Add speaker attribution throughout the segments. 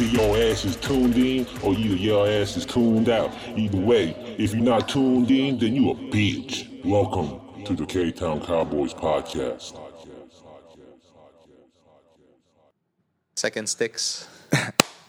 Speaker 1: ass is tuned in or either your ass is tuned out. Either way, if you're not tuned in, then you a bitch. Welcome to the K Town Cowboys podcast.
Speaker 2: Second sticks.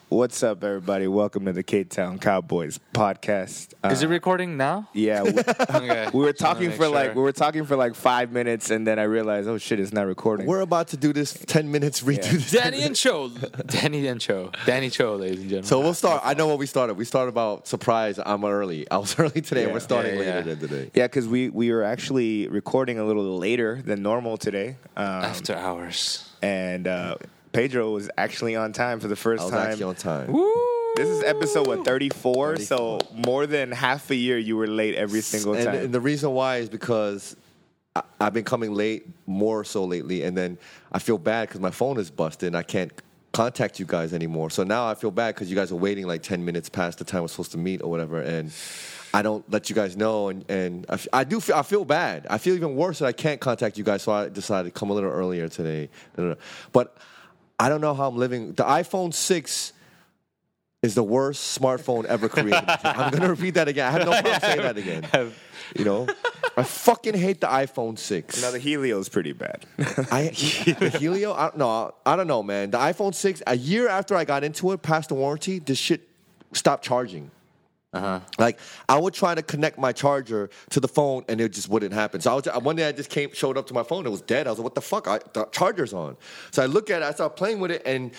Speaker 3: What's up, everybody? Welcome to the Cape Town Cowboys podcast. Uh,
Speaker 4: Is it recording now?
Speaker 3: yeah, we,
Speaker 2: Okay.
Speaker 3: we were
Speaker 2: Just wanna
Speaker 3: talking
Speaker 2: make
Speaker 3: for like we
Speaker 2: sure.
Speaker 3: were talking for like five minutes, and then I realized, oh shit, it's not recording.
Speaker 5: We're about to do this 10 minutes redo this.
Speaker 4: Danny and Cho. Danny and Cho. Danny Cho, ladies and gentlemen.
Speaker 5: So we'll start. I know what we started. We started about surprise. I'm early. I was early today.
Speaker 3: Yeah.
Speaker 5: We're starting
Speaker 2: Yeah, yeah,
Speaker 5: later
Speaker 2: yeah.
Speaker 5: than today.
Speaker 3: yeah, because we we were actually recording a little later than normal today, um,
Speaker 4: After hours.
Speaker 3: and uh, Pedro was actually on time for the
Speaker 5: I
Speaker 3: first
Speaker 5: was
Speaker 3: time.
Speaker 5: actually on time.
Speaker 3: This is episode what 34, so more than half a year you were late every single
Speaker 5: and,
Speaker 3: time.
Speaker 5: and the reason why is because I, I've been coming late, more so lately, and then I feel bad because my phone is busted and I can't contact you guys anymore. So now I feel bad because you guys are waiting like ten minutes past the time we're supposed to meet or whatever, and I don't let you guys know. And and I, f- I do feel, I feel bad. I feel even worse that I can't contact you guys, so I decided to come a little earlier today. Da, da, da. But I don't know how I'm living. The iPhone six. Is the worst smartphone ever created. I'm gonna repeat that again. I have no problem saying that again. You know, I fucking hate the iPhone six.
Speaker 3: now the Helio's pretty bad.
Speaker 5: I, the Helio, I don't know. I don't know, man. The iPhone six. A year after I got into it, past the warranty, this shit stopped charging.
Speaker 4: Uh-huh.
Speaker 5: Like I would try to connect my charger to the phone and it just wouldn't happen. So I was uh, one day I just came showed up to my phone. It was dead. I was like, "What the fuck? I, the charger's on." So I look at it. I start playing with it, and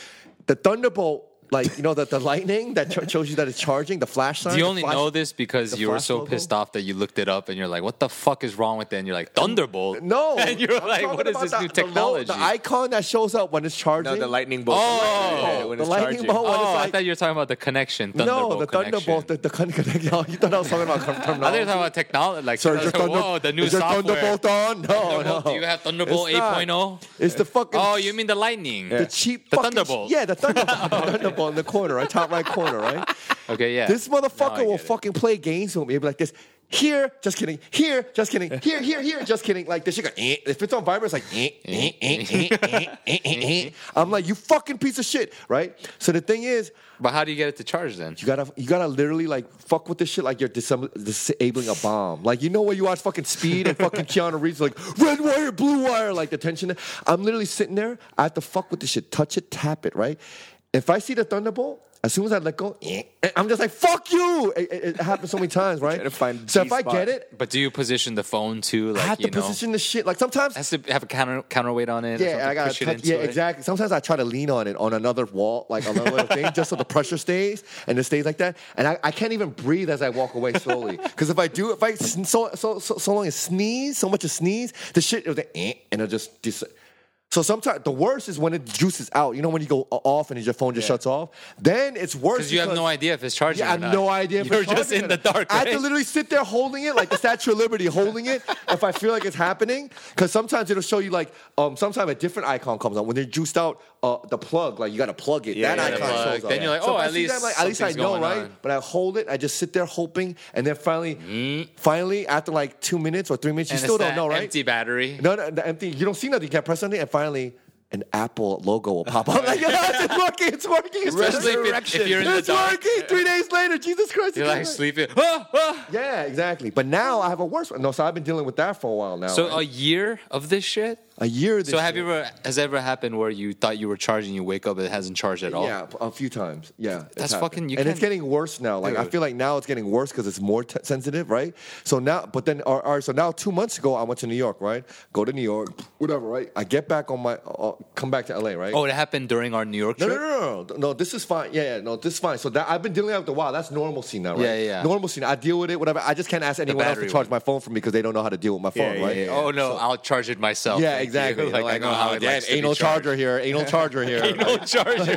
Speaker 5: the Thunderbolt, like you know, the, the lightning that ch- shows you that it's charging. The flash sign.
Speaker 4: Do you
Speaker 5: the
Speaker 4: only
Speaker 5: flash-
Speaker 4: know this because
Speaker 5: the
Speaker 4: you were
Speaker 5: flash
Speaker 4: so
Speaker 5: logo?
Speaker 4: pissed off that you looked it up and you're like, what the fuck is wrong with that? And you're like, Thunderbolt?
Speaker 5: No.
Speaker 4: And you're
Speaker 5: I'm
Speaker 4: like,
Speaker 5: talking
Speaker 4: what is
Speaker 5: about
Speaker 4: this
Speaker 5: the-
Speaker 4: new
Speaker 5: the low-
Speaker 4: technology?
Speaker 5: The, icon that shows up when it's charging.
Speaker 3: no, the lightning bolt.
Speaker 4: Oh!
Speaker 3: Yeah, when
Speaker 5: The
Speaker 3: it's
Speaker 5: lightning
Speaker 3: charging.
Speaker 5: bolt.
Speaker 4: oh,
Speaker 5: when it's
Speaker 4: I
Speaker 5: like-
Speaker 4: thought you were talking about the connection. Thunderbolt
Speaker 5: no, the
Speaker 4: connection.
Speaker 5: Thunderbolt, the, the con- connect. Oh, you thought I was talking about com-
Speaker 4: I thought you were
Speaker 5: terminology.
Speaker 4: talking about technology. Like,
Speaker 5: Sir,
Speaker 4: I
Speaker 5: is
Speaker 4: was
Speaker 5: your
Speaker 4: like,
Speaker 5: Thunder-
Speaker 4: whoa, the new
Speaker 5: is your
Speaker 4: software.
Speaker 5: Thunderbolt on? No,
Speaker 4: Thunderbolt,
Speaker 5: no.
Speaker 4: Do you have Thunderbolt
Speaker 5: It's not.
Speaker 4: 8.0?
Speaker 5: It's the fucking.
Speaker 4: Oh, you mean the lightning?
Speaker 5: the cheap
Speaker 4: The
Speaker 5: fucking-
Speaker 4: Thunderbolt.
Speaker 5: Yeah, the Thunderbolt. the Thunderbolt in the corner, right? Top right corner, right?
Speaker 4: Okay, Oh, yeah.
Speaker 5: This
Speaker 4: Now I
Speaker 5: motherfucker will
Speaker 4: get it.
Speaker 5: fucking play games with me. He'll be like this. Here, just kidding. Here, just kidding. Here, here, here, just kidding. Like this shit go, eh. If it's on vibrate, it's like, eh, eh, eh, eh, eh, eh, eh, eh. I'm like, you fucking piece of shit, right? So the thing is,
Speaker 4: But how do you get it to charge then?
Speaker 5: you gotta, you gotta literally like fuck with this shit like you're disab- disabling a bomb. Like you know where you watch fucking Speed and fucking Keanu Reeves like red wire, blue wire, like the tension. I'm literally sitting there. I have to fuck with this shit, touch it, tap it, right? If I see the Thunderbolt, as soon as I let go, eh, I'm just like fuck you. It, it, it happens so many times, right?
Speaker 3: to find
Speaker 5: so if I
Speaker 3: G-spot.
Speaker 5: get it,
Speaker 4: But do you position the phone too? Like,
Speaker 5: I have
Speaker 4: you
Speaker 5: to
Speaker 4: know,
Speaker 5: position the shit. Like sometimes
Speaker 4: has to have a counter counterweight on it. or something,
Speaker 5: Yeah, I got
Speaker 4: push it
Speaker 5: touch,
Speaker 4: into
Speaker 5: yeah,
Speaker 4: it.
Speaker 5: exactly. Sometimes I try to lean on it on another wall, like another thing, just so the pressure stays and it stays like that. And I, I can't even breathe as I walk away slowly because if I do, if I s- so so so, so long as sneeze, so much as sneeze, the shit it'll like, eh, and it'll just dis- so sometimes the worst is when it juices out. You know when you go o- off and your phone just shuts off. Then it's worse
Speaker 4: Because you have no idea if it's charging. or
Speaker 5: yeah, I have
Speaker 4: not.
Speaker 5: no idea. if
Speaker 4: You're
Speaker 5: it's
Speaker 4: just
Speaker 5: charging
Speaker 4: in
Speaker 5: or
Speaker 4: the
Speaker 5: not.
Speaker 4: dark. eh?
Speaker 5: I have
Speaker 4: right?
Speaker 5: to literally sit there holding it like the Statue of Liberty, holding it if I feel like it's happening. Because sometimes it'll show you like, um, sometimes a different icon comes on when they're juiced out. Uh, the plug, like you got to plug it.
Speaker 3: Yeah,
Speaker 5: that
Speaker 3: yeah,
Speaker 5: icon
Speaker 3: the
Speaker 5: shows
Speaker 4: plug.
Speaker 5: up.
Speaker 4: Then you're like,
Speaker 5: So
Speaker 4: oh,
Speaker 5: if I
Speaker 4: at
Speaker 5: see
Speaker 4: least
Speaker 5: that, like, at least I
Speaker 4: something's
Speaker 5: know,
Speaker 4: going
Speaker 5: right?
Speaker 4: on.
Speaker 5: But I hold it. I just sit there hoping, and then finally, finally after like two minutes or three minutes,
Speaker 4: And
Speaker 5: you still
Speaker 4: it's
Speaker 5: don't
Speaker 4: that
Speaker 5: know, right?
Speaker 4: Empty battery.
Speaker 5: No, no, the empty. You don't see nothing. You can't press anything, and finally. An Apple logo will pop up. Like, yes, it's working, it's working. It's
Speaker 4: Especially if it-
Speaker 5: resurrection.
Speaker 4: if you're in the
Speaker 5: it's
Speaker 4: dark.
Speaker 5: working. Three days later, Jesus Christ.
Speaker 4: You're
Speaker 5: it
Speaker 4: like
Speaker 5: came out.
Speaker 4: sleeping. Ah, ah.
Speaker 5: Yeah, exactly. But now I have a worse one. No, so I've been dealing with that for a while now.
Speaker 4: So a
Speaker 5: right?
Speaker 4: year of this shit.
Speaker 5: a year. This
Speaker 4: So have
Speaker 5: year.
Speaker 4: you ever has ever happened where you thought you were charging, you wake up, it hasn't charged at all?
Speaker 5: Yeah, a few times. Yeah, it's
Speaker 4: That's
Speaker 5: happened.
Speaker 4: fucking- you
Speaker 5: and it's
Speaker 4: can't-
Speaker 5: getting worse now. Like I
Speaker 4: Dude.
Speaker 5: feel like now it's getting worse because it's more t- sensitive, right? So now, but then, all right. So now, two months ago, I went to New York, right? Go to New York, whatever, right? I get back on my, uh, come back to LA, right?
Speaker 4: Oh, it happened during our New York
Speaker 5: No,
Speaker 4: trip.
Speaker 5: no, no, no, no. This is fine. Yeah, yeah, no, this is fine. So that I've been dealing with it a while. That's normalcy now, right?
Speaker 4: Yeah, yeah, yeah.
Speaker 5: Normalcy. I deal with it, whatever. I just can't ask anyone else to
Speaker 4: battery
Speaker 5: charge
Speaker 4: one.
Speaker 5: my phone for me because they don't know how to deal with my phone,
Speaker 3: yeah,
Speaker 5: right?
Speaker 3: yeah, yeah.
Speaker 4: Oh no, I'll charge it myself.
Speaker 5: Yeah,
Speaker 4: thank you.
Speaker 5: exactly. oh,
Speaker 4: Like, I know how it
Speaker 5: yeah,
Speaker 4: likes to be
Speaker 5: anal
Speaker 4: charged.
Speaker 5: charger here, anal charger here.
Speaker 4: Anal charger.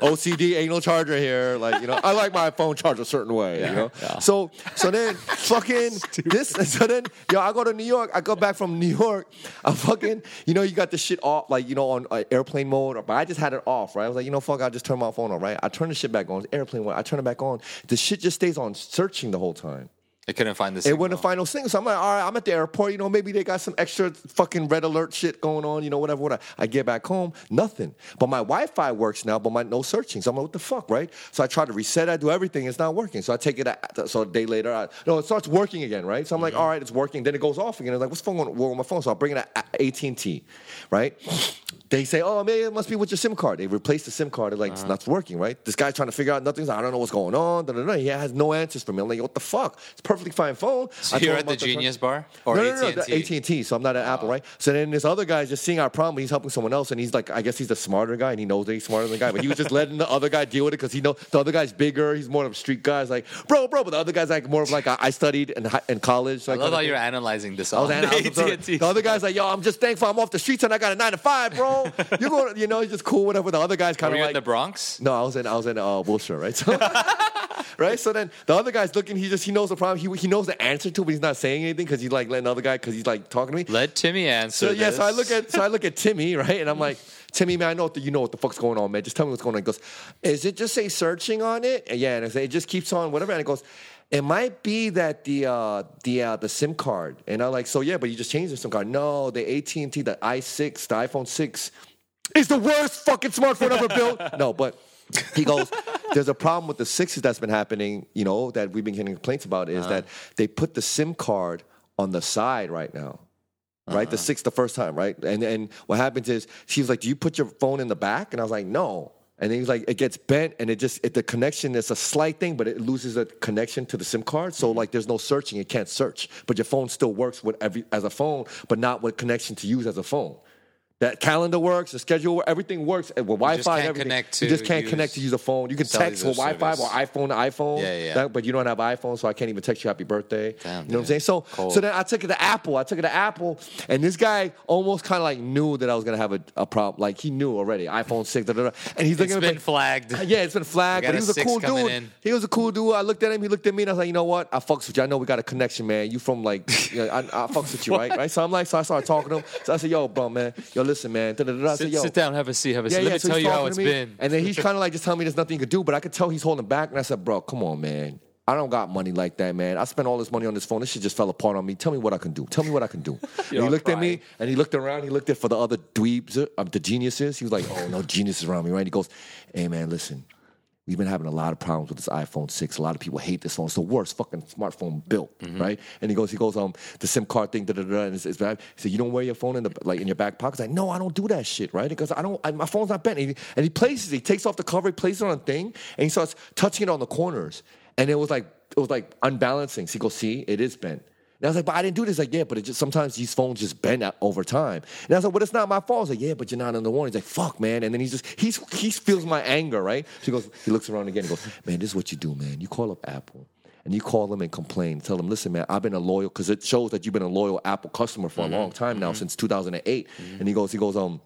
Speaker 5: OCD anal charger here. Like, you know, I like my phone charged a certain way, you know? So so then fucking this so then yo, I go to New York, I go back from New York, I fucking, you know, you got the shit off, like, you know, on uh, airplane mode, but I just had it off, right? I was like, you know, fuck, I'll just turn my phone on, right? I turn the shit back on, it's airplane mode, I turn it back on. The shit just stays on searching the whole time.
Speaker 4: It couldn't find the
Speaker 5: It
Speaker 4: signal.
Speaker 5: wasn't a final single. So I'm like, all right, I'm at the airport. You know, maybe they got some extra fucking red alert shit going on. You know, whatever. whatever. I get back home, nothing. But my Wi-Fi works now, but my no searching. So I'm like, what the fuck, right? So I try to reset. I do everything. It's not working. So I take it. Out, so a day later, I, no, it starts working again, right? So I'm like, all right, it's working. Then it goes off again. I'm like, what's going on with my phone? So I bring it to uh, AT&T, right? They say, oh, maybe it must be with your SIM card. They replaced the SIM card. They're like, it's not working, right? This guy's trying to figure out nothing. He's like, I don't know what's going on. Da, da, da. He has no answers for me. I'm like, what the fuck? It's a perfectly fine phone.
Speaker 4: So
Speaker 5: I told
Speaker 4: you're
Speaker 5: him
Speaker 4: at the
Speaker 5: about the-
Speaker 4: Genius Bar or
Speaker 5: no,
Speaker 4: AT&T?
Speaker 5: no, no, no, AT and T. So I'm not at
Speaker 4: Ah.
Speaker 5: Apple, right? So then this other guy's just seeing our problem. He's helping someone else, and he's like, I guess he's the smarter guy, and he knows that he's smarter than the guy, but he was just letting the other guy deal with it because he know the other guy's bigger. He's more of a street guy. He's like, bro, bro, but the other guy's like more of like I, I studied in, hi- in college. So
Speaker 4: I love
Speaker 5: kinda
Speaker 4: how
Speaker 5: think-
Speaker 4: you're analyzing this.
Speaker 5: I was
Speaker 4: all.
Speaker 5: at- I was observing. Oh, The other guy's like, yo, I'm just thankful I'm off the streets and I got a nine to five, bro. You're going, you know, he's just cool, whatever. The other guy's kind
Speaker 4: Were
Speaker 5: of
Speaker 4: you
Speaker 5: like,
Speaker 4: in the Bronx?
Speaker 5: no, I was in I was in uh, Wilshire, right? So, right. So then the other guy's looking. He just he knows the problem. He he knows the answer to, it, but he's not saying anything because he's like letting the other guy because he's like talking to me.
Speaker 4: Let Timmy answer.
Speaker 5: So yeah, so I
Speaker 4: this.
Speaker 5: look at so I look at Timmy, right? And I'm like, Timmy, man, I know what the, you know what the fuck's going on, man. Just tell me what's going on. He goes, is it just say searching on it? And yeah, and I say it just keeps on whatever. And it goes, it might be that the uh, the uh, the SIM card. And I'm like, so yeah, but you just changed the SIM card. No, the AT and T, the i6, the iPhone six, is the worst fucking smartphone ever built. No, but he goes, there's a problem with the sixes that's been happening. You know that we've been getting complaints about is
Speaker 4: Uh-huh.
Speaker 5: that they put the SIM card on the side right now right?
Speaker 4: Uh-huh.
Speaker 5: The six the first time, right? And and what happens is she was like, "Do you put your phone in the back?" And I was like, "No." And then he was like, "It gets bent, and it just it, the connection is a slight thing, but it loses a connection to the SIM card.
Speaker 4: Mm-hmm.
Speaker 5: So like, there's no searching; it can't search. But your phone still works with every as a phone, but not with connection to use as a phone." That calendar works, the schedule, everything works and with Wi-Fi.
Speaker 4: just
Speaker 5: and
Speaker 4: can't
Speaker 5: everything.
Speaker 4: connect
Speaker 5: you just
Speaker 4: to
Speaker 5: can't connect
Speaker 4: use
Speaker 5: to use a phone. You can text with
Speaker 4: cellular
Speaker 5: Wi-Fi
Speaker 4: service.
Speaker 5: or iPhone to iPhone.
Speaker 4: Yeah, yeah.
Speaker 5: That- but you don't have iPhone, so I can't even text you happy birthday.
Speaker 4: Damn,
Speaker 5: you know what I'm
Speaker 4: dude.
Speaker 5: saying? So,
Speaker 4: Cold.
Speaker 5: so then I took it to Apple. I took it to Apple, and this guy almost kind of like knew that I was gonna have a, a problem. Like he knew already. iPhone six, da, da, da. and he's looking
Speaker 4: It's
Speaker 5: at
Speaker 4: been
Speaker 5: me.
Speaker 4: flagged.
Speaker 5: like, yeah, it's been flagged,
Speaker 4: We
Speaker 5: but
Speaker 4: got
Speaker 5: he
Speaker 4: a
Speaker 5: was a
Speaker 4: six
Speaker 5: cool
Speaker 4: coming
Speaker 5: dude.
Speaker 4: in.
Speaker 5: He was a cool dude. I looked at him. He looked at me, and I was like, you know what? I fucks with you. I know we got a connection, man. You from like, you know, I, I fucks with you, right? Right. So I'm like, so I started talking to him. So I said, yo, bro, man, yo, listen, man. Da, da, da, da. I said,
Speaker 4: Sit,
Speaker 5: yo,
Speaker 4: sit down, have a seat, have a seat. Let me
Speaker 5: so
Speaker 4: tell
Speaker 5: he's
Speaker 4: you how
Speaker 5: talking
Speaker 4: it's
Speaker 5: to me,
Speaker 4: been.
Speaker 5: And then he's kind of like just telling me there's nothing you could do, but I could tell he's holding back. And I said, bro, come on, man. I don't got money like that, man. I spent all this money on this phone. This shit just fell apart on me. Tell me what I can do. Tell me what I can do. and he
Speaker 4: all
Speaker 5: looked at me
Speaker 4: crying.
Speaker 5: and he looked around. He looked at for the other dweebs, um, the geniuses. He was like, oh, no geniuses around me, right? He goes, hey, man, listen. We've been having a lot of problems with this iPhone 6. A lot of people hate this phone. It's the worst fucking smartphone built, right? And he goes, he goes, um, the SIM card thing, da da da. da, And it's, it's bad. He said, you don't wear your phone in the like in your back pocket. I like, no, I don't do that shit, right? Because I don't. I, my phone's not bent. And he, and he places, it. he takes off the cover, he places it on a thing, and he starts touching it on the corners. And it was like it was like unbalancing. So he goes, see, it is bent. And I was like, but I didn't do this. Like, yeah, but it just sometimes these phones just bend out over time. And I was like, well, it's not my fault. He's like, yeah, but you're not in the warning. He's like, fuck, man. And then he's just he's he feels my anger, right? So he goes, he looks around again and goes, man, this is what you do, man. You call up Apple and you call them and complain. Tell them, listen, man, I've been a loyal because it shows that you've been a loyal Apple customer for a long time now since 2008. And he goes, he goes, um,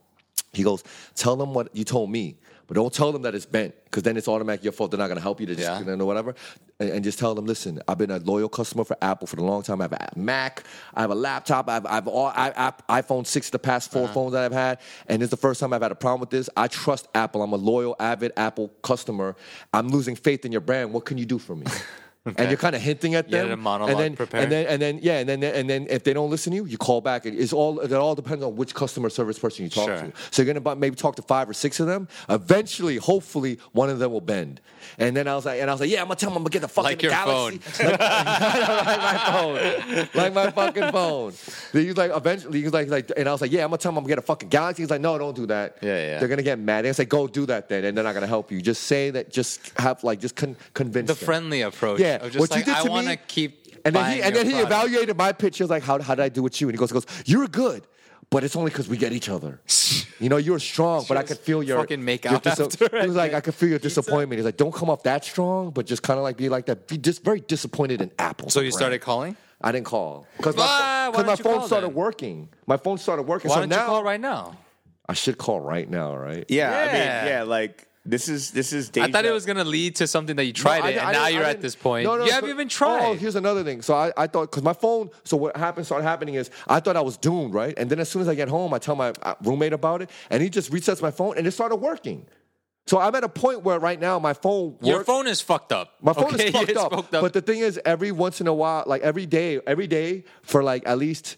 Speaker 5: he goes, tell them what you told me, but don't tell them that it's bent, because then it's automatic your fault. They're not gonna help you to just
Speaker 4: Yeah.
Speaker 5: you know, whatever. And, and just tell them, listen, I've been a loyal customer for Apple for a long time. I have a Mac, I have a laptop, I've I've all I, I, iPhone six, the past
Speaker 4: Uh-huh.
Speaker 5: 4 phones that I've had, and it's the first time I've had a problem with this. I trust Apple. I'm a loyal, avid Apple customer. I'm losing faith in your brand. What can you do for me? And you're kind of hinting at
Speaker 4: You
Speaker 5: them,
Speaker 4: had a monologue
Speaker 5: and then
Speaker 4: prepared.
Speaker 5: and then and then yeah, and then and then if they don't listen to you, you call back. It's all it all depends on which customer service person you talk
Speaker 4: Sure.
Speaker 5: to. So you're gonna bu- maybe talk to five or six of them. Eventually, hopefully, one of them will bend. And then I was like, and I was like, yeah, I'm gonna tell them I'm gonna get the fucking
Speaker 4: Like your
Speaker 5: Galaxy. Like, like my phone, like my fucking phone. Then he's like, eventually, he's like, like, and I was like, yeah, I'm gonna tell them I'm gonna get a fucking Galaxy. He's like, no, don't do that.
Speaker 4: Yeah, yeah.
Speaker 5: They're gonna get mad. They're gonna say, go do that then, and they're not gonna help you. Just say that. Just have like, just con- convince
Speaker 4: the
Speaker 5: them.
Speaker 4: friendly approach.
Speaker 5: Yeah,
Speaker 4: Of just
Speaker 5: what
Speaker 4: like,
Speaker 5: you did
Speaker 4: I
Speaker 5: to
Speaker 4: want
Speaker 5: me-
Speaker 4: to keep.
Speaker 5: And then he
Speaker 4: buying
Speaker 5: and
Speaker 4: your
Speaker 5: then he
Speaker 4: product.
Speaker 5: evaluated my picture. Like, how, how did I do with you? And he goes, he goes, you were good, but it's only because we get each other. You know, you were strong, but I could feel your
Speaker 4: fucking make
Speaker 5: your
Speaker 4: out
Speaker 5: diso-
Speaker 4: after
Speaker 5: He was like, I could feel your disappointment. He's like, don't come off that strong, but just kind of like be like that. Be just very disappointed in Apple.
Speaker 4: So you
Speaker 5: brand.
Speaker 4: started calling.
Speaker 5: I didn't call because
Speaker 4: Why?
Speaker 5: my,
Speaker 4: Why
Speaker 5: because my
Speaker 4: don't you
Speaker 5: phone
Speaker 4: call
Speaker 5: started
Speaker 4: then?
Speaker 5: working. My phone started working.
Speaker 4: Why
Speaker 5: so
Speaker 4: don't
Speaker 5: now
Speaker 4: you call right now?
Speaker 5: I should call right now, right?
Speaker 3: Yeah, I
Speaker 4: Yeah.
Speaker 3: mean, yeah, like this is this is.
Speaker 4: I thought it
Speaker 3: deja-
Speaker 4: was gonna lead to something that you tried
Speaker 5: I
Speaker 4: it,
Speaker 5: di- I
Speaker 4: and now
Speaker 5: didn't-
Speaker 4: you're
Speaker 5: I
Speaker 4: at
Speaker 5: didn't-
Speaker 4: this point. you haven't
Speaker 5: so-
Speaker 4: even
Speaker 5: Oh,
Speaker 4: tried.
Speaker 5: here's another thing. So I, I thought because my phone. So what happened started happening is I thought I was doomed, right? And then as soon as I get home, I tell my uh, roommate about it, and he just resets my phone, and it started working. So I'm at a point where right now my phone works.
Speaker 4: Your phone is fucked up.
Speaker 5: My phone
Speaker 4: Okay,
Speaker 5: is fucked
Speaker 4: it's
Speaker 5: up.
Speaker 4: fucked up.
Speaker 5: But the thing is, every once in a while, like every day, every day for like at least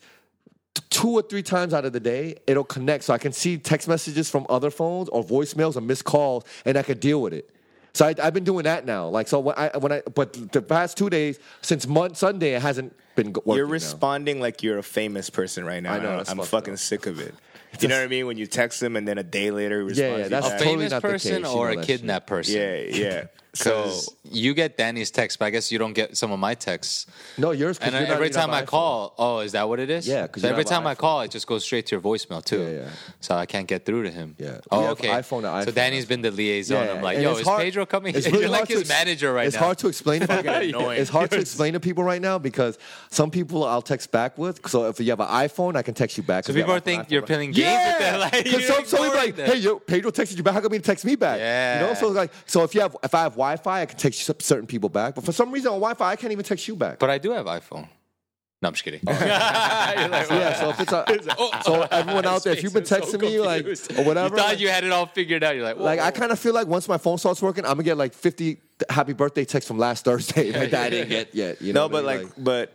Speaker 5: t- two or three times out of the day, it'll connect. So I can see text messages from other phones or voicemails or missed calls, and I could deal with it. So I, I've been doing that now. Like so when I when I but the past two days since mon- Sunday, it hasn't been g- working.
Speaker 3: You're
Speaker 5: now.
Speaker 3: responding like you're a famous person right now.
Speaker 5: I know,
Speaker 3: and
Speaker 5: that's
Speaker 3: I'm
Speaker 5: fucked
Speaker 3: fucking
Speaker 5: up.
Speaker 3: sick of it. You know what I mean? When you text them and then a day later, he
Speaker 5: yeah,
Speaker 3: responds you
Speaker 5: that's
Speaker 3: back.
Speaker 5: It's
Speaker 4: a
Speaker 5: totally
Speaker 4: famous
Speaker 5: not the
Speaker 4: person
Speaker 5: case, you
Speaker 4: or
Speaker 5: know
Speaker 4: a
Speaker 5: that
Speaker 4: kidnapped person.
Speaker 3: yeah, yeah. So
Speaker 4: Because you get Danny's text, but I guess you don't get some of my texts.
Speaker 5: No, yours. 'cause
Speaker 4: And I,
Speaker 5: you're not
Speaker 4: every
Speaker 5: even on
Speaker 4: time
Speaker 5: my
Speaker 4: I
Speaker 5: iPhone.
Speaker 4: call, oh, is that what it is?
Speaker 5: Yeah, 'cause
Speaker 4: so
Speaker 5: you
Speaker 4: every
Speaker 5: don't have
Speaker 4: time
Speaker 5: an
Speaker 4: I call, it just goes straight to your voicemail too.
Speaker 5: Yeah, yeah.
Speaker 4: So I can't get through to him.
Speaker 5: Yeah.
Speaker 4: Oh,
Speaker 5: We have
Speaker 4: okay.
Speaker 5: iPhone to
Speaker 4: So
Speaker 5: iPhone.
Speaker 4: Danny's been the liaison. I'm like,
Speaker 5: and
Speaker 4: yo,
Speaker 5: it's
Speaker 4: is
Speaker 5: hard-
Speaker 4: Pedro coming?
Speaker 5: it's
Speaker 4: here?
Speaker 5: really
Speaker 4: You're like
Speaker 5: hard to
Speaker 4: his
Speaker 5: ex-
Speaker 4: manager right
Speaker 5: it's
Speaker 4: now.
Speaker 5: hard to explain.
Speaker 4: annoying.
Speaker 5: it's hard to explain to people right now because some people I'll text back with. So if you have an iPhone, I can text you back.
Speaker 4: So
Speaker 5: 'cause we
Speaker 4: people
Speaker 5: have
Speaker 4: are
Speaker 5: iPhone,
Speaker 4: think
Speaker 5: iPhone,
Speaker 4: you're
Speaker 5: right?
Speaker 4: playing games with
Speaker 5: Yeah,
Speaker 4: them. Like,
Speaker 5: because
Speaker 4: you're
Speaker 5: some, somebody's
Speaker 4: ignoring
Speaker 5: like,
Speaker 4: them.
Speaker 5: "Hey, yo, Pedro texted you back. How come he didn't text me back?" You know,
Speaker 4: Yeah.
Speaker 5: so it's like, so if you have, if I have Wi-Fi, I can text you certain people back. But for some reason on Wi-Fi, I can't even text you back.
Speaker 4: But I do have iPhone. No, I'm just
Speaker 5: Oh.
Speaker 4: kidding. oh. You're like,
Speaker 5: So, yeah, so if it's a, so everyone out there, if you've been
Speaker 4: His face
Speaker 5: texting
Speaker 4: was so
Speaker 5: me like
Speaker 4: confused.
Speaker 5: or whatever,
Speaker 4: you
Speaker 5: like-
Speaker 4: thought you had it all figured out. You're like,
Speaker 5: Like
Speaker 3: Oh.
Speaker 5: I
Speaker 4: "Whoa."
Speaker 5: kind of feel like once my phone starts working, I'm gonna get like 50 happy birthday texts from last Thursday that I didn't get yet. You know,
Speaker 3: no, but
Speaker 5: what I
Speaker 3: like,
Speaker 5: mean?
Speaker 3: but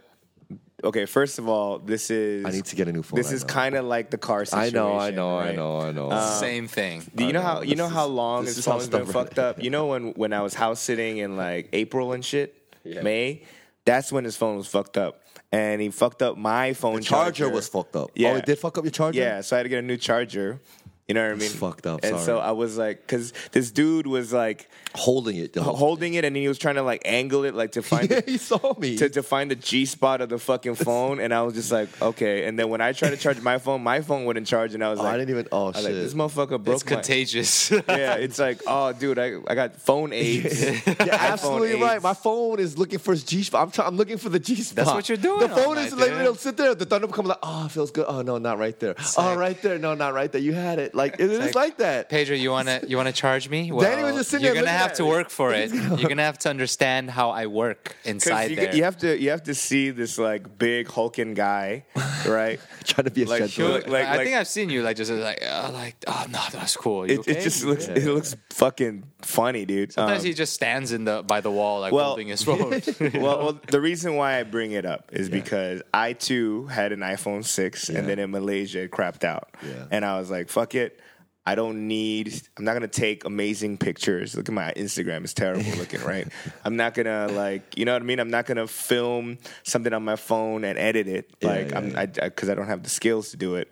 Speaker 3: okay. First of all, this is
Speaker 5: I need to get a new phone,
Speaker 3: This
Speaker 5: I
Speaker 3: is
Speaker 5: know.
Speaker 3: kind of like the car
Speaker 5: I
Speaker 3: situation.
Speaker 5: know, I know, I
Speaker 3: right?
Speaker 5: know, I know. Um,
Speaker 4: same thing.
Speaker 3: Do you know
Speaker 5: I know,
Speaker 3: how you
Speaker 5: this
Speaker 3: know how
Speaker 5: is-
Speaker 3: long
Speaker 5: this
Speaker 3: this
Speaker 5: is how
Speaker 3: song's been
Speaker 5: stubborn.
Speaker 3: fucked up? You know when when I was house sitting in like April and shit, May. That's when his phone was fucked up, and he fucked up my phone.
Speaker 5: charger was fucked up.
Speaker 3: Yeah,
Speaker 5: Oh, it did fuck up your charger.
Speaker 3: Yeah, so I had to get a new charger. You know what I mean?
Speaker 5: It's fucked up,
Speaker 3: And so
Speaker 5: sorry.
Speaker 3: I was like, because this dude was like
Speaker 5: holding it. Though.
Speaker 3: holding it, and he was trying to like angle it, like to find
Speaker 5: yeah,
Speaker 3: the-
Speaker 5: he saw me.
Speaker 3: to, to find the G spot of the fucking phone, and I was just like, okay. And then when I tried to charge my phone, my phone wouldn't charge, and I was
Speaker 5: Oh,
Speaker 3: like,
Speaker 5: I didn't even. Oh
Speaker 3: I was
Speaker 5: shit.
Speaker 3: like, this motherfucker broke
Speaker 4: It's
Speaker 3: my.
Speaker 4: contagious.
Speaker 3: yeah, it's like, oh, dude, I, I got phone aids.
Speaker 5: You're absolutely right. My phone is looking for its G spot. I'm trying. I'm looking for the G spot.
Speaker 4: what you're doing
Speaker 5: The
Speaker 4: all
Speaker 5: phone
Speaker 4: night,
Speaker 5: is like
Speaker 4: dude.
Speaker 5: it'll sit there. The thunder will come like, oh, it feels good. Oh no, not right there. Oh,
Speaker 4: like-
Speaker 5: right there. No, not right there. You had it. Like it is
Speaker 4: like-
Speaker 5: like that.
Speaker 4: Pedro, you wanna you wanna charge me? Well,
Speaker 5: Danny was just sitting
Speaker 4: you're
Speaker 5: there
Speaker 4: gonna
Speaker 5: looking
Speaker 4: have
Speaker 5: at
Speaker 4: to
Speaker 5: me.
Speaker 4: work for it. You're gonna have to understand how I work
Speaker 3: Because
Speaker 4: inside
Speaker 3: you,
Speaker 4: there.
Speaker 3: you have to you have to see this like big hulking guy, right?
Speaker 5: Trying to be a
Speaker 3: Like,
Speaker 5: gentle-
Speaker 3: he'll- like-
Speaker 4: I
Speaker 3: like-
Speaker 4: think I've seen you like just like uh, like oh no that's cool. You
Speaker 3: It,
Speaker 4: okay?
Speaker 3: it just looks it um, looks fucking funny, dude.
Speaker 4: Sometimes
Speaker 3: Um,
Speaker 4: he just stands in the by the wall like
Speaker 3: well-
Speaker 4: holding his phone.
Speaker 3: well, well, the reason why I bring it up is because I too had an iPhone 6 and then in Malaysia it crapped out.
Speaker 5: Yeah.
Speaker 3: And I was like, fuck it. I don't need, I'm not gonna take amazing pictures. Look at my Instagram, it's terrible looking, right? I'm not gonna, like, you know what I mean? I'm not gonna film something on my phone and edit it, like,
Speaker 5: yeah,
Speaker 3: I'm,
Speaker 5: yeah.
Speaker 3: I, I, cause I don't have the skills to do it.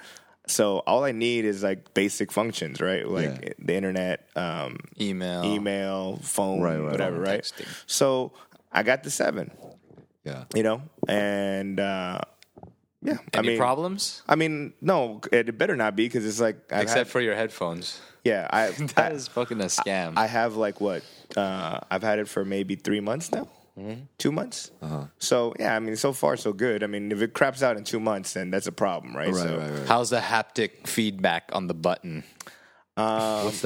Speaker 3: So all I need is like basic functions, right? Like
Speaker 5: Yeah.
Speaker 3: the internet, um,
Speaker 4: email.
Speaker 3: email, phone,
Speaker 5: Right, right,
Speaker 3: whatever,
Speaker 4: Oh. right.
Speaker 3: right?
Speaker 4: Texting.
Speaker 3: So I got the seven
Speaker 5: yeah.
Speaker 3: you know, and uh, yeah, I
Speaker 4: Any
Speaker 3: mean,
Speaker 4: problems?
Speaker 3: I mean, no, it better not be because it's like I've
Speaker 4: Except
Speaker 3: had-
Speaker 4: for your headphones.
Speaker 3: yeah, I
Speaker 4: That
Speaker 3: I-
Speaker 4: is fucking a scam.
Speaker 3: I have like what uh, I've had it for maybe three months now, two months. So yeah, I mean, so far so good. I mean, if it craps out in two months, then that's a problem, right?
Speaker 5: Right,
Speaker 3: so,
Speaker 5: right, right.
Speaker 4: How's the haptic feedback on the button
Speaker 5: What's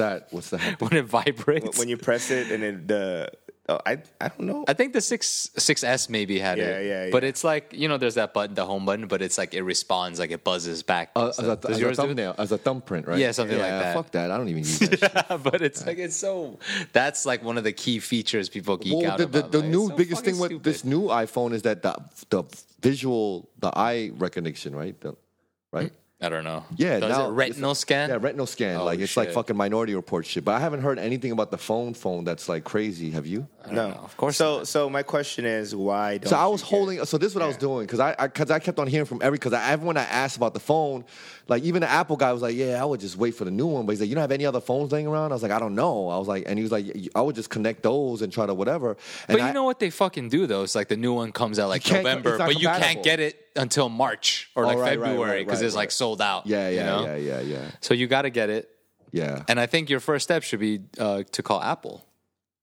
Speaker 3: Um,
Speaker 5: that? What's that?
Speaker 4: when it vibrates?
Speaker 3: When you press it and it the oh, I I don't know.
Speaker 4: I think the six six S maybe had
Speaker 3: Yeah,
Speaker 4: it.
Speaker 3: yeah, yeah.
Speaker 4: But it's like you know, there's that button, the home button, but it's like it responds, like it buzzes back. and
Speaker 5: Uh, as
Speaker 4: stuff.
Speaker 5: a, as a
Speaker 4: yours do it?
Speaker 5: thumbnail, as a thumbprint, right?
Speaker 4: Yeah, something like that.
Speaker 5: Fuck that. I don't even use that. shit.
Speaker 4: but it's like it's so. That's like one of the key features people geek
Speaker 5: Well,
Speaker 4: out
Speaker 5: the, the,
Speaker 4: about.
Speaker 5: the
Speaker 4: like, it's
Speaker 5: new
Speaker 4: so
Speaker 5: biggest
Speaker 4: fucking
Speaker 5: thing with this
Speaker 4: stupid.
Speaker 5: new iPhone is that the the visual, the eye recognition, right? The, right?
Speaker 4: I don't know.
Speaker 5: Yeah.
Speaker 4: Hmm? Does
Speaker 5: now
Speaker 4: it
Speaker 5: it's-
Speaker 4: retinal scan?
Speaker 5: Yeah, retinal scan.
Speaker 4: Oh,
Speaker 5: like it's like
Speaker 4: shit.
Speaker 5: fucking Minority Report shit. But I haven't heard anything about the phone phone that's like crazy. Have you?
Speaker 3: no,
Speaker 4: know. Of course
Speaker 3: So so my question is why? Don't
Speaker 5: So I
Speaker 3: you
Speaker 5: was
Speaker 3: get-
Speaker 5: holding. So this is what I was doing because I because I, kept on hearing from every because everyone I asked about the phone, like even the Apple guy was like, yeah, I would just wait for the new one. But he's like, you don't have any other phones laying around. I was like, I don't know. I was like, and he was like, "Y- I would just connect those and try to whatever. And
Speaker 4: But
Speaker 5: I-
Speaker 4: you know what they fucking do though? It's like the new one comes out like
Speaker 5: can't-
Speaker 4: November,
Speaker 5: it's not
Speaker 4: but you
Speaker 5: compatible.
Speaker 4: can't get it until March or like
Speaker 5: Oh, right, right, right,
Speaker 4: February because
Speaker 5: right,
Speaker 4: it's
Speaker 5: right.
Speaker 4: like sold out.
Speaker 5: Yeah,
Speaker 4: you
Speaker 5: yeah,
Speaker 4: know?
Speaker 5: yeah, yeah, yeah,
Speaker 4: So you got to get it.
Speaker 5: yeah.
Speaker 4: And I think your first step should be uh, to call Apple,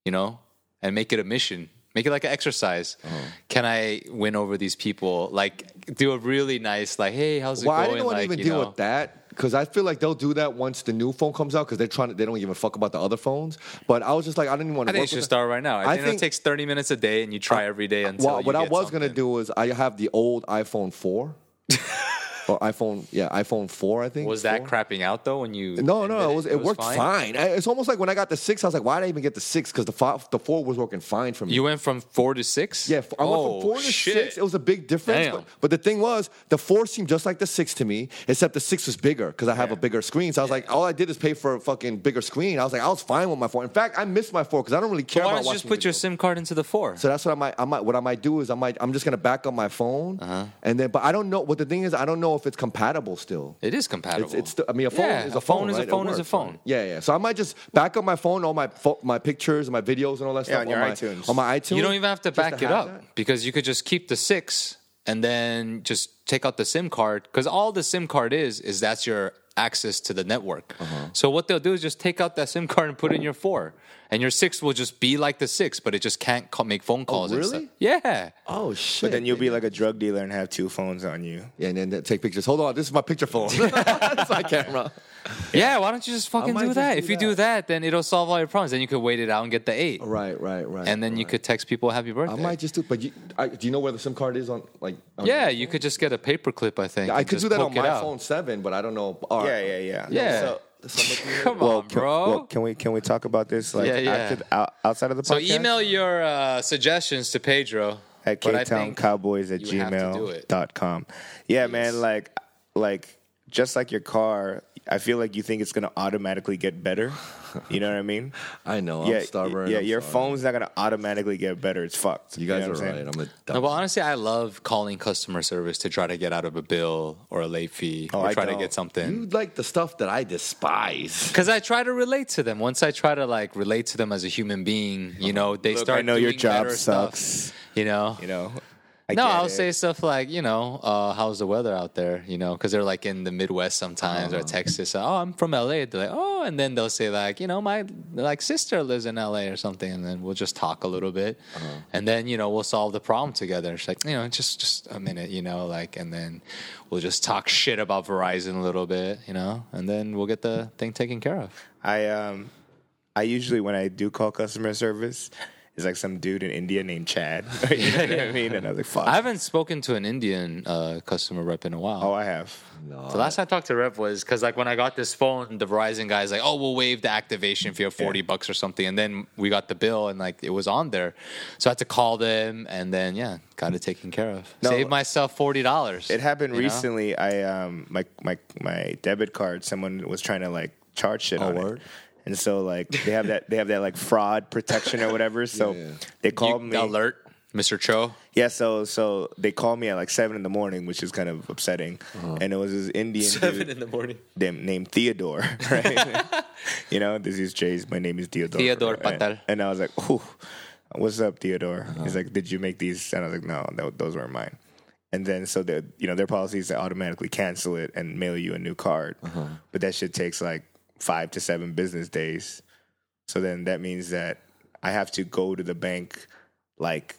Speaker 4: you know, and make it a mission. Make it like an exercise.
Speaker 5: Uh-huh.
Speaker 4: Can I win over these people? Like, do a really nice, like, hey, how's it
Speaker 5: well, I
Speaker 4: going?
Speaker 5: didn't want
Speaker 4: like,
Speaker 5: to even
Speaker 4: you
Speaker 5: deal
Speaker 4: know.
Speaker 5: with that because I feel like they'll do that once the new phone comes out because they're trying to. They don't even fuck about the other phones. But I was just like, I didn't even want
Speaker 4: I
Speaker 5: to.
Speaker 4: think you should start right now. I, think,
Speaker 5: think-
Speaker 4: it takes 30 minutes a day and you try every day until
Speaker 5: Well,
Speaker 4: you
Speaker 5: what I
Speaker 4: get
Speaker 5: was gonna
Speaker 4: something.
Speaker 5: do is I have the old iPhone four. or iPhone, yeah, iPhone four, I think.
Speaker 4: Was that
Speaker 5: four?
Speaker 4: crapping out though when you?
Speaker 5: No, no,
Speaker 4: ended
Speaker 5: it was it, worked fine. I- It's almost like when I got the six, I was like, why did I even get the six? Because the five, the four was working fine for me.
Speaker 4: You went from four to six. Oh,
Speaker 5: Yeah, f- I went from four to six. It was a big difference.
Speaker 4: Damn.
Speaker 5: But, but the thing was, the four seemed just like the six to me, except the six was bigger because I have a bigger screen. So I was like, all I did is pay for a fucking bigger screen. I was like, I was fine with my four. In fact, I missed my four because I don't really care
Speaker 4: Why
Speaker 5: about
Speaker 4: don't you
Speaker 5: watching.
Speaker 4: just put your SIM
Speaker 5: videos.
Speaker 4: card into the four?
Speaker 5: So that's what I might, I might. What I might do is I might. I'm just gonna back up my phone,
Speaker 4: Uh-huh.
Speaker 5: and then. But I don't know. What the thing is, I don't know if it's compatible still.
Speaker 4: it is compatible.
Speaker 5: It's, it's still, I mean, a phone
Speaker 4: Yeah,
Speaker 5: is a phone.
Speaker 4: is
Speaker 5: right?
Speaker 4: a
Speaker 5: It
Speaker 4: phone is a
Speaker 5: works,
Speaker 4: phone.
Speaker 5: right? Yeah, yeah. So I might just back up my phone, all my pho- my pictures, my videos, and all that
Speaker 3: Yeah,
Speaker 5: stuff
Speaker 3: on your
Speaker 5: my,
Speaker 3: iTunes.
Speaker 5: On my iTunes,
Speaker 4: You don't even have to
Speaker 5: just
Speaker 4: back it
Speaker 5: have
Speaker 4: up
Speaker 5: that.
Speaker 4: because you could just keep the six and then just take out the SIM card because all the SIM card is is that's your access to the network.
Speaker 5: Uh-huh.
Speaker 4: So what they'll do is just take out that SIM card and put in your four, and your six will just be like the six, but it just can't call, make phone calls. and
Speaker 5: Oh, really?
Speaker 4: stuff. Yeah.
Speaker 5: Oh shit!
Speaker 3: But then you'll be like a drug dealer and have two phones on you.
Speaker 5: Yeah, and then they take pictures. Hold on, this is my picture phone. it's my camera.
Speaker 4: Yeah, why don't you just fucking
Speaker 5: might
Speaker 4: do
Speaker 5: just
Speaker 4: that?
Speaker 5: do
Speaker 4: if you do that, then it'll solve all your problems. Then you could wait it out and get the eight.
Speaker 5: Right, right, right.
Speaker 4: And then you could text people happy birthday.
Speaker 5: I might just do. But you, I, do you know where the SIM card is on? Like, on
Speaker 4: yeah, you could just get a paperclip, I think.
Speaker 5: I
Speaker 4: and
Speaker 5: could
Speaker 4: just
Speaker 5: do that
Speaker 4: poke
Speaker 5: on
Speaker 4: it
Speaker 5: my
Speaker 4: out.
Speaker 5: phone seven, but I don't know. All
Speaker 3: Yeah,
Speaker 5: right.
Speaker 3: yeah, yeah.
Speaker 4: Yeah.
Speaker 5: So, so I'm
Speaker 4: Come
Speaker 5: looking
Speaker 4: on, bro.
Speaker 3: Well, can we can we talk about this like
Speaker 4: Yeah, yeah.
Speaker 3: after- out- outside of the
Speaker 4: So
Speaker 3: podcast?
Speaker 4: email your uh, suggestions to Pedro
Speaker 3: at
Speaker 4: But I
Speaker 3: ktowncowboys
Speaker 4: think
Speaker 3: Cowboys at
Speaker 4: you have to do it.
Speaker 3: gmail.com. Yeah, man, like like just like your car, I feel like you think it's gonna automatically get better. You know what I mean?
Speaker 5: I
Speaker 4: Oh,
Speaker 5: know.
Speaker 3: yeah,
Speaker 5: I'm stubborn.
Speaker 3: yeah.
Speaker 5: I'm
Speaker 3: your
Speaker 5: sorry.
Speaker 3: phone's not gonna automatically get better. It's fucked.
Speaker 5: You guys
Speaker 3: know
Speaker 5: are
Speaker 3: what I'm
Speaker 5: right.
Speaker 3: saying?
Speaker 5: I'm a.
Speaker 4: No, but honestly, I love calling customer service to try to get out of a bill or a late fee or
Speaker 3: Oh, I
Speaker 4: try to
Speaker 3: don't.
Speaker 4: get
Speaker 5: You
Speaker 4: something.
Speaker 5: like the stuff that I despise.
Speaker 4: Because I try to relate to them. Once I try to like relate to them as a human being, you know, they
Speaker 3: Uh-huh. Look,
Speaker 4: start.
Speaker 3: I know your
Speaker 4: doing
Speaker 3: job
Speaker 4: better stuff,
Speaker 3: sucks.
Speaker 4: you know.
Speaker 3: You know. I
Speaker 4: no,
Speaker 3: get
Speaker 4: I'll
Speaker 3: it.
Speaker 4: say stuff like, you know, uh, how's the weather out there? You know, because they're like in the Midwest sometimes
Speaker 3: Uh-huh.
Speaker 4: or Texas. Oh, I'm from LA. They're like, oh, and then they'll say like, you know, my like sister lives in LA or something, and then we'll just talk a little bit,
Speaker 3: Uh-huh.
Speaker 4: and then you know we'll solve the problem together. It's like you know, just just a minute, you know, like, and then we'll just talk shit about Verizon a little bit, you know, and then we'll get the thing taken care of.
Speaker 3: I um I usually when I do call customer service, it's like some dude in India named Chad. you know what I mean? And I was like, fuck.
Speaker 4: I haven't spoken to an Indian uh, customer rep in a while.
Speaker 3: oh, I have.
Speaker 4: The last I talked to Rev was because like when I got this phone, the Verizon guy's like, "Oh, we'll waive the activation fee of forty bucks or something," and then we got the bill and like it was on there, so I had to call them and then yeah, got it taken care of.
Speaker 3: No,
Speaker 4: Saved myself forty dollars.
Speaker 3: It happened recently. I um my my my debit card. Someone was trying to like charge shit on
Speaker 5: Oh, word?
Speaker 3: it, and so like they have that they have that like fraud protection or whatever. So
Speaker 5: Yeah.
Speaker 3: they called me.
Speaker 4: alert, Mr. Cho.
Speaker 3: Yeah, so so they called me at like seven in the morning, which is kind of upsetting.
Speaker 5: Uh-huh.
Speaker 3: And it was this Indian dude
Speaker 4: in the morning.
Speaker 3: named, named Theodore, right? you know, this is Jay's. My name is Theodore.
Speaker 4: Theodore
Speaker 3: And-
Speaker 4: Patel. Uh-huh.
Speaker 3: And I was like, "Ooh, what's up, Theodore?" He's like, "Did you make these?" And I was like, "No, tho- those weren't mine." And then so the you know their policy is to automatically cancel it and mail you a new card,
Speaker 4: Uh-huh.
Speaker 3: but that shit takes like five to seven business days. So then that means that I have to go to the bank like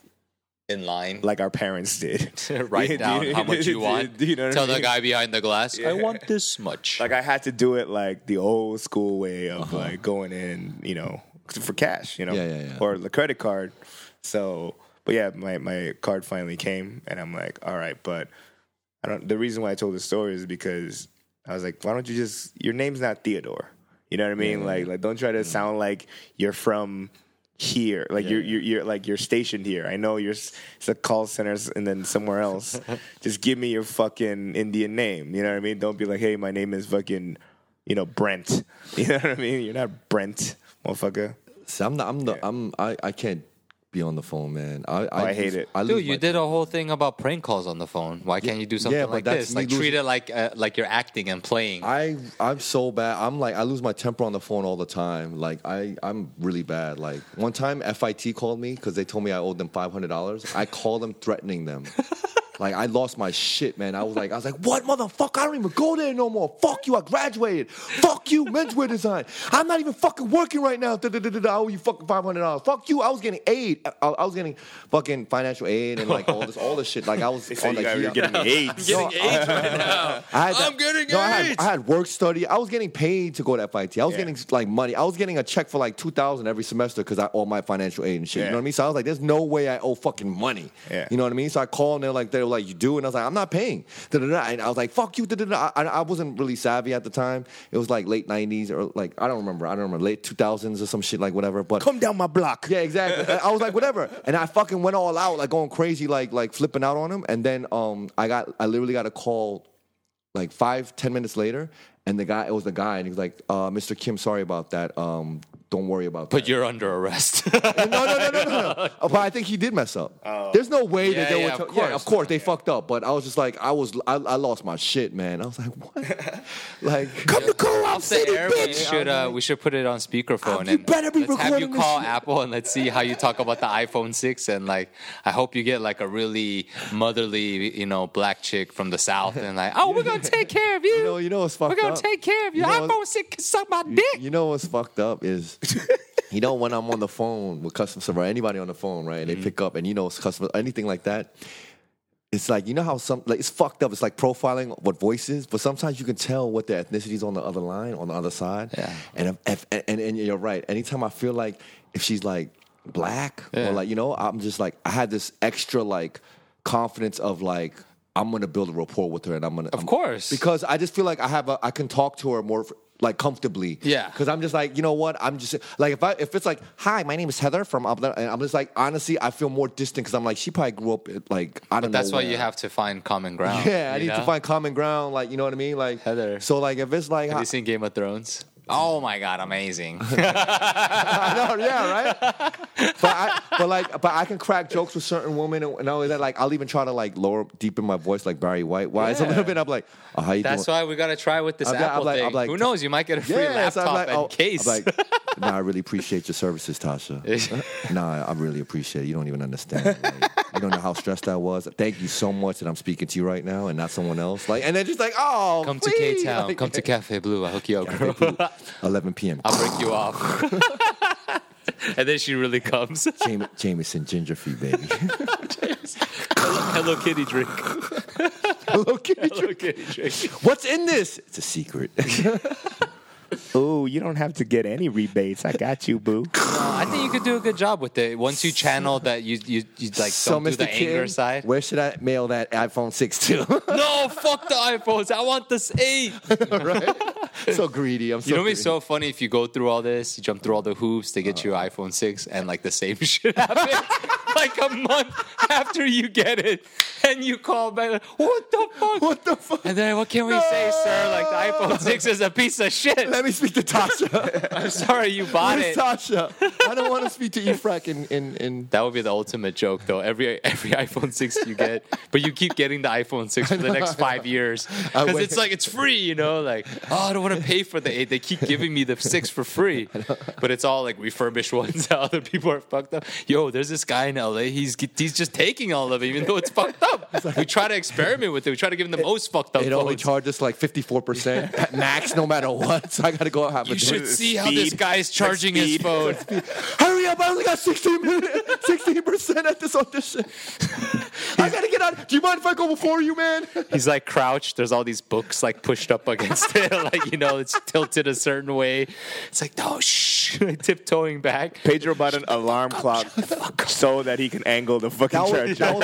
Speaker 4: In line,
Speaker 3: like our parents did.
Speaker 4: write down how much you want.
Speaker 3: Do you know what I
Speaker 4: Tell
Speaker 3: mean?
Speaker 4: the guy behind the glass, "I want this much."
Speaker 3: Like I had to do it like the old school way of like going in, you know, for cash, you know,
Speaker 5: Yeah, yeah, yeah.
Speaker 3: or the credit card. So, but yeah, my my card finally came, and I'm like, all right, but I don't. The reason why I told the story is because I was like, why don't you just your name's not Theodore, you know what I mean? like, like don't try to sound like you're from here like you're, you're you're like you're stationed here i know you're s- it's a call center s- and then somewhere else just give me your fucking indian name you know what i mean don't be like hey my name is fucking you know brent you know what i mean you're not brent motherfucker
Speaker 5: See, I'm the. I'm the. I'm. I. I can't be on the phone, man. I. I,
Speaker 3: Oh, I hate
Speaker 5: lose-
Speaker 3: it.
Speaker 5: I lose
Speaker 4: Dude, you
Speaker 5: my-
Speaker 4: did a whole thing about prank calls on the phone. Why can't you do something
Speaker 5: yeah, but
Speaker 4: like
Speaker 5: that's
Speaker 4: this?
Speaker 5: me
Speaker 4: Like treat
Speaker 5: losing-
Speaker 4: it like uh, like you're acting and playing.
Speaker 5: I. I'm so bad. I'm like. I lose my temper on the phone all the time. Like I. I'm really bad. Like one time, FIT called me because they told me I owed them five hundred dollars. I called them, threatening them. Like I lost my shit, man. I was like, I was like, what motherfucker? I don't even go there no more. Fuck you, I graduated. Fuck you, menswear design. I'm not even fucking working right now. Da, da, da, da, da. I owe you fucking five hundred dollars. Fuck you. I was getting aid. I, I- I was getting fucking financial aid and like all this, all this shit. Like I was on like yeah.
Speaker 3: AIDS.
Speaker 5: No, I- I had
Speaker 4: I'm getting
Speaker 5: no, I had,
Speaker 4: AIDS.
Speaker 5: I had work study. I was getting paid to go to FIT. I was
Speaker 3: Yeah.
Speaker 5: getting like money. I was getting a check for like two thousand every semester because I owe my financial aid and shit. You
Speaker 3: Yeah.
Speaker 5: know what I mean? So I was like, there's no way I owe fucking money.
Speaker 3: Yeah.
Speaker 5: You know what I mean? So I call and they're like, they're were like, "You do," and I was like, "I'm not paying." Da-da-da. And I was like, "Fuck you!" Da-da-da. I, I wasn't really savvy at the time. It was like late '90s or like I don't remember. I don't remember late 2000s or some shit like whatever. But
Speaker 3: Come down my block.
Speaker 5: yeah, exactly. And I was like, whatever. And I fucking went all out, like going crazy, like like flipping out on him. And then um, I got, I literally got a call, like five, ten minutes later, and the guy, it was the guy, and he was like, uh, "Mr. Kim, sorry about that. Um, don't worry about that."
Speaker 4: But you're under arrest.
Speaker 5: And no, no, no, no, no, no. Uh, But I think he did mess up. There's no way
Speaker 4: Yeah,
Speaker 5: that they
Speaker 4: yeah,
Speaker 5: were.
Speaker 4: of
Speaker 5: tell- yeah,
Speaker 4: course.
Speaker 5: of course they fucked up. But I was just like, I was, I, I lost my shit, man. I was like, what? like, come to Cool
Speaker 4: Off the air, we should uh, we should put it on speakerphone.
Speaker 5: You
Speaker 4: and
Speaker 5: better be
Speaker 4: let's have you
Speaker 5: recording this
Speaker 4: call
Speaker 5: shit.
Speaker 4: Apple and let's see how you talk about the iPhone six. And like, I hope you get like a really motherly, you know, black chick from the south. And like, oh, we're gonna take care of you.
Speaker 5: know- you know what's
Speaker 4: We're
Speaker 5: fucked
Speaker 4: gonna
Speaker 5: up?
Speaker 4: take care of you.
Speaker 5: You know
Speaker 4: iPhone
Speaker 5: what's-
Speaker 4: six can suck my
Speaker 5: You-
Speaker 4: dick.
Speaker 5: You know what's fucked up is, you know, when I'm on the phone with customer service, anybody on the phone, right? And
Speaker 4: Mm-hmm.
Speaker 5: they pick up, and you know, it's customer, anything like that. It's like you know how some like it's fucked up. It's like profiling what voices, but sometimes you can tell what their ethnicity is on the other line, on the other side.
Speaker 4: Yeah.
Speaker 5: And if, if- and, and and you're right. Anytime I feel like if she's like black
Speaker 4: Yeah.
Speaker 5: or like you know, I'm just like I had this extra like confidence of like I'm gonna build a rapport with her, and I'm gonna
Speaker 4: Of course.
Speaker 5: because I just feel like I have a I can talk to her more like comfortably.
Speaker 4: Yeah.
Speaker 5: Because I'm just like you know what I'm just like if I if it's like hi my name is Heather from up there and I'm just like honestly I feel more distant because I'm like she probably grew up like I don't know.
Speaker 4: That's why you
Speaker 5: where.
Speaker 4: have to find common ground.
Speaker 5: Yeah, I
Speaker 4: you
Speaker 5: need to
Speaker 4: know?
Speaker 5: find common ground. Like you know what I mean. Like
Speaker 4: Heather.
Speaker 5: So like if it's like
Speaker 4: Have you seen Game of Thrones? Oh my god, amazing!
Speaker 5: I know, yeah, right. But I, but like, but I can crack jokes with certain women and, and all of that. Like, I'll even try to like lower, deepen my voice, like Barry White. Why it's a
Speaker 4: Yeah.
Speaker 5: little bit? I'm like, oh, how you
Speaker 4: That's
Speaker 5: doing?
Speaker 4: why we gotta try with this
Speaker 5: I'm like- I'm
Speaker 4: Apple
Speaker 5: like-
Speaker 4: thing.
Speaker 5: I'm like-
Speaker 4: Who knows? You might get a free
Speaker 5: so
Speaker 4: laptop
Speaker 5: I'm like,
Speaker 4: and
Speaker 5: oh,
Speaker 4: case.
Speaker 5: I'm like, nah, I really appreciate your services, Tasha. nah, I really appreciate it. You don't even understand. Like, you don't know how stressed I was. Thank you so much that I'm speaking to you right now and not someone else. Like, and then just like, oh,
Speaker 4: Come to
Speaker 5: please.
Speaker 4: K Town.
Speaker 5: Like,
Speaker 4: Come to Cafe Blue. I'll hook you up, girl.
Speaker 5: 11 p.m.
Speaker 4: I'll break you off. and then she really comes.
Speaker 5: Jame- Jameson ginger feet, baby.
Speaker 4: Hello Kitty drink.
Speaker 5: Hello, kitty.
Speaker 4: Hello Kitty drink.
Speaker 5: What's in this? It's a secret.
Speaker 3: Oh, you don't have to get any rebates. I got you, boo.
Speaker 4: Uh, I think you could do a good job with it once you channel that you you, you like don't do the anger
Speaker 5: Kim,
Speaker 4: side.
Speaker 5: Where should I mail that iPhone 6 to?
Speaker 4: No, fuck the iPhones. I want this eight.
Speaker 5: so greedy. I'm so
Speaker 4: You know what's
Speaker 5: greedy.
Speaker 4: so funny if you go through all this, you jump through all the hoops to get your iPhone six, and like the same shit happens like a month after you get it, and you call back. What the fuck?
Speaker 5: What the fuck?
Speaker 4: And then what can we say, sir? Like the iPhone six is a piece of shit.
Speaker 5: Let me speak to Tasha.
Speaker 4: I'm sorry you bought
Speaker 5: Where's
Speaker 4: it.
Speaker 5: Tasha? I don't want to speak to Efrak in, in, in
Speaker 4: That would be the ultimate joke, though. Every every iPhone six you get, but you keep getting the iPhone six for the next five years
Speaker 5: I
Speaker 4: because
Speaker 5: wait.
Speaker 4: it's like it's free, you know. Like, oh, I don't want to pay for the eight. They keep giving me the six for free, but it's all like refurbished ones that other people are fucked up. Yo, there's this guy in LA. He's he's just taking all of it, even though it's fucked up. we try to experiment with it. We try to give him the most fucked up.
Speaker 5: It only
Speaker 4: phones.
Speaker 5: charges like 54% at max, no matter what. So I got to go have a
Speaker 4: you should
Speaker 5: drink.
Speaker 4: see how this
Speaker 3: Speed.
Speaker 4: guy's charging his
Speaker 3: speed.
Speaker 4: phone.
Speaker 5: Hurry up! I only got 16 minutes, 16% at this audition. I got to get out. Do you mind if I go before you, man?
Speaker 4: He's like crouched. There's all these books like pushed up against it, like you know, it's tilted a certain way. It's like no, shh, like, tiptoeing back.
Speaker 3: Pedro bought an alarm clock so that he can angle the fucking
Speaker 5: That
Speaker 3: church.
Speaker 5: was, that was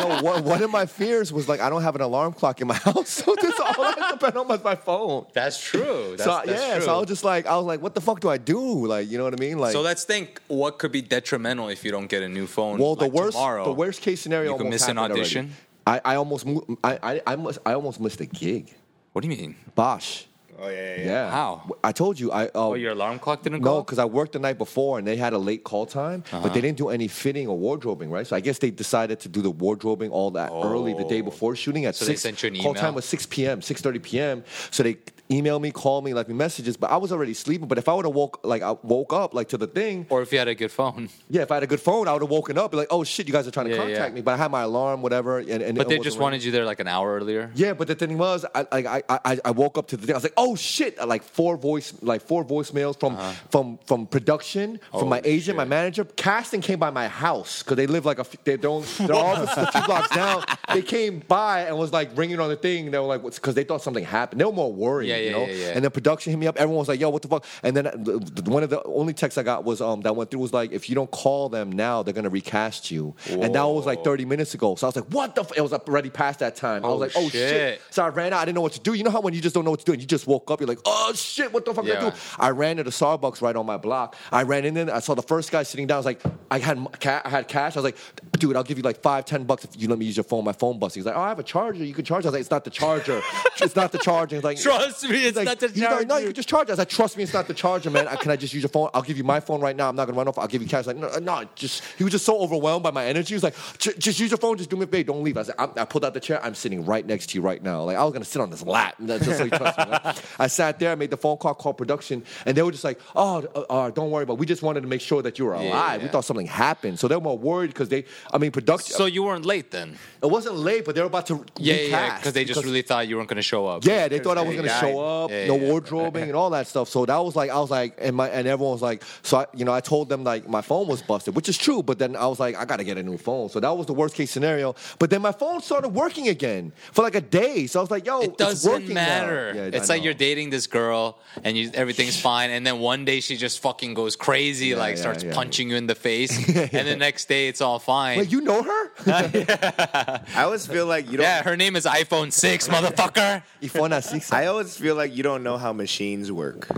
Speaker 5: one, no, one, one of my fears was like I don't have an alarm clock in my house, so that's all I depend on was my phone.
Speaker 4: That's true. That's,
Speaker 5: So
Speaker 4: that's
Speaker 5: yeah,
Speaker 4: true.
Speaker 5: so I was just like, I was like, what the fuck do I do? Like, you know what I mean? Like,
Speaker 4: So let's think what could be detrimental if you don't get a new phone.
Speaker 5: well, the
Speaker 4: like,
Speaker 5: worst,
Speaker 4: tomorrow.
Speaker 5: the worst case scenario,
Speaker 4: you could
Speaker 5: almost
Speaker 4: miss an
Speaker 5: happened already.
Speaker 4: audition.
Speaker 5: I, I almost, mo- I, I, I, must, I almost missed a gig.
Speaker 4: What do you mean?
Speaker 5: Bosh.
Speaker 3: oh yeah, yeah.
Speaker 5: Yeah.
Speaker 4: How?
Speaker 5: I told you. I. uh,
Speaker 4: Oh, your alarm clock didn't
Speaker 5: No,
Speaker 4: go.
Speaker 5: because I worked the night before and they had a late call time, but
Speaker 4: Uh-huh.
Speaker 5: they didn't do any fitting or wardrobing, right? So I guess they decided to do the wardrobing all that early the day before shooting at
Speaker 4: Oh. So they
Speaker 5: six.
Speaker 4: sent you an
Speaker 5: call
Speaker 4: email?
Speaker 5: time was six p.m., six thirty p.m. So they emailed me, called me, left me messages, but I was already sleeping. But if I would have woke like I woke up like to the thing,
Speaker 4: Or if you had a good phone,
Speaker 5: yeah, if I had a good phone, I would have woken up be like, oh shit, you guys are trying to
Speaker 4: Yeah,
Speaker 5: contact
Speaker 4: yeah.
Speaker 5: me, but I had my alarm, whatever. And, and
Speaker 4: but
Speaker 5: it
Speaker 4: they
Speaker 5: wasn't
Speaker 4: just
Speaker 5: ringing.
Speaker 4: wanted you there like an hour earlier.
Speaker 5: Yeah, but the thing was, I like I I, I woke up to the thing. I was like, oh shit! Like four voice like four voicemails from from from production, from my
Speaker 4: Oh, Uh-huh.
Speaker 5: agent,
Speaker 4: shit.
Speaker 5: my manager. Casting came by my house because they live like a f- they don't they're all just a few blocks down. they came by and was like ringing on the thing. They were like, because they thought something happened. They were more worried,
Speaker 4: Yeah, yeah,
Speaker 5: you know.
Speaker 4: yeah, yeah.
Speaker 5: And the production hit me up. Everyone was like, "Yo, what the fuck?" And then uh, the- the- one of the only texts I got was um that went through was like, "If you don't call them now, they're gonna recast you." And that was like 30 minutes ago. So I was like, "What the?" F-? It was already past that time. I was like, "Oh shit.
Speaker 4: shit.
Speaker 5: So I ran out. I didn't know what to do. You know how when you just don't know what to do and you just woke up, you're like, "Oh shit, what the fuck?" fuck did I
Speaker 4: Yeah.
Speaker 5: do? I ran to the Starbucks right on my block. I ran in there. I saw the first guy sitting down. I was like, I had m- ca- I had cash. I was like, dude, I'll give you like five, ten bucks if you let me use your phone. My phone busting. He's like, oh, I have a charger. You can charge. I was like, it's not the charger. it's not the charger. He's like,
Speaker 4: Trust me, it's
Speaker 5: He's like,
Speaker 4: not the
Speaker 5: he's like, no,
Speaker 4: charger."
Speaker 5: you can just charge. it." I was like, trust me, it's not the charger, man. I, can I just use your phone? I'll give you my phone right now. I'm not gonna run off. I'll give you cash. Like, no, no, just he was just so overwhelmed by my energy. He was like, "J- just use your phone. Just do me a favor. Don't leave. I was like, I'm, I pulled out the chair. I'm sitting right next to you right now. Like I was gonna sit on this lap. and that's Just so you trust me. right? I sat there. I made the phone call. Called production, and they were just like, oh, uh, uh, don't worry, but we just wanted to make sure that you were alive. We
Speaker 4: yeah.
Speaker 5: thought something happened, so they were more worried because they. I mean, production.
Speaker 4: So you weren't late then?
Speaker 5: it wasn't late, but they were about to
Speaker 4: Yeah,
Speaker 5: recast
Speaker 4: yeah, because they just really thought you weren't going to show up.
Speaker 5: yeah, they thought I was
Speaker 3: they
Speaker 5: gonna
Speaker 3: died.
Speaker 5: show up,
Speaker 4: Yeah,
Speaker 5: no
Speaker 4: yeah.
Speaker 5: wardrobing and all that stuff. So that was like I was like, and my and everyone was like, so I, you know, I told them like my phone was busted, which is true. But then I was like, I gotta get a new phone. So that was the worst case scenario. But then my phone started working again for like a day. So I was like, yo,
Speaker 4: It
Speaker 5: Oh, it's working
Speaker 4: doesn't
Speaker 5: now.
Speaker 4: matter.
Speaker 5: Yeah,
Speaker 4: it's
Speaker 5: I
Speaker 4: like
Speaker 5: know.
Speaker 4: you're dating this girl and you, everything's fine, and then one day she just fucking goes crazy, like
Speaker 5: yeah,
Speaker 4: starts
Speaker 5: yeah.
Speaker 4: punching you in the face, and the next day it's all fine.
Speaker 5: Wait, you know her?
Speaker 3: I always feel like you don't.
Speaker 4: yeah, her name is iPhone Six, motherfucker.
Speaker 5: Ifona Six.
Speaker 3: I always feel like you don't know how machines work.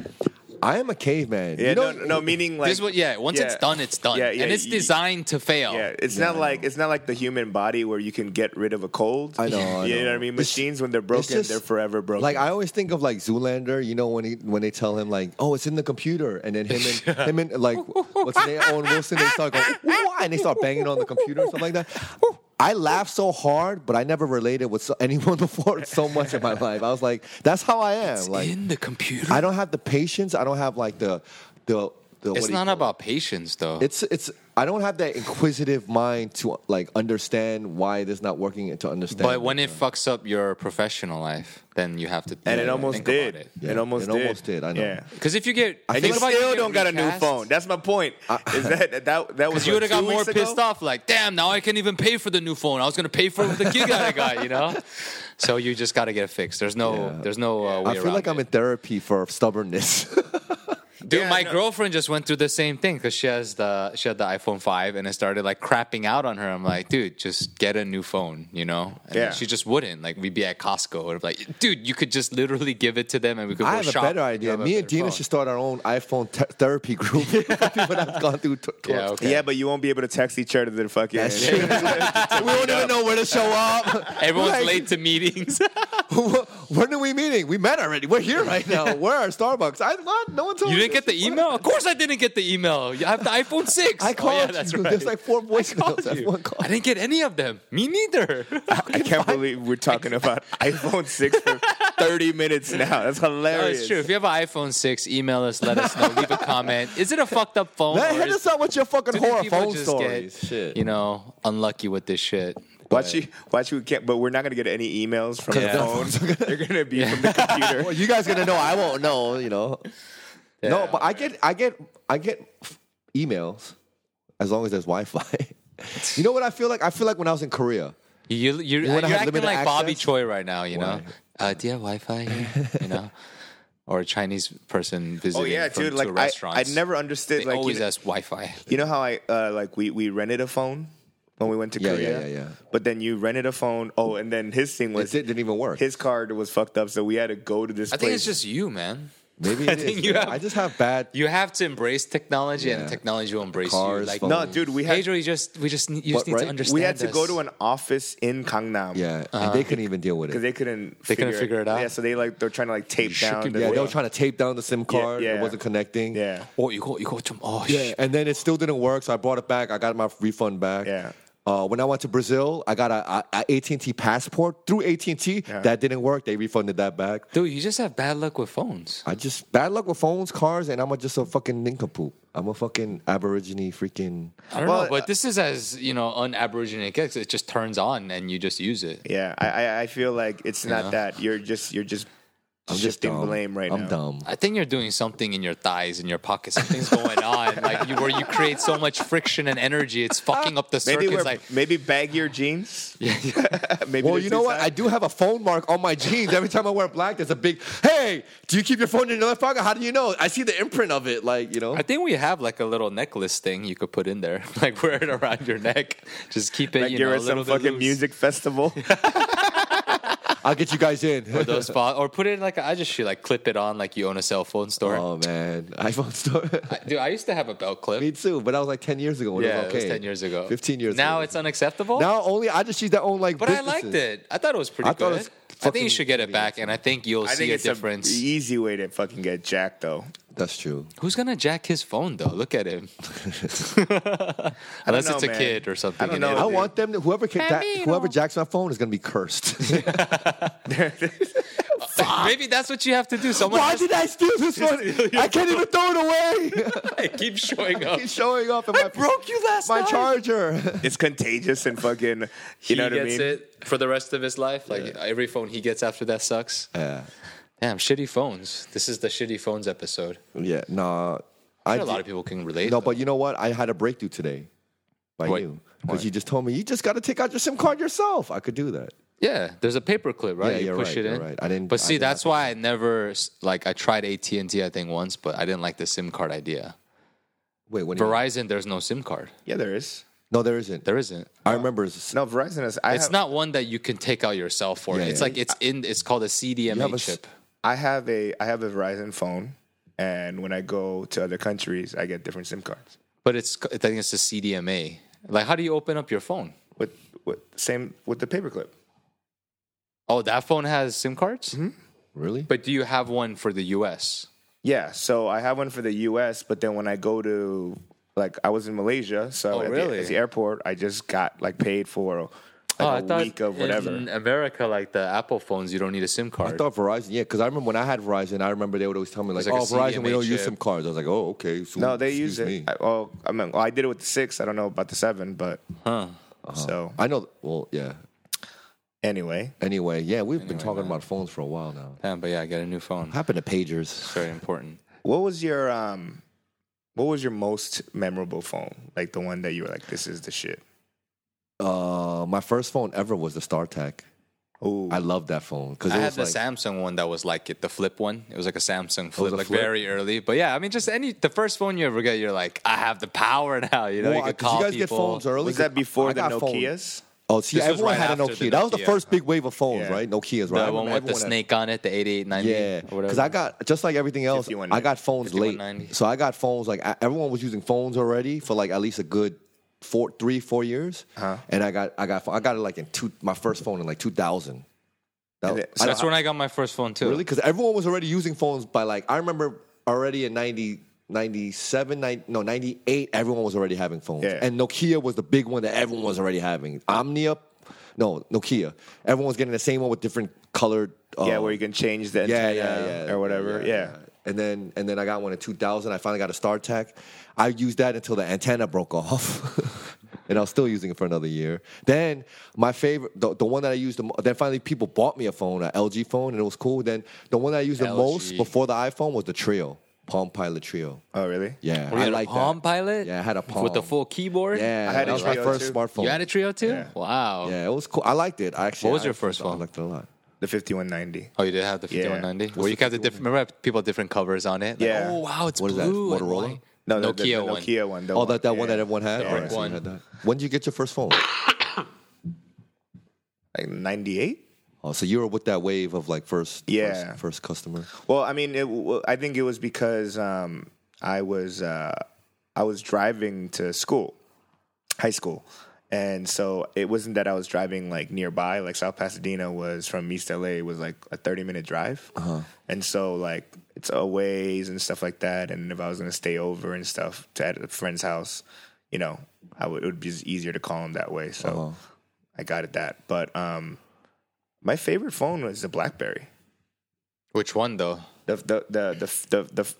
Speaker 5: I am a caveman.
Speaker 3: Yeah,
Speaker 5: you know,
Speaker 3: no, no, meaning like
Speaker 4: this is what, yeah. Once it's
Speaker 3: yeah.
Speaker 4: done, it's done,
Speaker 3: Yeah, yeah,
Speaker 4: and it's
Speaker 3: you-
Speaker 4: designed to fail.
Speaker 3: Yeah, it's not like it's not like the human body where you can get rid of a cold.
Speaker 5: I know, I
Speaker 3: you know,
Speaker 5: know.
Speaker 3: what I mean.
Speaker 5: It's-
Speaker 3: Machines when they're
Speaker 5: it's
Speaker 3: broken,
Speaker 5: just-
Speaker 3: they're forever broken.
Speaker 5: Like I always think of like Zoolander, you know when he when they tell him like, oh, it's in the computer, and then him and him and like what's his name, Owen Wilson, they start going "Ooh, ooh, ah," and they start banging on the computer and stuff like that. I laughed so hard, but I never related with so, anyone before so much in my life. I was like, that's how I am. like
Speaker 4: in the computer.
Speaker 5: I don't have the patience. I don't have like the the. the what
Speaker 4: it's
Speaker 5: do you
Speaker 4: not
Speaker 5: call it?
Speaker 4: about patience, though.
Speaker 5: It's it's. I don't have that inquisitive mind to like understand why this not working and to understand.
Speaker 4: but when it fucks up your professional life, then you have to.
Speaker 3: and it
Speaker 4: yeah,
Speaker 3: almost
Speaker 4: think
Speaker 3: did.
Speaker 4: about it.
Speaker 5: Yeah,
Speaker 3: It almost
Speaker 5: it
Speaker 3: did.
Speaker 5: almost did, I know.
Speaker 3: Yeah.
Speaker 4: Because if you get,
Speaker 3: And
Speaker 4: think
Speaker 3: you
Speaker 4: about
Speaker 3: still
Speaker 4: get
Speaker 3: don't got a new
Speaker 4: recast.
Speaker 3: phone. That's my point. Is that that that was
Speaker 4: Because you would
Speaker 3: what,
Speaker 4: have got
Speaker 3: two
Speaker 4: more
Speaker 3: weeks ago?
Speaker 4: pissed off, like, damn, now I can't even pay for the new phone. I was gonna pay for it with the gig that I got, you know. So you just gotta get it fixed. There's no,
Speaker 5: Yeah.
Speaker 4: there's no uh, way
Speaker 5: I feel like I'm in therapy for stubbornness.
Speaker 4: Dude,
Speaker 3: Yeah,
Speaker 4: my
Speaker 3: no.
Speaker 4: girlfriend just went through the same thing because she has the she had the iPhone five and it started like crapping out on her. I'm like, dude, just get a new phone, you know? And
Speaker 3: Yeah.
Speaker 4: she just wouldn't. Like we'd be at Costco and be like, dude, you could just literally give it to them and we could
Speaker 5: I
Speaker 4: go
Speaker 5: have a
Speaker 4: shop.
Speaker 5: better
Speaker 4: You
Speaker 5: idea.
Speaker 4: have a
Speaker 5: Me and
Speaker 4: better
Speaker 5: Gina
Speaker 4: phone.
Speaker 5: should start our own iPhone te- therapy group for people that's gone through t-
Speaker 4: Yeah,
Speaker 5: torture.
Speaker 4: okay.
Speaker 3: Yeah, but you won't be able to text each other to fucking.
Speaker 5: That's true. we don't even know where to show up.
Speaker 4: Everyone's
Speaker 5: Like,
Speaker 4: late to meetings.
Speaker 5: wh- When are we meeting? We met already. We're here right now. We're at Starbucks. I what? No one told
Speaker 4: you
Speaker 5: me
Speaker 4: didn't get
Speaker 5: this.
Speaker 4: the email? Of course I didn't get the email. You have the iPhone six.
Speaker 5: I called.
Speaker 4: Oh, yeah, that's
Speaker 5: you.
Speaker 4: right.
Speaker 5: There's like four voicemails. That's one call.
Speaker 4: I didn't get any of them. Me neither.
Speaker 3: I can't believe we're talking about iPhone six for thirty minutes now. That's
Speaker 4: No,
Speaker 3: hilarious.
Speaker 4: it's true. If you have an iPhone 6, email us, let us know, leave a comment. Is it a fucked up phone?
Speaker 5: Man,
Speaker 4: or
Speaker 5: hit
Speaker 4: is-
Speaker 5: us up with your fucking
Speaker 4: do these
Speaker 5: horror
Speaker 4: people
Speaker 5: phone
Speaker 4: just
Speaker 5: stories.
Speaker 4: get,
Speaker 5: Shit.
Speaker 4: you know, unlucky with this shit?
Speaker 3: Watch you, watch you can't. But we're not gonna get any emails from the
Speaker 4: Yeah.
Speaker 3: phone. They're gonna be from the computer.
Speaker 5: Well, you guys gonna know. I won't know. You know. No, but I get, I get, I get f- emails as long as there's Wi-Fi. you know what I feel like? I feel like when I was in Korea.
Speaker 4: You, you, you are
Speaker 5: wanna have
Speaker 4: acting like
Speaker 5: limited
Speaker 4: Bobby
Speaker 5: access?
Speaker 4: Choi right now, you know?
Speaker 5: Why?
Speaker 4: Uh, do you have Wi Fi here? you know? Or a Chinese person
Speaker 3: Oh
Speaker 4: visiting
Speaker 3: yeah,
Speaker 4: from
Speaker 3: dude.
Speaker 4: two
Speaker 3: Like I, I
Speaker 4: restaurants.
Speaker 3: never understood.
Speaker 4: They
Speaker 3: like
Speaker 4: always
Speaker 3: you, know,
Speaker 4: ask Wi Fi.
Speaker 3: you know how I uh, like we we rented a phone when we went to
Speaker 5: Yeah, yeah,
Speaker 3: Korea.
Speaker 5: yeah, yeah.
Speaker 3: But then you rented a phone. Oh, and then his thing
Speaker 5: It
Speaker 3: was
Speaker 5: did, not even work.
Speaker 3: his card was fucked up, so we had to go to this.
Speaker 4: I think
Speaker 3: place.
Speaker 4: it's just you, man.
Speaker 5: Maybe it is.
Speaker 4: think you
Speaker 5: yeah.
Speaker 4: have-
Speaker 5: I just have bad.
Speaker 4: You have to embrace technology,
Speaker 5: Yeah.
Speaker 4: and technology will embrace you.
Speaker 5: Cars,
Speaker 4: Like,
Speaker 5: phones.
Speaker 3: no, dude. We had
Speaker 4: Pedro, you just we just need- you just
Speaker 5: But,
Speaker 4: need
Speaker 5: right?
Speaker 4: to understand.
Speaker 3: we had to go
Speaker 4: us.
Speaker 3: to an office in Gangnam.
Speaker 5: Yeah, and they couldn't even deal with
Speaker 3: because
Speaker 5: it.
Speaker 3: they couldn't
Speaker 4: They couldn't figure it out?
Speaker 3: Yeah, so they like they're trying to like tape down. the
Speaker 5: yeah, they
Speaker 3: thing.
Speaker 5: were trying to tape down the SIM card. It
Speaker 3: yeah.
Speaker 5: wasn't connecting.
Speaker 3: Yeah.
Speaker 4: Oh, you go, you go to. Oh,
Speaker 5: Yeah, and then it still didn't work, so I brought it back. I got my refund back.
Speaker 3: Yeah.
Speaker 5: Uh, when I went to Brazil, I got a, a, a AT&T passport through AT&T. That didn't work. They refunded that back.
Speaker 4: Dude, you just have bad luck with phones.
Speaker 5: I just bad luck with phones, cars, and I'm a, just a fucking nincompoop. I'm a fucking aborigine freaking.
Speaker 4: I don't
Speaker 3: Well,
Speaker 4: know, but this is as you know unaboriginal it gets. It just turns on and you just use it.
Speaker 3: Yeah, I I, I feel like it's not
Speaker 4: know?
Speaker 3: that you're just you're just
Speaker 5: I'm just
Speaker 3: Shifting
Speaker 5: dumb.
Speaker 3: blame right
Speaker 5: I'm
Speaker 3: now.
Speaker 5: dumb.
Speaker 4: I think you're doing something in your thighs, in your pocket. Something's going on, like you, where you create so much friction and energy, it's fucking up the
Speaker 3: Maybe
Speaker 4: circuits.
Speaker 3: we're
Speaker 4: Like,
Speaker 3: maybe baggier jeans. Yeah. maybe
Speaker 5: Well,
Speaker 3: they're
Speaker 5: you know what? I
Speaker 3: seaside.
Speaker 5: do have a phone mark on my jeans. Every time I wear black, there's a big, hey, do you keep your phone in your left pocket? How do you know? I see the imprint of it, like, you know.
Speaker 4: I think we have like a little necklace thing you could put in there, like wear it around your neck. Just keep it,
Speaker 3: Like
Speaker 4: you
Speaker 3: you're
Speaker 4: know, a
Speaker 3: at
Speaker 4: little
Speaker 3: some
Speaker 4: bit
Speaker 3: fucking
Speaker 4: loose.
Speaker 3: music festival.
Speaker 5: I'll get you guys in.
Speaker 4: Or those spots, or put it in like I just should like clip it on like you own a cell phone store.
Speaker 5: oh, man. iPhone store.
Speaker 4: I- Dude, I used to have a belt clip.
Speaker 5: Me too, but that was like 10 years ago. When
Speaker 4: yeah,
Speaker 5: it was
Speaker 4: it
Speaker 5: okay.
Speaker 4: was ten years ago.
Speaker 5: 15 years
Speaker 4: Now
Speaker 5: ago.
Speaker 4: it's unacceptable.
Speaker 5: Now only I just use that own like
Speaker 4: but I liked
Speaker 5: businesses.
Speaker 4: it. I thought it was pretty
Speaker 5: I thought it
Speaker 4: good.
Speaker 5: was
Speaker 4: I think you
Speaker 5: fucking
Speaker 4: should get it back, and I think you'll
Speaker 3: I
Speaker 4: see
Speaker 3: think
Speaker 4: a
Speaker 3: it's
Speaker 4: difference.
Speaker 3: an easy way to fucking get jacked though.
Speaker 5: That's true.
Speaker 4: Who's gonna jack his phone though? Look at him. Unless
Speaker 3: know,
Speaker 4: it's a
Speaker 3: man.
Speaker 4: kid or
Speaker 3: I
Speaker 4: something.
Speaker 3: don't
Speaker 4: in
Speaker 3: know.
Speaker 4: it.
Speaker 5: I
Speaker 3: dude.
Speaker 5: want them to whoever can, that,
Speaker 4: Camino.
Speaker 5: whoever jacks my phone is gonna be cursed.
Speaker 4: Maybe that's what you have to do. Someone
Speaker 5: Why
Speaker 4: has
Speaker 5: did I steal this one? I can't even throw it
Speaker 4: to
Speaker 5: away.
Speaker 4: keep showing up.
Speaker 5: He's showing up. And I my,
Speaker 4: broke you last
Speaker 5: my
Speaker 4: night.
Speaker 5: charger.
Speaker 3: It's contagious and fucking. You know what
Speaker 4: he
Speaker 3: I
Speaker 4: gets
Speaker 3: mean?
Speaker 4: it for the rest of his life. Like every phone he gets after that sucks.
Speaker 5: yeah,
Speaker 4: Damn, shitty phones. This is the shitty phones episode.
Speaker 5: yeah, nah.
Speaker 4: I'm
Speaker 5: I
Speaker 4: sure a lot
Speaker 5: did-
Speaker 4: of people can relate.
Speaker 5: No,
Speaker 4: though.
Speaker 5: but you know what? I had a breakthrough today. By
Speaker 4: What?
Speaker 5: you, because you just told me you just got to take out your SIM card yourself. I could do that.
Speaker 4: yeah, there's a paperclip, right?
Speaker 5: Yeah,
Speaker 4: you
Speaker 5: you're
Speaker 4: push
Speaker 5: right,
Speaker 4: it
Speaker 5: you're
Speaker 4: in.
Speaker 5: right. I didn't-
Speaker 4: But
Speaker 5: I
Speaker 4: see,
Speaker 5: did not
Speaker 4: that's why I never s- like I tried AT and T. I think once, but I didn't like the SIM card idea.
Speaker 5: Wait, what? do you-
Speaker 4: Verizon, there's no SIM card.
Speaker 3: Yeah, there is.
Speaker 5: No, there isn't.
Speaker 4: There isn't.
Speaker 5: I remember. It's,
Speaker 3: No, Verizon is. I
Speaker 4: it's
Speaker 3: have,
Speaker 4: not one that you can take out yourself for.
Speaker 5: Yeah,
Speaker 4: it's
Speaker 5: yeah.
Speaker 4: like it's in. It's called a
Speaker 5: You have a
Speaker 4: CDMA
Speaker 5: s-
Speaker 4: chip.
Speaker 3: I have a. I have a Verizon phone, and when I go to other countries, I get different SIM cards.
Speaker 4: But it's. I think it's a CDMA. Like, how do you open up your phone?
Speaker 3: With with same with the paperclip.
Speaker 4: Oh, that phone has SIM cards.
Speaker 5: Mm-hmm. really?
Speaker 4: But do you have one for the U.S.?
Speaker 3: Yeah, so I have one for the U.S., but then when I go to like I was in Malaysia, so
Speaker 4: Oh,
Speaker 3: at,
Speaker 4: really? Oh,
Speaker 3: the, at the airport, I just got like paid for like, a week of whatever.
Speaker 4: in America, like the Apple phones, you don't need a SIM card.
Speaker 5: I thought Verizon, yeah, because I remember when I had Verizon, I remember they would always tell me like,
Speaker 4: It's like a
Speaker 5: "Oh, Verizon, we
Speaker 4: CDMA
Speaker 5: don't use
Speaker 4: chip.
Speaker 5: SIM cards." I was like, "Oh, okay." so
Speaker 3: no, they use
Speaker 5: excuse
Speaker 3: it.
Speaker 5: me."
Speaker 3: I, well, I mean, well, I did it with the six. I don't know about the seven, but
Speaker 5: Uh-huh.
Speaker 3: so
Speaker 5: I know. Well, yeah.
Speaker 3: anyway,
Speaker 5: Anyway, yeah, we've been talking about phones for a while now.
Speaker 4: yeah, but yeah, I got a new phone.
Speaker 5: Happened to pagers.
Speaker 4: Very important.
Speaker 3: what was your um, what was your most memorable phone? Like the one that you were like, this is the shit.
Speaker 5: Uh, my first phone ever was the StarTAC.
Speaker 3: Ooh,
Speaker 5: I loved that phone because
Speaker 4: I
Speaker 5: it
Speaker 4: had
Speaker 5: was
Speaker 4: the
Speaker 5: like
Speaker 4: Samsung one that was like it, the flip one. It was like a Samsung flip,
Speaker 5: a
Speaker 4: like
Speaker 5: flip?
Speaker 4: very early. But yeah, I mean, just any the first phone you ever get, you're like, I have the power now. You know,
Speaker 5: Well,
Speaker 4: you
Speaker 5: I-
Speaker 4: can
Speaker 5: 'cause
Speaker 4: call
Speaker 5: guys get
Speaker 4: people.
Speaker 5: phones early.
Speaker 3: was
Speaker 5: 'cause
Speaker 3: that before
Speaker 5: I
Speaker 3: the
Speaker 5: got phone-
Speaker 3: Nokias?
Speaker 5: Oh, see,
Speaker 4: This was
Speaker 5: everyone
Speaker 4: right
Speaker 5: had a
Speaker 4: after the
Speaker 5: Nokia. That was the
Speaker 4: Nokia.
Speaker 5: first big wave of phones,
Speaker 3: Yeah.
Speaker 5: right? Nokias, right? I
Speaker 4: The one with the
Speaker 5: remember everyone had-
Speaker 4: snake on it, the 8890
Speaker 5: Yeah,
Speaker 4: or whatever.
Speaker 5: because I got just like everything else.
Speaker 3: 5190.
Speaker 5: I got phones late,
Speaker 4: 5190.
Speaker 5: so I got phones like I, everyone was using phones already for like at least a good four, three, four years.
Speaker 4: Uh-huh.
Speaker 5: And I got, I got, I got it like in two. My first phone in like two thousand.
Speaker 3: And it- so
Speaker 4: That's when I got my first phone too.
Speaker 5: Really? Because everyone was already using phones by like, I remember already in 90, 97, 90, no, 98, everyone was already having phones.
Speaker 3: Yeah.
Speaker 5: And Nokia was the big one that everyone was already having. Omnia, no, Nokia. Everyone was getting the same one with different colored. Uh,
Speaker 3: yeah, where you can change the
Speaker 5: yeah,
Speaker 3: antenna
Speaker 4: um,
Speaker 5: yeah, yeah,
Speaker 3: or whatever. Yeah,
Speaker 5: And then, and then I got one in 2000. I finally got a StarTAC. I used that until the antenna broke off, and I was still using it for another year. Then my favorite, the, the one that I used, the, mo- then finally people bought me a phone, an LG phone, and it was cool. Then the one that I used the most
Speaker 4: LG.
Speaker 5: before the iPhone was the Trio, Palm Pilot Trio.
Speaker 3: Oh, really?
Speaker 5: Yeah,
Speaker 4: Were you
Speaker 5: I
Speaker 4: had
Speaker 5: like
Speaker 4: a Palm
Speaker 5: that.
Speaker 4: Pilot?
Speaker 5: Yeah, I had a Palm
Speaker 4: With the full keyboard?
Speaker 5: Yeah,
Speaker 3: I had
Speaker 5: that
Speaker 3: a
Speaker 5: was my
Speaker 3: Trio
Speaker 5: first
Speaker 3: too.
Speaker 5: smartphone.
Speaker 4: You had a trio too?
Speaker 3: Yeah.
Speaker 4: Wow.
Speaker 5: yeah, it was cool. I liked it. I actually,
Speaker 4: What was
Speaker 5: I
Speaker 4: your first
Speaker 5: I
Speaker 4: phone?
Speaker 5: liked it a lot.
Speaker 3: The fifty-one ninety.
Speaker 4: Oh, you did have the
Speaker 3: Yeah.
Speaker 4: 5190? Well, you got the different, remember people had different covers on it? Like,
Speaker 3: Yeah.
Speaker 4: Oh, wow, it's
Speaker 5: What is that,
Speaker 4: blue. and
Speaker 5: Motorola?
Speaker 4: white.
Speaker 3: No, the,
Speaker 4: Nokia
Speaker 3: the, the
Speaker 4: one.
Speaker 3: Nokia one. the
Speaker 5: Oh, that, that one
Speaker 3: yeah.
Speaker 5: that everyone had.
Speaker 3: Yeah.
Speaker 5: All right, so you
Speaker 4: One.
Speaker 5: had that. When did you get your first phone?
Speaker 3: like 98
Speaker 5: Oh, so you were with that wave of like first,
Speaker 3: Yeah.
Speaker 5: first, first customer.
Speaker 3: well i mean it, w- i think it was because um, i was uh, i was driving to school high school and so it wasn't that i was driving like nearby like south pasadena was from east la was like a 30 minute drive and so like it's a ways and stuff like that and if i was going to stay over and stuff to at a friend's house you know i would it would be easier to call him that way so i got it that but um my favorite phone was the blackberry
Speaker 4: Which one, though?
Speaker 3: the the the the the, the,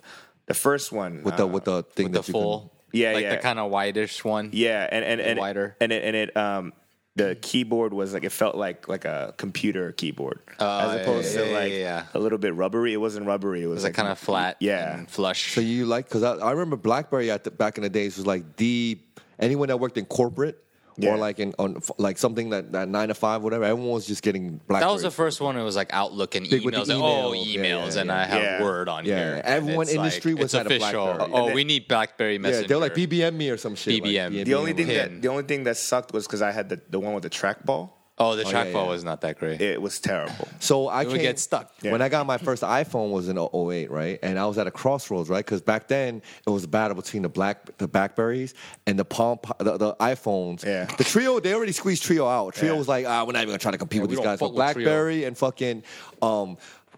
Speaker 3: the first one
Speaker 5: With the
Speaker 3: uh,
Speaker 5: with the thing
Speaker 4: With the
Speaker 5: that you
Speaker 4: full?
Speaker 3: Yeah,
Speaker 4: Like
Speaker 3: yeah.
Speaker 4: the kind of whitish one?
Speaker 3: yeah and and, and
Speaker 4: wider.
Speaker 3: and it, and it um the keyboard was like it felt like like a computer keyboard
Speaker 4: Oh,
Speaker 3: as
Speaker 4: yeah,
Speaker 3: opposed
Speaker 4: yeah,
Speaker 3: to
Speaker 4: yeah,
Speaker 3: like
Speaker 4: yeah, yeah.
Speaker 3: a little bit rubbery. It wasn't rubbery. It was,
Speaker 4: It's like kind of flat,
Speaker 3: Yeah.
Speaker 4: and flush.
Speaker 5: So you like because I, I remember BlackBerry at the, back in the days was like the anyone that worked in corporate
Speaker 3: Yeah.
Speaker 5: or like in on like something that, that nine to five whatever everyone was just getting BlackBerry.
Speaker 4: that was the first one. It was like Outlook and
Speaker 5: Big with the
Speaker 4: emails. and, oh, emails,
Speaker 5: emails. Yeah, yeah,
Speaker 4: and
Speaker 5: yeah.
Speaker 4: I have
Speaker 3: Yeah.
Speaker 4: Word on
Speaker 5: Yeah,
Speaker 4: here.
Speaker 5: yeah.
Speaker 4: And
Speaker 5: everyone
Speaker 4: it's
Speaker 5: in the street
Speaker 4: it's
Speaker 5: was at a
Speaker 4: official.
Speaker 5: BlackBerry.
Speaker 4: Oh,
Speaker 3: And
Speaker 4: we
Speaker 3: then-
Speaker 4: need BlackBerry
Speaker 5: yeah
Speaker 4: Messenger.
Speaker 5: they were like BBM me or some shit. like
Speaker 4: BBM.
Speaker 5: BBM
Speaker 3: the only thing
Speaker 4: pin.
Speaker 3: that the only thing that sucked was because I had the, the one with the trackball.
Speaker 4: Oh, the
Speaker 5: yeah,
Speaker 4: trackball
Speaker 5: yeah.
Speaker 4: was not that great.
Speaker 3: It was terrible.
Speaker 5: So I
Speaker 4: It would
Speaker 5: can't-
Speaker 4: get stuck.
Speaker 3: Yeah.
Speaker 5: When I got my first iPhone was in 08, right? And I was at a crossroads, right? Because back then it was a battle between the black the Blackberries and the Palm Pi- the, the iPhones.
Speaker 3: Yeah.
Speaker 5: The trio they already squeezed trio out. Trio
Speaker 3: Yeah.
Speaker 5: was like, ah, we're not even gonna try to compete with
Speaker 4: we
Speaker 5: these
Speaker 4: don't
Speaker 5: guys. So
Speaker 4: fuck with Trio.
Speaker 5: BlackBerry and fucking um.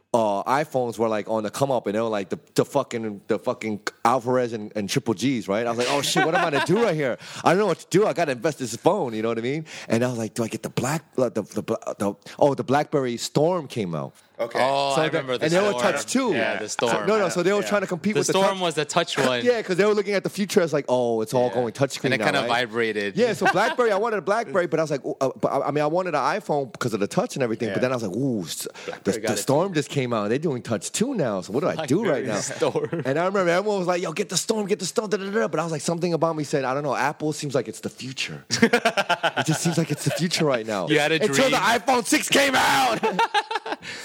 Speaker 5: Uh, iPhones were like on the come up, and they were like the, the fucking the fucking Alvarez and, and Triple G's, right? I was like, oh shit, what am I gonna do right here? I don't know what to do. I gotta invest this phone, you know what I mean? And I was like, do I get the black uh, the, the, the, the oh the BlackBerry Storm came out.
Speaker 3: Okay.
Speaker 4: Oh,
Speaker 5: So
Speaker 4: I
Speaker 5: the-
Speaker 4: remember the
Speaker 5: and they
Speaker 4: storm.
Speaker 5: were touch too.
Speaker 4: Yeah, the storm.
Speaker 5: So- no, no. So they were
Speaker 3: Yeah.
Speaker 5: trying to compete
Speaker 4: the
Speaker 5: with
Speaker 4: storm
Speaker 5: the touch.
Speaker 4: was the touch one.
Speaker 5: Yeah, because they were looking at the future as like, oh, it's all
Speaker 4: Yeah.
Speaker 5: going touchscreen.
Speaker 4: And it
Speaker 5: now,
Speaker 4: kinda
Speaker 5: right?
Speaker 4: vibrated.
Speaker 5: Yeah, so BlackBerry, I wanted a BlackBerry, but I was like, oh, uh, but I I mean, I wanted an iPhone because of the touch and everything. But
Speaker 3: Yeah.
Speaker 5: then I was like, ooh, s- the,
Speaker 4: got
Speaker 5: the
Speaker 4: it.
Speaker 5: storm just came out. They're doing touch two now. So what do I do right
Speaker 4: BlackBerry
Speaker 5: now?
Speaker 4: Storm.
Speaker 5: And I remember everyone was like, yo, get the storm, get the storm. Da, da, da. da. But I was like, something about me said, I don't know. Apple seems like it's the future. it just seems like it's the future right now.
Speaker 4: You had a
Speaker 5: until the
Speaker 4: dream.
Speaker 5: iPhone six came out.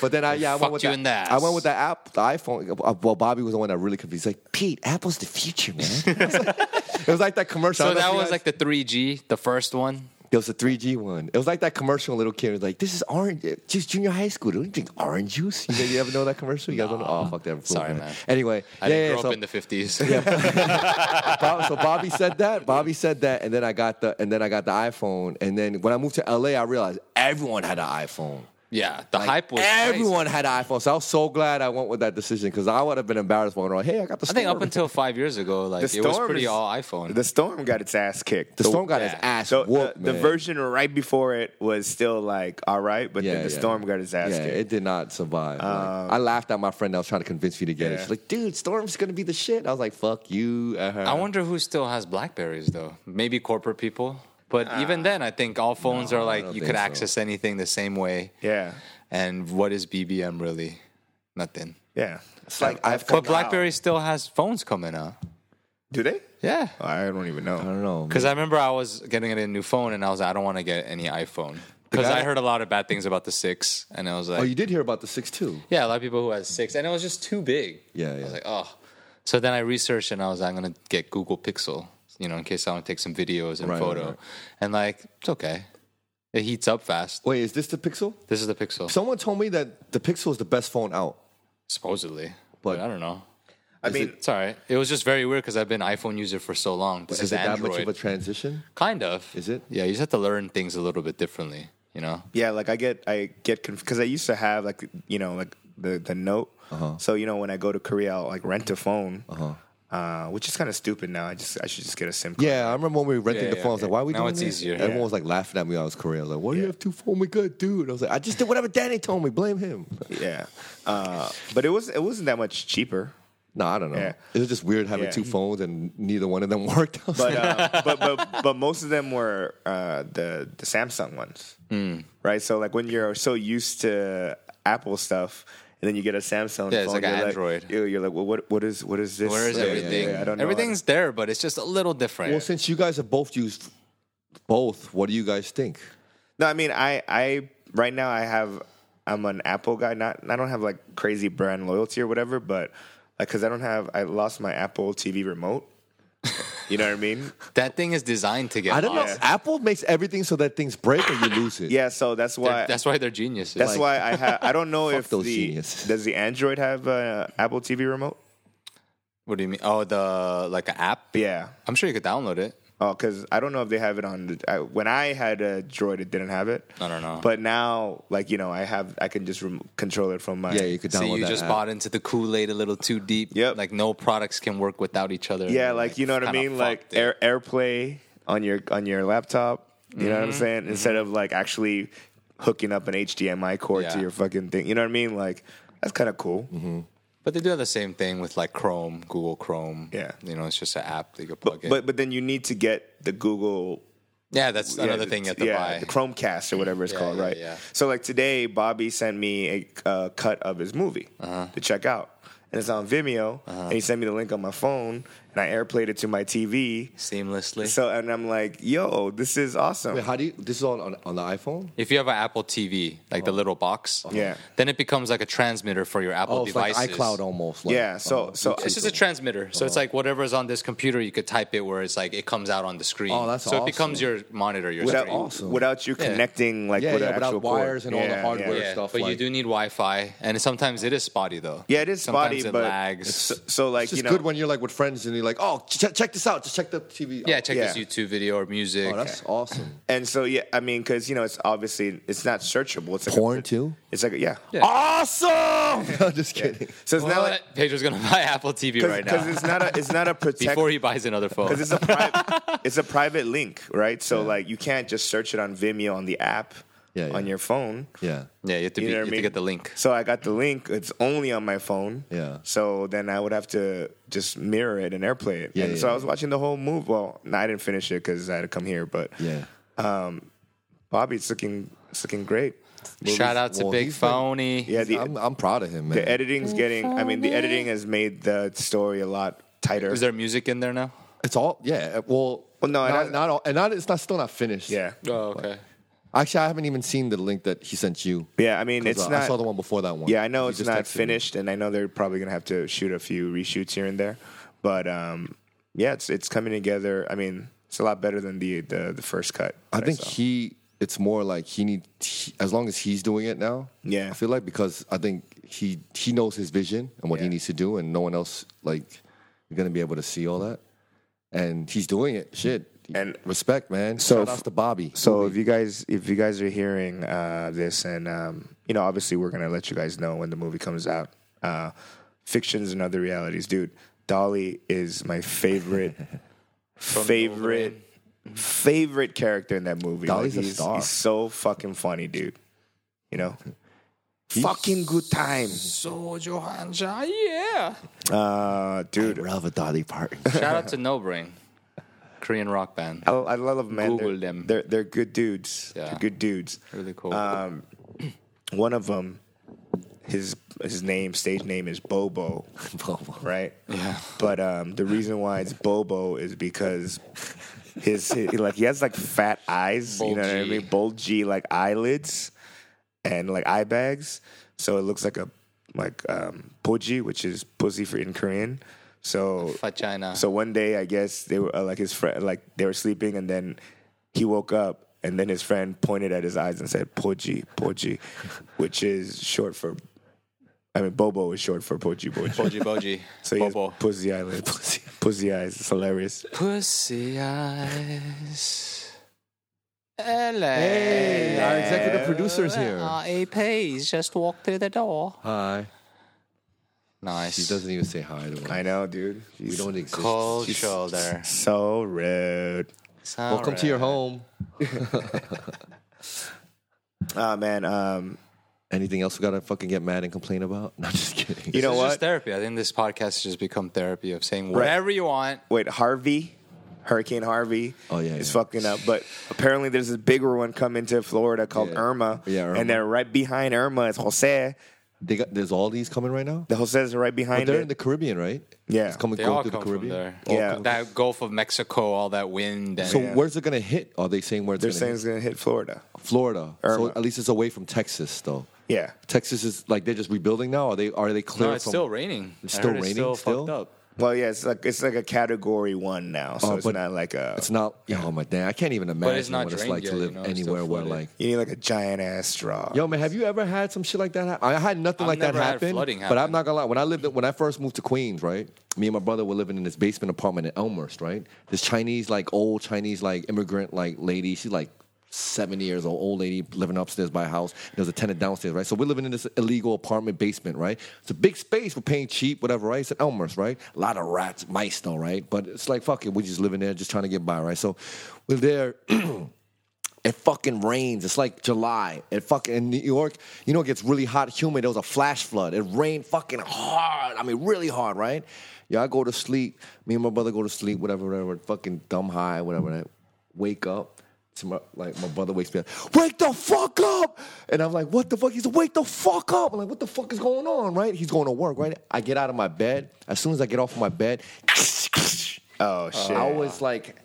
Speaker 5: But then I yeah I
Speaker 4: Fucked
Speaker 5: went with
Speaker 4: you
Speaker 5: the,
Speaker 4: in the ass.
Speaker 5: I went with the app the iPhone. uh, Well, Bobby was the one that really confused. He's like Pete, Apple's the future, man. I was like- it was like that commercial. I
Speaker 4: So
Speaker 5: don't know
Speaker 4: that
Speaker 5: if you
Speaker 4: was
Speaker 5: guys-
Speaker 4: like the 3G, the first one.
Speaker 5: it was a 3G one. It was like that commercial. Little kid was like, "This is orange, uh, just junior high school. Don't you drink orange juice?" You, you ever know that commercial? You guys don't know? Oh fuck that. I'm cool,
Speaker 4: Sorry, man.
Speaker 5: Anyway,
Speaker 4: I
Speaker 5: yeah,
Speaker 4: didn't
Speaker 5: yeah,
Speaker 4: grow
Speaker 5: so-
Speaker 4: up in the 50s.
Speaker 5: Bob- so Bobby said that. Bobby said that, and then I got the and then I got the iPhone. And then when I moved to LA, I realized everyone had an iPhone.
Speaker 4: yeah, the
Speaker 5: Like,
Speaker 4: hype was crazy.
Speaker 5: everyone had an iPhone. So I was so glad I went with that decision because I would have been embarrassed going around. Hey, I got the.
Speaker 4: I think
Speaker 5: storm.
Speaker 4: up until five years ago, like
Speaker 3: The
Speaker 4: it was
Speaker 3: storm
Speaker 4: pretty
Speaker 3: is-
Speaker 4: all iPhone.
Speaker 3: The storm got its ass kicked.
Speaker 5: the storm got
Speaker 4: yeah.
Speaker 5: his ass
Speaker 3: So
Speaker 5: whooped.
Speaker 3: the, the
Speaker 5: man.
Speaker 3: version right before it was still like all right, but then the storm got his ass
Speaker 5: Yeah,
Speaker 3: kicked. Um,
Speaker 5: it did not survive. Like, I laughed at my friend that was trying to convince me to get it.
Speaker 3: Yeah.
Speaker 5: She's like, "Dude, storm's gonna be the shit." I was like, "Fuck you." Uh-huh.
Speaker 4: I wonder who still has Blackberries though. Maybe corporate people. But even then, I think all phones
Speaker 5: Ah. No,
Speaker 4: are
Speaker 5: I
Speaker 4: like
Speaker 5: don't
Speaker 4: you
Speaker 5: think
Speaker 4: could
Speaker 5: so.
Speaker 4: access anything the same way.
Speaker 3: yeah,
Speaker 4: And what is BBM really? Nothing.
Speaker 3: yeah.
Speaker 5: It's like I've
Speaker 4: But BlackBerry still has phones coming out.
Speaker 3: Do they?
Speaker 4: Yeah.
Speaker 3: I don't even
Speaker 5: I
Speaker 3: know.
Speaker 5: don't know.
Speaker 4: Because I remember I was getting a new phone and I was like, I don't want to get any iPhone. Because
Speaker 5: guy-
Speaker 4: I heard a lot of bad things about the six, and I was like,
Speaker 5: Oh, you did hear about the six two.
Speaker 4: yeah, a lot of people who had six, and it was just too big.
Speaker 5: Yeah,
Speaker 4: I
Speaker 5: yeah.
Speaker 4: was like, oh. So then I researched and I was like, I'm gonna get Google Pixel, you know, in case I want to take some videos and
Speaker 5: Right, right,
Speaker 4: photo.
Speaker 5: right.
Speaker 4: And like, it's okay. It heats up fast.
Speaker 5: Wait, is this the Pixel?
Speaker 4: This is the Pixel,
Speaker 5: Someone told me that the Pixel is the best phone out.
Speaker 4: supposedly.
Speaker 5: But-
Speaker 4: But, I don't know.
Speaker 3: I mean,
Speaker 4: It's all right. It was just very weird because I've been iPhone user for so long. This
Speaker 5: Is
Speaker 4: is
Speaker 5: it that
Speaker 4: Android.
Speaker 5: much of a transition?
Speaker 4: kind of.
Speaker 5: Is it?
Speaker 4: Yeah, you just have to learn things a little bit differently, you know?
Speaker 3: Yeah, like I get I get confused because I used to have like you know like the the note. So you know when I go to Korea, I'll like rent a phone, uh which is kind of stupid now. I just I should just get a SIM card.
Speaker 5: Yeah, I remember when we rented
Speaker 4: Yeah,
Speaker 5: the
Speaker 4: yeah,
Speaker 5: phone. I was like,
Speaker 4: yeah.
Speaker 5: "Why are we
Speaker 4: Now
Speaker 5: doing
Speaker 4: it's
Speaker 5: this?"
Speaker 4: easier.
Speaker 5: Everyone
Speaker 3: Yeah.
Speaker 5: was like laughing at me. when I was Korean. I was like, "Why do you have two phones? We got dude." I was like, "I just did whatever Danny told me. Blame him."
Speaker 3: yeah. Uh, but it was it wasn't that much cheaper.
Speaker 5: No, I don't know.
Speaker 3: Yeah.
Speaker 5: It was just weird having
Speaker 3: Yeah.
Speaker 5: two phones and neither one of them worked. I was
Speaker 3: But
Speaker 5: like,
Speaker 3: uh, but but but most of them were uh, the the Samsung ones,
Speaker 4: Hmm.
Speaker 3: right? So like when you're so used to Apple stuff. And then you get a Samsung
Speaker 4: Yeah, it's
Speaker 3: phone.
Speaker 4: like an
Speaker 3: you're
Speaker 4: Android.
Speaker 3: Like, you're like, well, what, what is, what is this?
Speaker 4: Where is
Speaker 3: Like,
Speaker 4: everything?
Speaker 3: yeah, I don't know.
Speaker 4: Everything's there, but it's just a little different.
Speaker 5: well, since you guys have both used both, what do you guys think?
Speaker 3: No, I mean, I, I right now I have I'm an Apple guy. Not I don't have like crazy brand loyalty or whatever, but like because I don't have I lost my Apple TV remote. You know what I mean?
Speaker 4: that thing is designed to get
Speaker 5: I don't know.
Speaker 4: lost.
Speaker 5: Apple makes everything so that things break or you lose it.
Speaker 3: Yeah, so that's why
Speaker 4: They're- That's why they're geniuses.
Speaker 3: that's
Speaker 4: Like,
Speaker 3: why I have I don't know
Speaker 5: Fuck
Speaker 3: if
Speaker 5: those
Speaker 3: the
Speaker 5: geniuses.
Speaker 3: does the Android have uh, Apple TV remote?
Speaker 4: what do you mean? Oh, the like an app.
Speaker 3: Yeah.
Speaker 4: I'm sure you could download it.
Speaker 3: Oh, because I don't know if they have it on. The, I, when I had a Droid, it didn't have it.
Speaker 4: I don't know.
Speaker 3: But now, like you know, I have I can just rem- control it from my
Speaker 5: yeah, you could download
Speaker 4: So you
Speaker 5: that
Speaker 4: just
Speaker 5: app.
Speaker 4: bought into the Kool Aid a little too deep.
Speaker 3: Yep.
Speaker 4: Like no products can work without each other.
Speaker 3: Yeah, like you know what I
Speaker 4: kinda
Speaker 3: mean, like
Speaker 4: fucked it.
Speaker 3: air, AirPlay on your on your laptop. You know
Speaker 4: Mm-hmm.
Speaker 3: what I'm saying? Instead of like actually hooking up an HDMI cord to
Speaker 4: Yeah. Mm-hmm.
Speaker 3: your fucking thing. You know what I mean? Like that's kind of cool.
Speaker 4: But they do have the same thing with like Chrome, Google Chrome.
Speaker 3: Yeah.
Speaker 4: You know, it's just an app that you could plug
Speaker 3: But
Speaker 4: in.
Speaker 3: but but then you need to get the Google
Speaker 4: Yeah, that's
Speaker 3: yeah,
Speaker 4: another
Speaker 3: the-
Speaker 4: thing you have to
Speaker 3: yeah,
Speaker 4: buy.
Speaker 3: the Chromecast or whatever it's
Speaker 4: Yeah,
Speaker 3: called,
Speaker 4: yeah,
Speaker 3: right?
Speaker 4: yeah.
Speaker 3: So like today, Bobby sent me a uh, cut of his movie to check out, and it's on Vimeo, and he sent me the link on my phone, and I airplayed it to my TV.
Speaker 4: Seamlessly.
Speaker 3: So and I'm like, yo, this is awesome.
Speaker 5: Wait, how do you? This is all on, on the iPhone.
Speaker 4: if you have an Apple TV, like the
Speaker 5: Oh.
Speaker 4: little box,
Speaker 3: Yeah.
Speaker 4: then it becomes like a transmitter for your Apple
Speaker 5: Uh-huh. Oh, it's like
Speaker 4: devices.
Speaker 5: iCloud Oh. almost. Like,
Speaker 3: yeah, so
Speaker 5: uh,
Speaker 3: so
Speaker 4: It's just a transmitter, so it's like whatever is on this computer, you could type it where it's like it comes out on the screen.
Speaker 5: Oh, that's
Speaker 4: so it becomes
Speaker 5: awesome.
Speaker 4: your monitor, your
Speaker 5: Without
Speaker 3: without,
Speaker 4: screen.
Speaker 5: awesome.
Speaker 3: without you
Speaker 4: Yeah.
Speaker 3: connecting like
Speaker 5: Yeah,
Speaker 3: with
Speaker 5: yeah,
Speaker 3: an
Speaker 5: without
Speaker 3: actual
Speaker 5: wires
Speaker 3: cord.
Speaker 5: and all the
Speaker 3: Yeah,
Speaker 5: hardware.
Speaker 3: Yeah.
Speaker 4: yeah,
Speaker 5: stuff,
Speaker 4: but you
Speaker 5: like-
Speaker 4: do need Wi-Fi, and sometimes it is spotty though.
Speaker 3: Yeah, it is
Speaker 4: sometimes
Speaker 3: spotty,
Speaker 4: it
Speaker 3: but
Speaker 4: lags.
Speaker 3: So, so like
Speaker 5: it's just
Speaker 3: you know,
Speaker 5: good when you're like with friends and you're like, oh, ch- check this out. Just check the TV.
Speaker 4: yeah, check this
Speaker 3: yeah.
Speaker 4: YouTube video or music.
Speaker 5: Oh, that's awesome.
Speaker 3: and so yeah, I mean, because you know, it's obviously it's not searchable. It's like a-
Speaker 5: Porn too?
Speaker 3: It's like a- yeah.
Speaker 4: Yeah.
Speaker 5: Awesome. no, just kidding.
Speaker 3: So it's
Speaker 4: Well,
Speaker 3: not like
Speaker 4: Pedro's gonna buy Apple TV right now
Speaker 3: because it's not a it's not a protect
Speaker 4: before he buys another phone.
Speaker 3: because it's a private it's a private link, right? So like you can't just search it on Vimeo on the app
Speaker 5: Yeah, yeah.
Speaker 3: on your phone.
Speaker 5: Yeah.
Speaker 4: Yeah, you have to, be,
Speaker 3: You know
Speaker 4: you
Speaker 3: what I
Speaker 4: have
Speaker 3: mean?
Speaker 4: to get the link.
Speaker 3: So I got the link. It's only on my phone.
Speaker 5: Yeah.
Speaker 3: So then I would have to just mirror it and airplay it.
Speaker 5: Yeah,
Speaker 3: and
Speaker 5: yeah,
Speaker 3: so
Speaker 5: yeah.
Speaker 3: I was watching the whole move. Well, no, I didn't finish it because I had to come here. But
Speaker 5: Yeah.
Speaker 3: Bobby, it's looking it's looking great.
Speaker 4: Shout out to
Speaker 5: well,
Speaker 4: Big
Speaker 5: he's been-
Speaker 4: Phony.
Speaker 3: Yeah. The
Speaker 5: I'm, I'm proud of him, man.
Speaker 3: the editing's getting. I mean, the editing has made the story a lot tighter.
Speaker 4: Is there music in there now?
Speaker 5: It's all yeah. eh, Well,
Speaker 3: Well, no, and
Speaker 5: not,
Speaker 3: I-
Speaker 5: not all, and not it's not still not finished.
Speaker 3: yeah.
Speaker 4: Oh, okay.
Speaker 5: Actually, I haven't even seen the link that he sent you.
Speaker 3: Yeah. I mean,
Speaker 5: 'Cause uh,
Speaker 3: it's
Speaker 5: I-
Speaker 3: not.
Speaker 5: I saw the one before that one.
Speaker 3: Yeah, I know
Speaker 5: He
Speaker 3: it's
Speaker 5: just
Speaker 3: not
Speaker 5: texted me.
Speaker 3: finished, and I know they're probably gonna have to shoot a few reshoots here and there. But um, yeah, it's it's coming together. I mean, it's a lot better than the the, the first cut.
Speaker 5: I
Speaker 3: that
Speaker 5: think
Speaker 3: saw.
Speaker 5: he. It's more like he need he- as long as he's doing it now.
Speaker 3: Yeah.
Speaker 5: I feel like because I think he he knows his vision and what he
Speaker 3: Yeah.
Speaker 5: needs to do, and no one else like you're gonna be able to see all that, and he's doing it. Shit.
Speaker 3: And-
Speaker 5: respect, man.
Speaker 3: So
Speaker 5: Shout
Speaker 3: f-
Speaker 5: outs to Bobby.
Speaker 3: So if you guys if you guys are hearing uh, this, and um, you know, obviously we're gonna let you guys know when the movie comes out. Uh, Fictions and other realities, dude. Dolly is my favorite, favorite, favorite character in that movie.
Speaker 5: Dolly's a
Speaker 3: he's,
Speaker 5: star.
Speaker 3: He's so fucking funny, dude. You know,
Speaker 5: He's-
Speaker 3: fucking good time,
Speaker 4: So Johan yeah.
Speaker 3: uh, dude.
Speaker 5: Love a Dolly Parton.
Speaker 4: Shout out to No Brain, Korean rock band.
Speaker 3: I, I love them, man.
Speaker 4: Google
Speaker 3: they're,
Speaker 4: them.
Speaker 3: They're they're good dudes.
Speaker 4: Yeah.
Speaker 3: They're good dudes.
Speaker 4: Really cool.
Speaker 3: uh, One of them, his his name, stage name is Bobo, right? Yeah. But um, the reason why it's Bobo is because his he- like he has like fat eyes, you know what I
Speaker 4: Bulgy.
Speaker 3: mean? Bulgy like eyelids and like eye bags, so it looks like a like um, puji, which is pussy for in Korean. So
Speaker 4: Fat China.
Speaker 3: So one day, I guess they were uh, like his friend, like they were sleeping, and then he woke up, and then his friend pointed at his eyes and said "Poji, Poji," which is short for. I mean, Bobo is short for Poji Poji.
Speaker 4: Boji Boji.
Speaker 3: So he has
Speaker 4: Bobo.
Speaker 3: pussy eyelid, pussy, pussy eyes. It's hilarious.
Speaker 4: Pussy eyes. LA.
Speaker 5: Hey, our executive producer's here.
Speaker 4: RAP's just walked through the door.
Speaker 5: Hi.
Speaker 4: Nice.
Speaker 5: He doesn't even say hi to us.
Speaker 3: I know, dude.
Speaker 5: We don't exist.
Speaker 4: Cold shoulder.
Speaker 3: So rude.
Speaker 5: Welcome to your home.
Speaker 3: Ah man. Um,
Speaker 5: Anything else we gotta fucking get mad and complain about? No, just kidding.
Speaker 3: you know
Speaker 4: It's
Speaker 3: what?
Speaker 4: just therapy. I think this podcast has just become therapy of saying whatever you want.
Speaker 3: Wait, Harvey, Hurricane Harvey.
Speaker 5: Oh, yeah,
Speaker 3: is
Speaker 5: yeah.
Speaker 3: fucking up. But apparently, there's this bigger one coming to Florida called
Speaker 5: Yeah.
Speaker 3: Irma.
Speaker 5: Yeah, Irma.
Speaker 3: and then right behind Irma is Jose.
Speaker 5: They got, there's all these coming right now.
Speaker 3: The Jose's are right behind
Speaker 5: They're
Speaker 3: it.
Speaker 5: in the Caribbean, right?
Speaker 3: Yeah.
Speaker 5: it's coming
Speaker 4: They
Speaker 5: going
Speaker 4: all
Speaker 5: through the
Speaker 4: come from
Speaker 5: Caribbean.
Speaker 4: there.
Speaker 5: All
Speaker 3: Yeah.
Speaker 5: come-
Speaker 4: That Gulf of Mexico, all that wind. And
Speaker 5: So
Speaker 3: Yeah.
Speaker 5: where's it gonna hit? Are they saying where it's
Speaker 3: They're
Speaker 5: gonna
Speaker 3: saying
Speaker 5: hit?
Speaker 3: it's gonna hit Florida.
Speaker 5: Florida. So
Speaker 3: Irma.
Speaker 5: at least it's away from Texas, though.
Speaker 3: Yeah.
Speaker 5: Texas is like they're just rebuilding now. Are they are they clear?
Speaker 4: no, it's
Speaker 5: from,
Speaker 4: still raining.
Speaker 5: It's
Speaker 4: I
Speaker 5: still
Speaker 4: heard
Speaker 5: raining
Speaker 4: It's still,
Speaker 5: still?
Speaker 4: fucked up.
Speaker 3: Well, yeah, it's like it's like a category one now, so
Speaker 5: Oh,
Speaker 3: it's
Speaker 5: but
Speaker 3: not like a.
Speaker 5: It's not. Yeah, oh my damn! I can't even imagine
Speaker 4: it's not
Speaker 5: what it's
Speaker 4: drained
Speaker 5: like
Speaker 4: yet,
Speaker 5: to
Speaker 4: you
Speaker 5: live
Speaker 4: know, it's still
Speaker 5: anywhere where
Speaker 4: flooded.
Speaker 5: like.
Speaker 3: You need like a giant ass straw.
Speaker 5: Yo, man, have you ever had some shit like that? happen? I had nothing
Speaker 4: I've
Speaker 5: like that
Speaker 4: never had
Speaker 5: happen,
Speaker 4: flooding
Speaker 5: But I'm
Speaker 4: happen.
Speaker 5: not gonna lie. When I lived, when I first moved to Queens, right? Me and my brother were living in this basement apartment in Elmhurst, right? This Chinese, like old Chinese, like immigrant, like lady. She's like. 70 years old, old lady living upstairs by a house. There's a tenant downstairs, right? So we're living in this illegal apartment basement, right? It's a big space. We're paying cheap, whatever, right? It's at Elmer's, right? A lot of rats, mice, though, right? But it's like, fuck it. We're just living there, just trying to get by, right? So we're there. It fucking rains. It's like July. It fucking in New York, you know, it gets really hot, humid. There was a flash flood. It rained fucking hard. I mean, really hard, right? Yeah, I go to sleep. Me and my brother go to sleep, whatever, whatever. Fucking dumb high, whatever. Right? Wake up. to my like my brother wakes me up. Wake the fuck up! And I'm like, what the fuck? He's like, wake the fuck up! I'm like, what the fuck is going on? Right? He's going to work. Right? I get out of my bed. As soon as I get off my bed,
Speaker 3: Oh shit!
Speaker 5: I was like,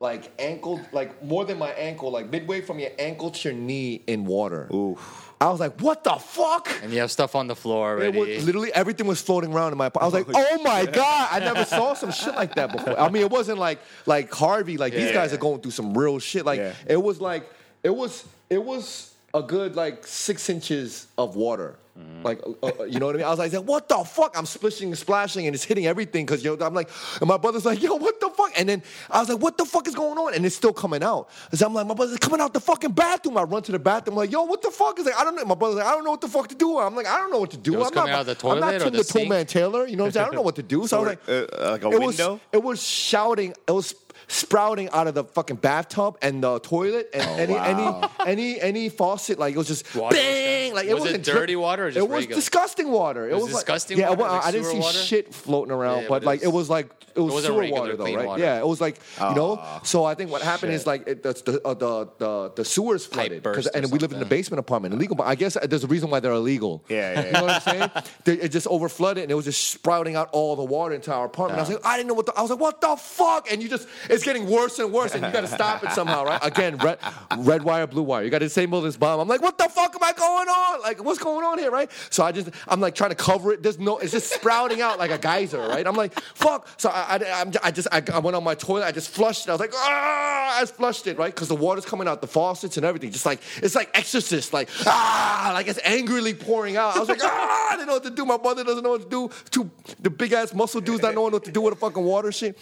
Speaker 5: like ankle, like more than my ankle, like midway from your ankle to your knee in water. Ooh. I was like, what the fuck?
Speaker 4: And you have stuff on the floor
Speaker 5: It
Speaker 4: already.
Speaker 5: was, literally everything was floating around in my. I was like, "Oh my god!" I never saw some shit like that before. I mean, it wasn't like like Harvey. Like these
Speaker 3: Yeah.
Speaker 5: guys are going through some real shit. Like
Speaker 3: Yeah.
Speaker 5: it was like it was it was a good like six inches of water.
Speaker 3: Mm-hmm.
Speaker 5: Like uh, uh, you know what I mean? I was like, "What the fuck?" I'm splishing and splashing, and it's hitting everything. Cause yo, I'm like, and my brother's like, "Yo, what the fuck?" And then I was like, "What the fuck is going on?" And it's still coming out. So I'm like, "My brother's coming out the fucking bathroom." I run to the bathroom, like, "Yo, what the fuck?" Is like, "I don't know." My brother's like, "I don't know what the fuck to do." I'm like, "I don't know what to do."
Speaker 4: It was
Speaker 5: I'm
Speaker 4: coming
Speaker 5: not,
Speaker 4: out of the
Speaker 5: I'm not
Speaker 4: toilet or
Speaker 5: Tim
Speaker 4: the
Speaker 5: the Tool
Speaker 4: sink?
Speaker 5: Man Taylor. You know what I'm saying? I don't know what to do. So I was like,
Speaker 3: uh, like a
Speaker 5: it
Speaker 3: window?
Speaker 5: Was, it was shouting. It was sprouting out of the fucking bathtub and the toilet and any any any any faucet. Like it was just
Speaker 4: Oh, Water was
Speaker 5: bang. Like it
Speaker 4: Was it
Speaker 5: wasn't
Speaker 4: dirty water or just
Speaker 5: it was
Speaker 4: regular?
Speaker 5: disgusting water. It
Speaker 4: was
Speaker 5: was, like-
Speaker 4: disgusting
Speaker 5: yeah, it
Speaker 4: water,
Speaker 5: wa-
Speaker 4: like
Speaker 5: I didn't
Speaker 4: sewer
Speaker 5: see
Speaker 4: water?
Speaker 5: shit floating around,
Speaker 4: Yeah, but
Speaker 5: but
Speaker 4: it
Speaker 5: like
Speaker 4: was-
Speaker 5: it was like it was
Speaker 4: wasn't
Speaker 5: sewer
Speaker 4: regular
Speaker 5: water though,
Speaker 4: clean
Speaker 5: right?
Speaker 4: water.
Speaker 5: Yeah, it was like you
Speaker 3: Ah,
Speaker 5: know. So I think what happened is like it, that's the, uh, the the the sewers flooded 'Cause-
Speaker 4: burst or
Speaker 5: and we live in the
Speaker 4: something.
Speaker 5: basement apartment, illegal. But I guess there's a reason why they're illegal.
Speaker 3: Yeah, yeah,
Speaker 5: You know know what I'm saying? They- it just overflooded and it was just sprouting out all the water into our apartment. I was like, I didn't know what the, I was like, what the fuck? And you just, it's getting worse and worse and you gotta stop it somehow, right? Again, red, red wire, blue wire. You gotta disable this bomb. I'm like, what the fuck am I going on? Like, what's going on here, right? So I just, I'm like trying to cover it. There's no, it's just sprouting out like a geyser, right? I'm like, fuck. So I, I, I'm, I just, I, I went on my toilet, I just flushed it. I was like, ah, I just flushed it, right? Because the water's coming out the faucets and everything. Just like, it's like exorcist, like, ah, like it's angrily pouring out. I was like, ah, I didn't know what to do. My brother doesn't know what to do. Two, the big ass muscle dudes not knowing what to do with the fucking water shit.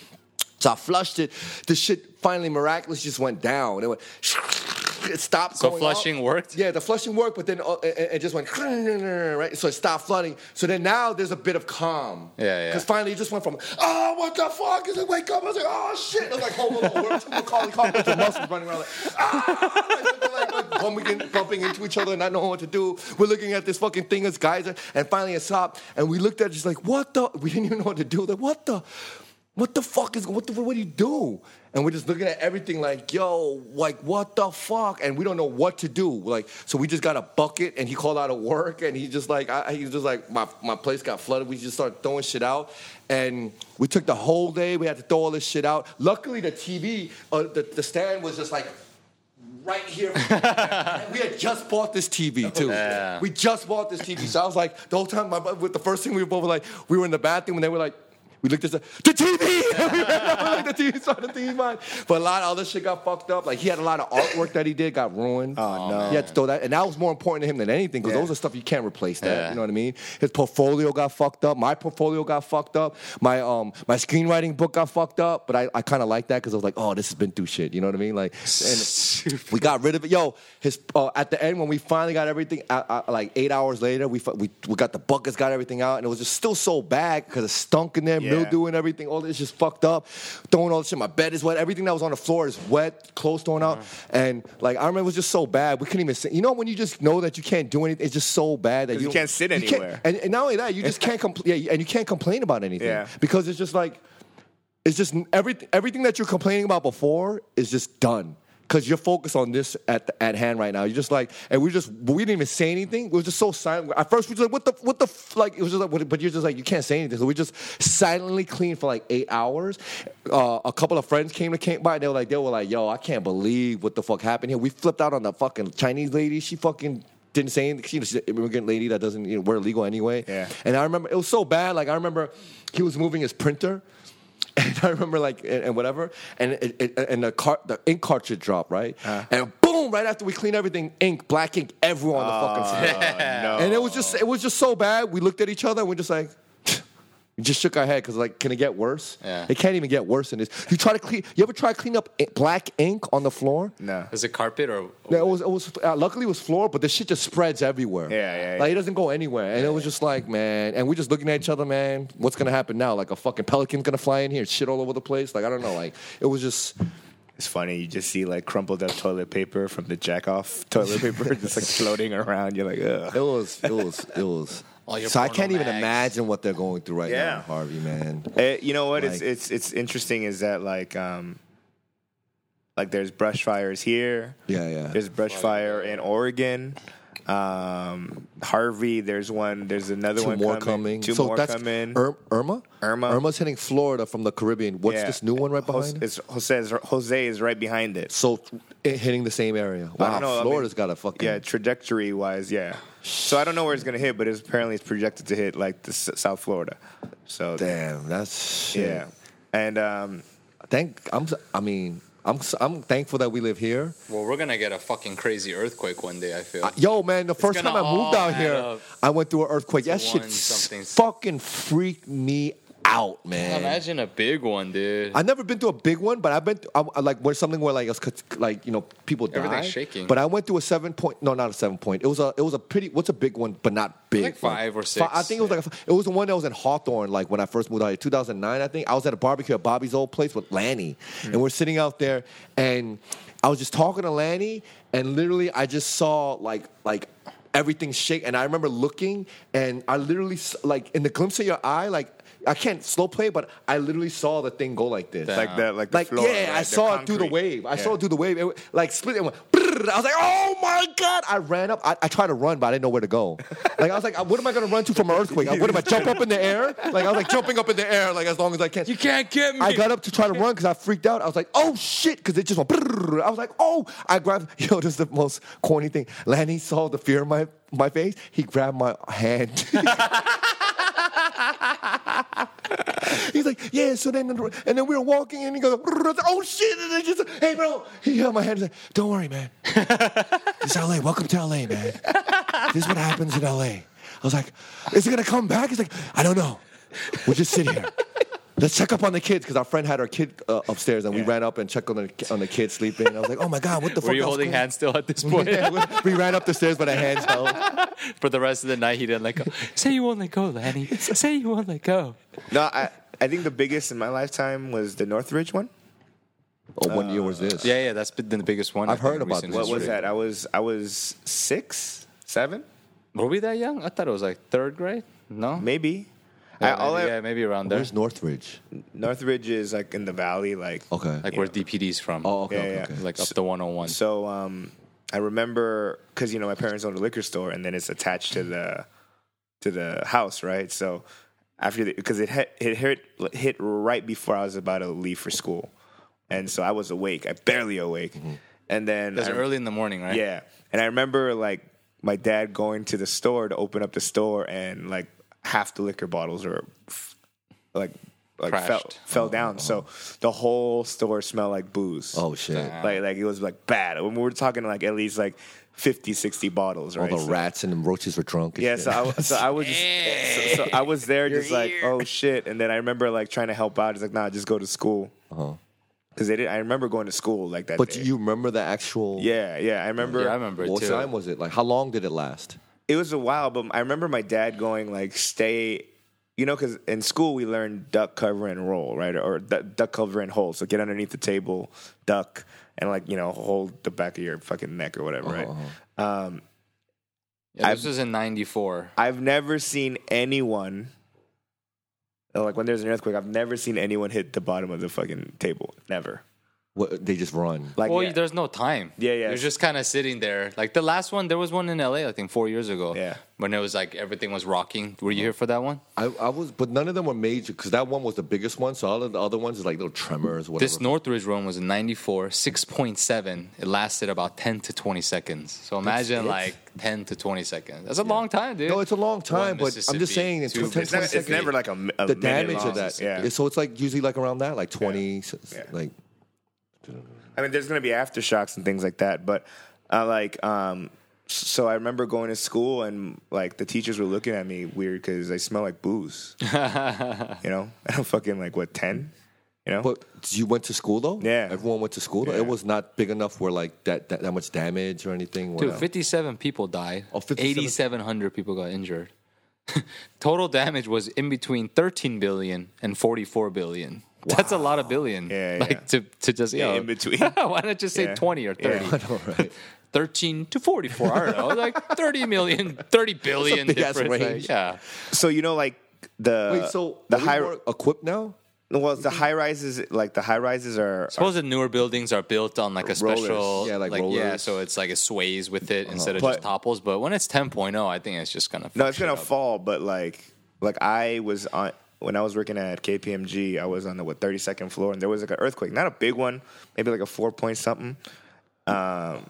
Speaker 5: So I flushed it. The shit finally miraculously just went down. It went, it stopped.
Speaker 4: So
Speaker 5: going up.
Speaker 4: flushing worked?
Speaker 5: Yeah, the flushing worked, but then uh, it, it- it just went right. So it stopped flooding. So then now there's a bit of calm.
Speaker 4: Yeah, yeah.
Speaker 5: Because finally it just went from oh what the fuck is it? Wake up! I was like oh shit! I was like hold on, we're too Macaulay Culkin with the muscles running around like ah. They're like, like bumping, in- bumping into each other, not knowing what to do. We're looking at this fucking thing as geyser, and finally it stopped. And we looked at it, just like what the? We didn't even know what to do. Like what the? What the fuck is what the what do you do? And we're just looking at everything like, yo, like what the fuck? And we don't know what to do. Like, so we just got a bucket and he called out of work and he just like I, he's just like my, my place got flooded. We just started throwing shit out. And we took the whole day. We had to throw all this shit out. Luckily the TV, uh, the, the stand was just like right here. we had just bought this TV too. We just bought this TV. So I was like, the whole time, my, bu- with the first thing we were both like, we were in the bathroom and they were like, we looked at the, the TV. And we were like, the TV saw the TV mine. But a lot of other shit got fucked up. Like he had a lot of artwork that he did got ruined. Oh no. He had to throw that, and that was more important to him than anything because
Speaker 3: Yeah.
Speaker 5: those are stuff you can't replace. That
Speaker 4: Yeah.
Speaker 5: you know what I mean. His portfolio got fucked up. My portfolio got fucked up. My um my screenwriting book got fucked up. But I, I kind of like that because I was like, oh, this has been through shit. You know what I mean? Like, and we got rid of it. Yo, his uh, at the end when we finally got everything, I, I, like eight hours later, we, fi- we we got the buckets, got everything out, and it was just still so bad because it stunk in there,
Speaker 3: Yeah.
Speaker 5: mildew and everything. All this just fucked up. Throwing all this shit. My bed is wet. Everything that was on the floor is wet. Clothes thrown out, and like I remember, it was just so bad. We couldn't even. Sit. You know when you just know that you can't do anything. It's just so bad that
Speaker 3: 'Cause you
Speaker 5: don't-
Speaker 3: can't sit anywhere.
Speaker 5: and, and not only that, you just can't complain. Yeah, and you can't complain about anything
Speaker 3: Yeah.
Speaker 5: because it's just like it's just everything everything that you're complaining about before is just done because you're focused on this at at hand right now. You're just like, and we just we didn't even say anything. We were just so silent. At first, we just like, what the what the f-? like it was just like, what- but you're just like you can't say anything. So we just silently cleaned for like eight hours. Uh, a couple of friends came to came by. And they were like, they were like, yo, I can't believe what the fuck happened here. We flipped out on the fucking Chinese lady. She fucking. Didn't say anything. She's an immigrant lady that doesn't. You know, we're illegal anyway.
Speaker 3: Yeah.
Speaker 5: And I remember it was so bad. Like I remember, he was moving his printer, and I remember like and, and whatever, and it, it, and the car, the ink cartridge dropped right, and boom! Right after we cleaned everything, ink, black ink, everywhere on the fucking floor.
Speaker 3: no.
Speaker 5: And it was just it was just so bad. We looked at each other and we're just like. we Just shook our head because like, can it get worse?
Speaker 4: Yeah.
Speaker 5: It can't even get worse than this. You try to clean. You ever try to clean up i- black ink on the floor?
Speaker 3: no.
Speaker 4: Is it carpet or?
Speaker 5: No, it was it was uh, luckily it was floor, but the shit just spreads everywhere.
Speaker 3: Yeah, yeah,
Speaker 5: Like
Speaker 3: yeah.
Speaker 5: it doesn't go anywhere, and it was just like, man, and we're just looking at each other, man. What's gonna happen now? Like a fucking pelican's gonna fly in here, and shit all over the place. Like I don't know. Like it was just
Speaker 3: It's funny. You just see like crumpled up toilet paper from the jack off toilet paper just like floating around. You're like,
Speaker 5: it
Speaker 3: ugh.
Speaker 5: was it was it was.
Speaker 4: All your
Speaker 5: so I can't
Speaker 4: porno
Speaker 5: even
Speaker 4: mags.
Speaker 5: imagine what they're going through right
Speaker 3: Yeah.
Speaker 5: now, Harvey, man.
Speaker 3: Eh, you know what? it's
Speaker 5: Like-
Speaker 3: it's it's interesting is that like um Like there's brush fires here.
Speaker 5: Yeah, yeah.
Speaker 3: There's brush fire in Oregon. Um, Harvey, there's one. There's another
Speaker 5: Two
Speaker 3: one
Speaker 5: more
Speaker 3: coming.
Speaker 5: coming.
Speaker 3: Two
Speaker 5: so
Speaker 3: more
Speaker 5: that's
Speaker 3: coming.
Speaker 5: Ir- Irma.
Speaker 3: Irma.
Speaker 5: Irma's hitting Florida from the Caribbean. What's
Speaker 3: Yeah.
Speaker 5: this new one right
Speaker 3: Jose,
Speaker 5: behind? it?
Speaker 3: It's Jose, Jose is right behind it.
Speaker 5: So it hitting the same area.
Speaker 3: I
Speaker 5: Wow,
Speaker 3: don't know, I mean,
Speaker 5: Florida's got a fucking
Speaker 3: yeah trajectory wise yeah so i don't know where it's gonna hit but it's apparently it's projected to hit like the S- south florida so
Speaker 5: Damn, that's shit.
Speaker 3: yeah and um
Speaker 5: Thank I'm. s- I mean, I'm. s- I'm thankful that we live here.
Speaker 4: Well, we're gonna get a fucking crazy earthquake one day. I feel.
Speaker 5: I- Yo, man, the first
Speaker 4: gonna
Speaker 5: time I moved
Speaker 4: all
Speaker 5: out
Speaker 4: add
Speaker 5: here,
Speaker 4: up
Speaker 5: I went through an earthquake. That shit
Speaker 4: one
Speaker 5: s-
Speaker 4: something.
Speaker 5: fucking freaked me out, man.
Speaker 4: Imagine a big one, dude.
Speaker 5: I've never been through a big one, but I've been through, I, I like where something where like it's cut- like you know people die.
Speaker 4: Everything's shaking.
Speaker 5: But I went through a seven point. No, not a seven point. It was a it was a pretty. What's a big one, but not big.
Speaker 4: Like five or
Speaker 5: Fi- I
Speaker 4: six,
Speaker 5: think it was like a, fi- it was the one that was in Hawthorne, like when I first moved out here, 2009. I think I was at a barbecue at Bobby's old place with Lanny, and we're sitting out there, and I was just talking to Lanny, and literally I just saw like like. Everything shake, and I remember looking, and I literally s- like in the glimpse of your eye, like I can't slow play, but I literally saw the thing go like this,
Speaker 4: Damn.
Speaker 3: like the like the
Speaker 5: like
Speaker 3: floor,
Speaker 5: yeah,
Speaker 3: right?
Speaker 5: I
Speaker 3: The
Speaker 5: saw it through the
Speaker 3: concrete.
Speaker 5: wave. I
Speaker 3: Yeah.
Speaker 5: saw it through the wave. It, went- like split and went. brrrr. I was like, oh my god! I ran up. I, I tried to run, but I didn't know where to go. Like I was like, what am I gonna run to from an earthquake? What am I jump up in the air? Like I was like jumping up in the air, like as long as I can.
Speaker 4: you can't get me.
Speaker 5: I got up to try to run because I freaked out. I was like, oh shit, because it just went. brrrr. I was like, oh, I grabbed. Yo, this is the most corny thing. Lanny saw the fear in my my face. He grabbed my hand. He's like, yeah. So then, and then we were walking, and he goes, brrrr. I was like, oh shit! And then just, hey, bro. He held my hand. He's like, don't worry, man. It's LA. Welcome to LA, man. This is what happens in LA. I was like, is it gonna come back? He's like, I don't know. We'll just sit here. Let's check up on the kids because our friend had our kid uh, upstairs, and we ran up and checked on the on the kid sleeping. I was like, oh my god, what the fuck?
Speaker 4: Were you
Speaker 5: else
Speaker 4: holding
Speaker 5: going-"
Speaker 4: hands still at this point?
Speaker 5: Yeah, we we ran up the stairs, but our hands held.
Speaker 4: For the rest of the night, he didn't let go. Say you won't let go, Lanny. Say you won't let go.
Speaker 3: no i i think the biggest in my lifetime was the northridge one
Speaker 5: Oh, what year was this?
Speaker 4: Yeah, yeah, that's been the biggest one.
Speaker 5: I've
Speaker 4: I think,
Speaker 5: heard
Speaker 4: in
Speaker 5: about
Speaker 4: recent
Speaker 5: this.
Speaker 3: what was
Speaker 4: history.
Speaker 3: that i was i was six seven
Speaker 4: Were we that young? I thought it was like third grade. No,
Speaker 3: maybe
Speaker 4: Yeah,
Speaker 3: I, all
Speaker 4: maybe,
Speaker 3: I,
Speaker 4: yeah, maybe around there.
Speaker 5: Where's Northridge?
Speaker 3: northridge is like in the valley like
Speaker 5: Okay.
Speaker 4: Like where DPD's from.
Speaker 5: oh, okay,
Speaker 3: Yeah,
Speaker 5: okay,
Speaker 3: yeah.
Speaker 5: okay.
Speaker 4: like up oh the 101.
Speaker 3: So um, I remember because you know my parents owned a liquor store, and then it's attached to the to the house, right? So after because it hit, it hit hit right before I was about to leave for school, and so I was awake, I barely awake, and then
Speaker 4: Mm-hmm. That's
Speaker 3: I-
Speaker 4: early in the morning, right?
Speaker 3: yeah, and I remember like my dad going to the store to open up the store, and like half the liquor bottles were f- like. Like fell,
Speaker 4: Crashed. Oh,
Speaker 3: fell down, so the whole store smelled like booze.
Speaker 5: Oh shit!
Speaker 3: Like, like it was like bad. When we were talking like at least like 50, 60 bottles,
Speaker 5: All
Speaker 3: right?
Speaker 5: the
Speaker 3: So-
Speaker 5: rats and roaches were drunk. and
Speaker 3: yeah,
Speaker 5: shit.
Speaker 3: so I, was- so I was just, so, so I was there just like, oh shit. And then I remember like trying to help out. It's like, nah, just go to school. Because they did I remember going to school like that.
Speaker 5: Uh-huh. but
Speaker 3: day.
Speaker 5: do you remember the actual?
Speaker 3: Yeah, yeah. I remember.
Speaker 4: Yeah, I remember it
Speaker 5: What
Speaker 4: too.
Speaker 5: time was it? Like, how long did it last?
Speaker 3: It was a while, but I remember my dad going like, stay. You know, because in school we learned duck cover and roll, right? Or du- duck cover and hold. So get underneath the table, duck, and like you know, hold the back of your fucking neck or
Speaker 5: Uh-huh,
Speaker 3: whatever, right? Um,
Speaker 4: Yeah, this was in '94.
Speaker 3: I've never seen anyone like when there's an earthquake. I've never seen anyone hit the bottom of the fucking table. Never.
Speaker 5: What, they just run.
Speaker 3: Like
Speaker 4: well,
Speaker 3: yeah.
Speaker 4: there's no time.
Speaker 3: Yeah, yeah.
Speaker 4: You're just kind of sitting there. Like the last one, there was one in LA, I think, four years ago.
Speaker 3: Yeah.
Speaker 4: When it was like everything was rocking. Were you here for that one?
Speaker 5: I, I was, but none of them were major because that one was the biggest one. So all of the other ones is like little tremors, whatever.
Speaker 4: This Northridge one was in '94, 6.7. It lasted about 10 to 20 seconds. So imagine
Speaker 5: it?
Speaker 4: like 10 to 20 seconds. That's a long time, dude.
Speaker 5: no, it's a long time,
Speaker 4: One
Speaker 5: but I'm
Speaker 4: Mississippi,
Speaker 5: just saying in
Speaker 4: two
Speaker 5: two, 10,
Speaker 3: it's, not,
Speaker 5: 20
Speaker 3: it's
Speaker 5: seconds,
Speaker 3: never like a, mi- a
Speaker 5: the
Speaker 3: minute
Speaker 5: damage
Speaker 3: long.
Speaker 5: of that.
Speaker 3: Yeah.
Speaker 5: So it's like usually like around that, like 20, s- s-
Speaker 3: Yeah.
Speaker 5: like
Speaker 3: I mean, there's gonna be aftershocks and things like that, but I like. um so I remember going to school and like the teachers were looking at me weird because I smell like booze. you know, I'm fucking like what ten? You know,
Speaker 5: But you went to school though.
Speaker 3: Yeah.
Speaker 5: everyone went to school. Though?
Speaker 3: Yeah.
Speaker 5: It was not big enough where like that that, that much damage or anything. where-
Speaker 4: Dude, 57 people died.
Speaker 5: Oh, 57.
Speaker 4: 8,700 people got injured. Total damage was in between 13 billion and 44 billion. That's a lot of billion.
Speaker 3: Yeah,
Speaker 4: Like
Speaker 3: yeah.
Speaker 4: to, to just,
Speaker 3: Yeah,
Speaker 4: you know,
Speaker 3: in between.
Speaker 4: why not just say
Speaker 3: Yeah.
Speaker 4: 20 or 30?
Speaker 3: Yeah.
Speaker 5: All right.
Speaker 4: 13 to 44. I don't know. Like 30 million, 30 billion
Speaker 5: big-ass
Speaker 4: difference. Like,
Speaker 5: range.
Speaker 4: yeah.
Speaker 3: so you know like the
Speaker 5: Wait, so
Speaker 3: the
Speaker 5: are we
Speaker 3: high
Speaker 5: more equipped now?
Speaker 3: Well, the high rises, like the high rises are, are
Speaker 4: Suppose the newer buildings are built on like a
Speaker 3: Rollers.
Speaker 4: special,
Speaker 5: Yeah, like
Speaker 4: yeah,
Speaker 5: rollers.
Speaker 4: so it's like it sways with it instead of
Speaker 3: Uh-huh. But-
Speaker 4: just topples. But when it's 10.0, I think it's just gonna
Speaker 3: No, it's gonna
Speaker 4: fuck shit up.
Speaker 3: fall, but like like I was on when I was working at KPMG, I was on the what thirty second floor, and there was like an earthquake, not a big one, maybe like a four point something. Um,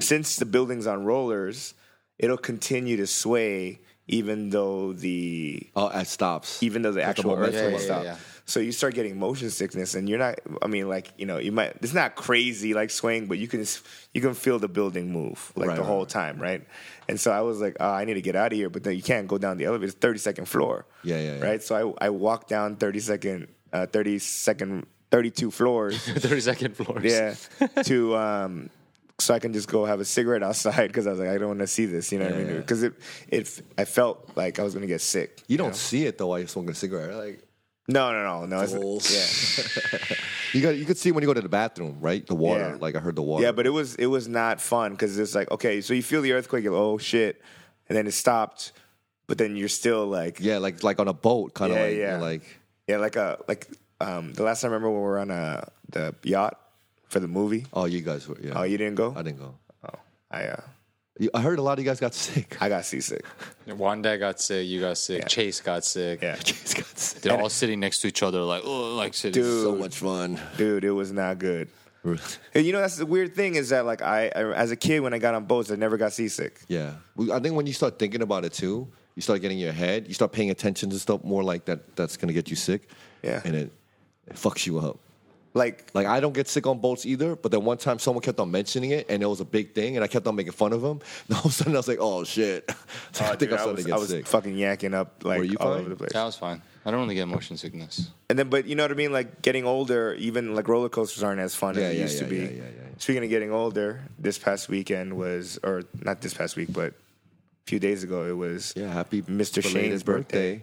Speaker 3: since the building's on rollers, it'll continue to sway, even though the
Speaker 5: Oh, it stops.
Speaker 3: even though the actual
Speaker 5: momentum
Speaker 3: earthquake
Speaker 4: is-
Speaker 3: stopped.
Speaker 4: Yeah, yeah, yeah.
Speaker 3: So you start getting motion sickness, and you're not. I mean, like you know, you might. It's not crazy like swaying, but you can s- you can feel the building move like
Speaker 5: Right,
Speaker 3: the
Speaker 5: right,
Speaker 3: whole
Speaker 5: right.
Speaker 3: time, right? And so I was like, oh, I need to get out of here, but then you can't go down the elevator. It's thirty second floor.
Speaker 5: Yeah, yeah, yeah.
Speaker 3: Right. So I I walked down thirty second, uh, thirty second, thirty two floors.
Speaker 4: 32nd floors.
Speaker 3: Yeah. to um so I can just go have a cigarette outside because I was like, I don't want to see this, you know what I mean?
Speaker 5: yeah.
Speaker 3: Because it, it, I felt like I was gonna get sick.
Speaker 5: you don't see it though while you're smoking a cigarette. Like
Speaker 3: No, no, no, no. It's,
Speaker 4: Goals.
Speaker 3: yeah,
Speaker 5: you got, you could see when you go to the bathroom, right? The water.
Speaker 3: Yeah.
Speaker 5: Like I heard the water.
Speaker 3: Yeah, but it was it was not fun because it's like okay, so you feel the earthquake, you're like, oh shit, and then it stopped, but then you're still like yeah,
Speaker 5: yeah, like like on a boat, kind of
Speaker 3: Yeah,
Speaker 5: like
Speaker 3: yeah.
Speaker 5: you're
Speaker 3: like
Speaker 5: like
Speaker 3: a like um the last time I remember when we were on a the yacht for the movie.
Speaker 5: oh, you guys were yeah.
Speaker 3: Oh, you didn't go?
Speaker 5: I didn't go.
Speaker 3: Oh, I uh,
Speaker 5: You- I heard a lot of you guys got sick.
Speaker 3: I got seasick.
Speaker 4: Wanda got sick. You got sick.
Speaker 3: Yeah.
Speaker 4: Chase got sick.
Speaker 3: Yeah,
Speaker 5: Just got sick.
Speaker 4: They're all sitting next to each other, like, oh, like sitting.
Speaker 3: Dude.
Speaker 5: So much fun.
Speaker 3: dude, it was not good. And you know that's the weird thing is that like I, I as a kid when I got on boats I never got seasick.
Speaker 5: Yeah, We- I think when you start thinking about it too, you start getting in your head. You start paying attention to stuff more like that. That's gonna get you sick.
Speaker 3: Yeah.
Speaker 5: and it, it fucks you up.
Speaker 3: Like
Speaker 5: Like I don't get sick on boats either. But then one time someone kept on mentioning it, and it was a big thing, and I kept on making fun of him. And all of a sudden I was like, "Oh shit!" So
Speaker 3: oh,
Speaker 5: I think
Speaker 3: dude, I
Speaker 5: I'm starting
Speaker 3: was,
Speaker 5: to get
Speaker 3: I was
Speaker 5: sick.
Speaker 3: fucking yanking up like
Speaker 5: Were you
Speaker 3: all
Speaker 5: fine?
Speaker 3: over the place.
Speaker 4: That was fine. I don't really get motion sickness.
Speaker 3: And then, but you know what I mean? Like getting older, even like roller coasters aren't as fun as
Speaker 5: Yeah,
Speaker 3: they
Speaker 5: yeah,
Speaker 3: used
Speaker 5: yeah,
Speaker 3: to be.
Speaker 5: yeah, yeah, yeah.
Speaker 3: Speaking of getting older, this past weekend was, or not this past week, but a few days ago, it was.
Speaker 5: yeah, happy
Speaker 3: Mr.
Speaker 5: belated
Speaker 3: Shane's birthday.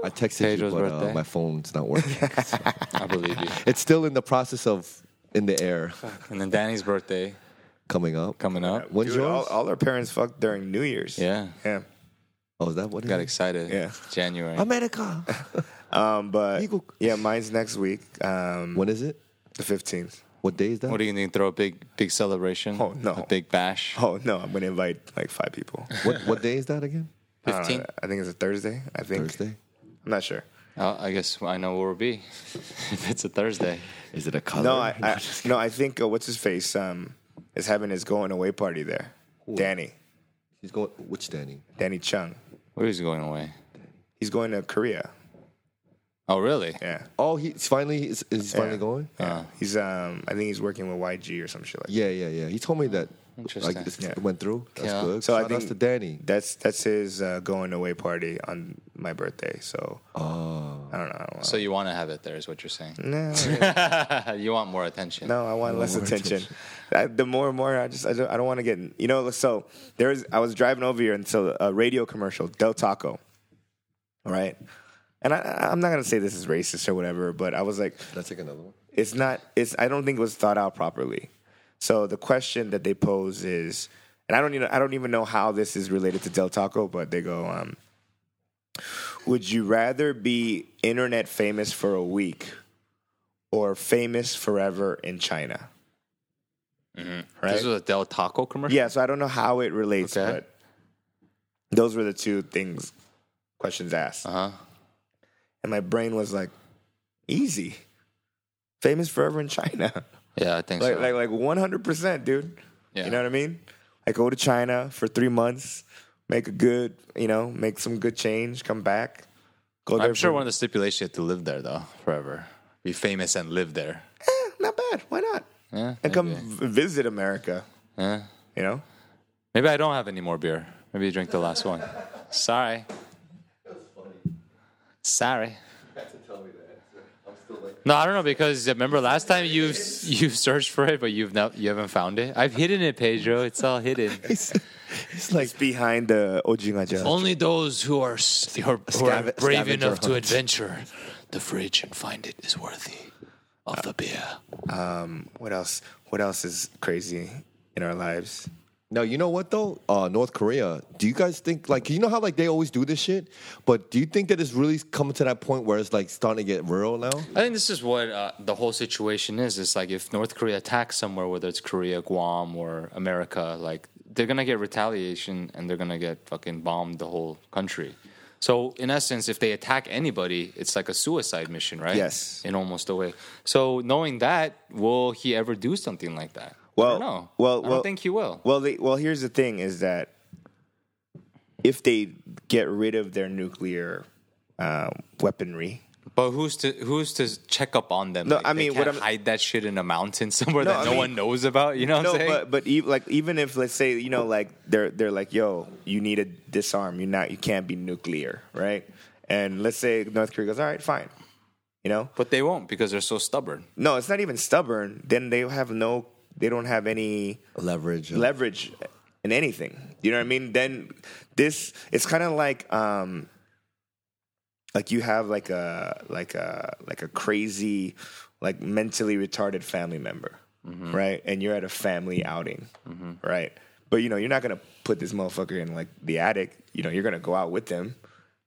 Speaker 5: I texted
Speaker 4: Pedro's
Speaker 5: you, but uh,
Speaker 4: birthday.
Speaker 5: my phone's not working.
Speaker 4: I believe you.
Speaker 5: it's still in the process of in the air
Speaker 4: And then Danny's birthday
Speaker 5: coming up.
Speaker 4: coming up.
Speaker 5: When's
Speaker 3: Dude, all,
Speaker 5: yours?
Speaker 3: all our parents fucked during New Year's.
Speaker 4: Yeah.
Speaker 3: Yeah.
Speaker 5: oh, is that what? it
Speaker 4: Got
Speaker 5: is?
Speaker 4: excited.
Speaker 3: Yeah.
Speaker 4: January.
Speaker 5: America.
Speaker 3: Um, but
Speaker 5: Eagle-
Speaker 3: yeah, mine's next week, um,
Speaker 5: when is it?
Speaker 3: the 15th.
Speaker 5: What day is that?
Speaker 4: What are you going to throw a big, big celebration?
Speaker 3: Oh, no.
Speaker 4: A big bash?
Speaker 3: Oh, no, I'm going to invite like five people.
Speaker 5: what what day is that again?
Speaker 3: I don't know,
Speaker 4: 15?
Speaker 3: I think it's a Thursday. I think.
Speaker 5: Thursday.
Speaker 3: I'm not sure.
Speaker 4: Oh, I guess I know where we'll be. if it's a Thursday.
Speaker 5: Is it a color?
Speaker 3: No, I, I no, I think, uh, what's his face um, is having his going away party there. Danny.
Speaker 5: He's going. Which Danny?
Speaker 3: Danny Chung.
Speaker 4: Where is he going away?
Speaker 3: He's going to Korea.
Speaker 4: Oh, really?
Speaker 3: Yeah.
Speaker 5: Oh, he's finally. Is, is he finally
Speaker 3: Yeah.
Speaker 5: going?
Speaker 3: Yeah. he's um I think he's working with YG or some shit like that.
Speaker 5: Yeah, yeah, yeah. He told me that.
Speaker 4: Oh, Interesting.
Speaker 5: Like, it's-
Speaker 3: Yeah.
Speaker 5: it went through. That's
Speaker 4: Yeah.
Speaker 5: good.
Speaker 3: So I
Speaker 5: Shout outs
Speaker 3: think-
Speaker 5: to Danny.
Speaker 3: That's that's his uh, going away party on my birthday. So
Speaker 5: Oh,
Speaker 3: I don't know. I don't
Speaker 4: So you want to have it there, is what you're saying.
Speaker 3: know. no,
Speaker 4: you want more attention.
Speaker 3: no, I want less attention. I, the more and more, I just I don't, I don't want to get you know. So there's I was driving over here and so a radio commercial Del Taco, all right. And I- I, I'm not gonna say this is racist or whatever, but I was like,
Speaker 5: let's take another one.
Speaker 3: it's not it's i don't think it was thought out properly so the question that they pose is and i don't even i don't even know how this is related to del taco but they go um, would you rather be internet famous for a week or famous forever in china right
Speaker 4: This was a Del Taco commercial?
Speaker 3: yeah so i don't know how it relates
Speaker 4: Okay.
Speaker 3: but those were the two things questions asked
Speaker 4: Uh-huh.
Speaker 3: and my brain was like easy famous forever in china
Speaker 4: Yeah, I think
Speaker 3: like,
Speaker 4: so.
Speaker 3: like like one hundred percent, dude.
Speaker 4: Yeah.
Speaker 3: You know what I mean? Like go to China for three months, make a good, you know, make some good change, come back, go there.
Speaker 4: I'm sure
Speaker 3: for-
Speaker 4: one of the stipulations you have to live there, though, forever. Be famous and live there.
Speaker 3: Eh, not bad. Why not?
Speaker 4: Yeah,
Speaker 3: and come
Speaker 4: maybe.
Speaker 3: v- visit America.
Speaker 4: Yeah.
Speaker 3: You know,
Speaker 4: Maybe I don't have any more beer. Maybe you drink the last one. Sorry. Sorry. No, I don't know because remember last time you you searched for it, but you've not you haven't found it. I've hidden it, Pedro. It's all hidden.
Speaker 3: it's like behind the Ojinaja.
Speaker 4: Only those who are s- who are, who are
Speaker 5: Scaven-
Speaker 4: brave
Speaker 5: scavenger
Speaker 4: enough to
Speaker 5: hunt.
Speaker 4: adventure the fridge and find it is worthy of the beer.
Speaker 3: What else? What else is crazy in our lives?
Speaker 5: Now you know what though, uh, North Korea. Do you guys think like you know how like they always do this shit? But do you think that it's really coming to that point where it's like starting to get real now?
Speaker 4: I think this is what uh, the whole situation is. It's like if North Korea attacks somewhere, whether it's Korea, Guam, or America, like they're gonna get retaliation and they're gonna get fucking bombed the whole country. So in essence, if they attack anybody, it's like a suicide mission, right?
Speaker 3: Yes.
Speaker 4: in almost a way. So knowing that, will he ever do something like that?
Speaker 3: Well,
Speaker 4: I don't know. I
Speaker 3: well,
Speaker 4: don't
Speaker 3: well-
Speaker 4: think he will.
Speaker 3: Well, they, well, here's the thing: is that if they get rid of their nuclear um, weaponry,
Speaker 4: But who's to who's to check up on them?
Speaker 3: No,
Speaker 4: Like,
Speaker 3: I
Speaker 4: they
Speaker 3: mean, what
Speaker 4: can't
Speaker 3: I'm-
Speaker 4: hide that shit in a mountain somewhere
Speaker 3: No,
Speaker 4: that
Speaker 3: I
Speaker 4: no
Speaker 3: mean-
Speaker 4: one knows about. You know what
Speaker 3: no,
Speaker 4: I'm saying?
Speaker 3: but but even, like even if let's say you know like they're they're like yo, you need to disarm. You not you can't be nuclear, right? And let's say North Korea goes, all right, fine. You know,
Speaker 4: but they won't because they're so stubborn.
Speaker 3: no, it's not even stubborn. Then they have no, they don't have any
Speaker 5: Leverage.
Speaker 3: leverage in anything. You know what I mean? Then this it's kind of like um like you have like a like a like a crazy like mentally retarded family member, right? And you're at a family outing, right? But you know, you're not going to put this motherfucker in like the attic. You know, you're going to go out with them.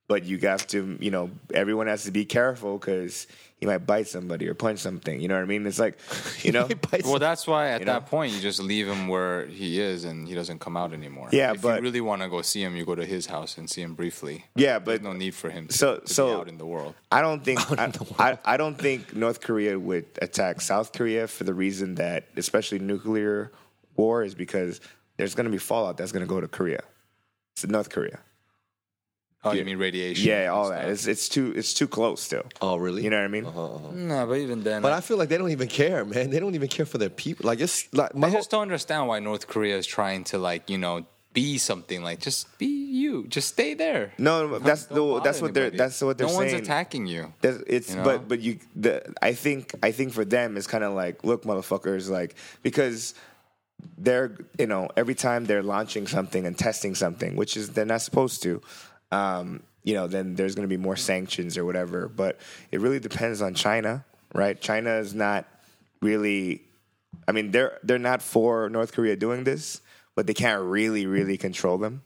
Speaker 3: But you have to, you know, everyone has to be careful because he might bite somebody or punch something. You know what I mean? It's like, you know,
Speaker 4: Well, that's why at
Speaker 3: You know?
Speaker 4: that point you just leave him where he is and he doesn't come out anymore.
Speaker 3: Yeah,
Speaker 4: if
Speaker 3: but-
Speaker 4: you really want to go see him, you go to his house and see him briefly.
Speaker 3: Yeah,
Speaker 4: There's
Speaker 3: but-
Speaker 4: no need for him to,
Speaker 3: So-
Speaker 4: to be
Speaker 3: so-
Speaker 4: out in the world.
Speaker 3: I don't think I, I, I don't think North Korea would attack South Korea for the reason that especially nuclear war is because there's going to be fallout that's going to go to Korea. It's North Korea.
Speaker 4: Oh, you mean radiation?
Speaker 3: Yeah,
Speaker 4: and
Speaker 3: all
Speaker 4: stuff.
Speaker 3: that. It's it's too it's too close still.
Speaker 5: Oh, really?
Speaker 3: You know what I mean?
Speaker 4: No, but even then,
Speaker 5: But
Speaker 4: I-
Speaker 5: I feel like they don't even care, man. They don't even care for their people. Like it's like my
Speaker 4: I
Speaker 5: whole-
Speaker 4: just don't understand why North Korea is trying to like you know be something like just be you, just stay there.
Speaker 3: No, that's
Speaker 4: Don't
Speaker 3: the,
Speaker 4: bother
Speaker 3: that's what they're
Speaker 4: anybody.
Speaker 3: that's what they're
Speaker 4: no
Speaker 3: saying.
Speaker 4: one's attacking you.
Speaker 3: That's, it's
Speaker 4: You know?
Speaker 3: but but you the I think I think for them it's kind of like look motherfuckers like because they're you know every time they're launching something and testing something which is they're not supposed to um, you know then there's going to be more sanctions or whatever but it really depends on China right China is not really I mean they're they're not for North Korea doing this but they can't really really control them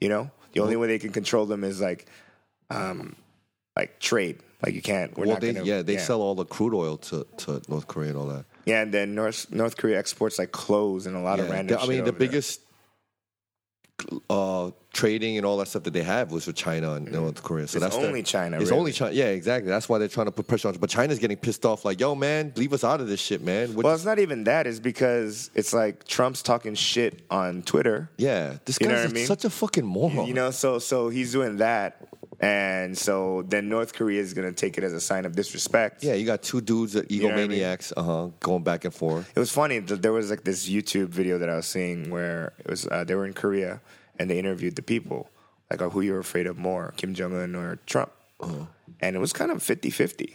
Speaker 3: you know the only way they can control them is like um like trade like you can't we're
Speaker 5: well,
Speaker 3: not
Speaker 5: they,
Speaker 3: gonna,
Speaker 5: yeah, they sell all the crude oil to, to North Korea and all that.
Speaker 3: yeah and then North North Korea exports like clothes and a lot of
Speaker 5: Yeah,
Speaker 3: random
Speaker 5: the- I mean,
Speaker 3: shit
Speaker 5: the
Speaker 3: over there.
Speaker 5: biggest uh, trading and all that stuff that they have was with China and North Korea. So
Speaker 3: Mm. It's
Speaker 5: that's the-
Speaker 3: only China,
Speaker 5: It's
Speaker 3: really.
Speaker 5: only China. Yeah, exactly. That's why they're trying to put pressure on. But China's getting pissed off. Like, yo, man, leave us out of this shit, man. What-
Speaker 3: Well, it's not even that. It's because it's like Trump's talking shit on Twitter.
Speaker 5: yeah, this
Speaker 3: you know
Speaker 5: guy's
Speaker 3: what I
Speaker 5: a-
Speaker 3: mean?
Speaker 5: such a fucking moron.
Speaker 3: You know, so so he's doing that, and so then North Korea is gonna take it as a sign of disrespect.
Speaker 5: yeah, you got two dudes that
Speaker 3: know what I mean?
Speaker 5: egomaniacs, uh huh, going back and forth.
Speaker 3: It was funny. th- There was like this YouTube video that I was seeing where it was uh, they were in Korea and they interviewed the people like uh, who you're afraid of more, Kim Jong Un or Trump,
Speaker 5: Uh-huh.
Speaker 3: and it was kind of 50-50.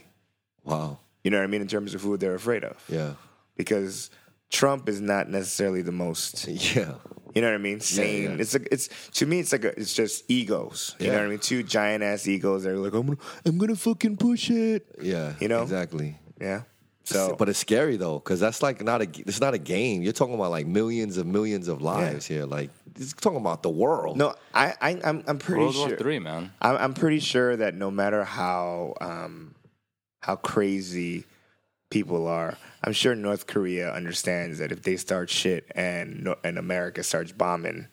Speaker 5: Wow.
Speaker 3: You know what I mean in terms of who they're afraid of.
Speaker 5: Yeah.
Speaker 3: because Trump is not necessarily the most.
Speaker 5: Yeah.
Speaker 3: You know what I mean? Sane.
Speaker 5: yeah.
Speaker 3: It's like it's to me. It's like a, it's just egos. You know
Speaker 5: Yeah.
Speaker 3: what I mean? Two giant ass egos. They're like, I'm gonna, I'm gonna fucking push it.
Speaker 5: Yeah.
Speaker 3: You know?
Speaker 5: exactly.
Speaker 3: Yeah. So,
Speaker 5: but it's scary though, because that's like not a it's not a game. You're talking about like millions and millions of lives here. Like, it's talking about the world.
Speaker 3: no, I, I, I'm, I'm pretty
Speaker 4: World
Speaker 3: sure.
Speaker 4: War Three, man.
Speaker 5: Mm-hmm.
Speaker 3: I'm, I'm pretty sure that no matter how, um, how crazy people are, I'm sure North Korea understands that if they start shit and Nor- and America starts bombing,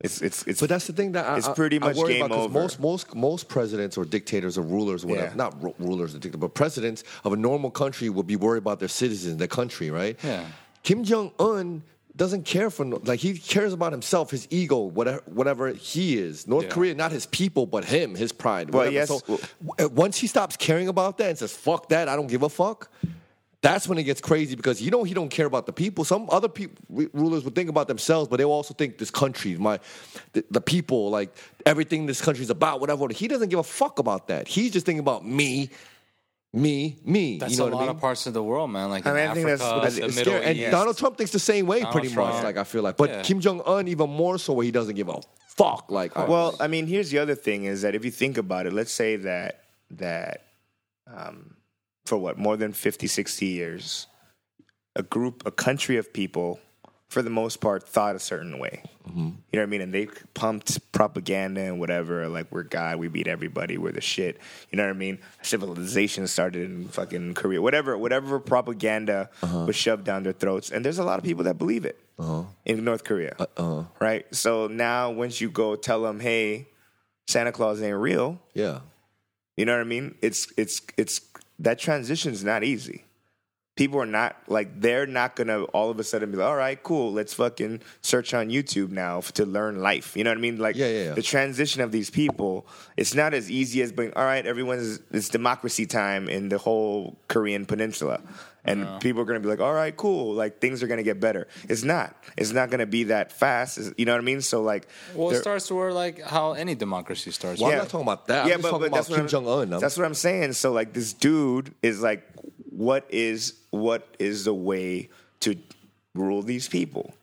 Speaker 3: it's it's it's.
Speaker 5: But that's the thing that I,
Speaker 3: It's
Speaker 5: I-
Speaker 3: pretty
Speaker 5: I
Speaker 3: much
Speaker 5: worry
Speaker 3: game
Speaker 5: about 'cause
Speaker 3: over.
Speaker 5: Most most most presidents or dictators or rulers, or whatever,
Speaker 3: Yeah.
Speaker 5: not ru- rulers or dictators, but presidents of a normal country would be worried about their citizens, their country, right?
Speaker 4: Yeah.
Speaker 5: Kim Jong Un doesn't care for no- like he cares about himself, his ego, whatever whatever he is. North
Speaker 4: Yeah.
Speaker 5: Korea, not his people, but him, his pride.
Speaker 3: Well,
Speaker 5: whatever.
Speaker 3: yes,
Speaker 5: So
Speaker 3: well-
Speaker 5: w- once he stops caring about that and says "fuck that," I don't give a fuck. That's when it gets crazy because you know he don't care about the people. Some other people rulers would think about themselves, but they will also think this country, my the, the people, like everything this country's about, whatever. He doesn't give a fuck about that. He's just thinking about me, me, me.
Speaker 4: That's
Speaker 5: you know
Speaker 4: a
Speaker 5: what
Speaker 4: lot
Speaker 5: I mean?
Speaker 4: of parts of the world, man. Like in
Speaker 3: mean, I think
Speaker 4: Africa,
Speaker 3: that's- that's-
Speaker 4: the
Speaker 3: it's
Speaker 4: Middle
Speaker 3: scary.
Speaker 5: and
Speaker 4: East.
Speaker 5: Donald Trump thinks the same way,
Speaker 4: Donald
Speaker 5: pretty much.
Speaker 4: Trump.
Speaker 5: Like I feel like, but
Speaker 4: Yeah.
Speaker 5: Kim Jong Un even more so, where he doesn't give a fuck. Like, uh, I-
Speaker 3: Well, I mean, here's the other thing is that if you think about it, let's say that that um, for what more than 50, 60 years, a group, a country of people for the most part, thought a certain way. You know what I mean? And they pumped propaganda and whatever, like we're God, we beat everybody, we're the shit. You know what I mean? Civilization started in fucking Korea, whatever, whatever propaganda was shoved down their throats. And there's a lot of people that believe it in North Korea, right? So now, once you go tell them, hey, Santa Claus ain't real,
Speaker 5: Yeah.
Speaker 3: you know what I mean? It's it's it's that transition's not easy. People are not like they're not gonna all of a sudden be like, all right, cool, let's fucking search on YouTube now f- to learn life. You know what I mean? Like
Speaker 5: Yeah, yeah, yeah.
Speaker 3: the transition of these people, it's not as easy as being, all right, everyone's it's democracy time in the whole Korean peninsula. And people are gonna be like, all right, cool, like things are gonna get better. It's not. It's not gonna be that fast. It's- you know what I mean? So like
Speaker 4: Well, it
Speaker 3: there-
Speaker 4: starts to where like how any democracy starts.
Speaker 5: Well,
Speaker 3: Yeah.
Speaker 5: I'm not talking about that. I'm just talking about Kim
Speaker 3: what I'm-
Speaker 5: Jong Un.
Speaker 3: That's what I'm saying. So like this dude is like, what is what is the way to rule these people?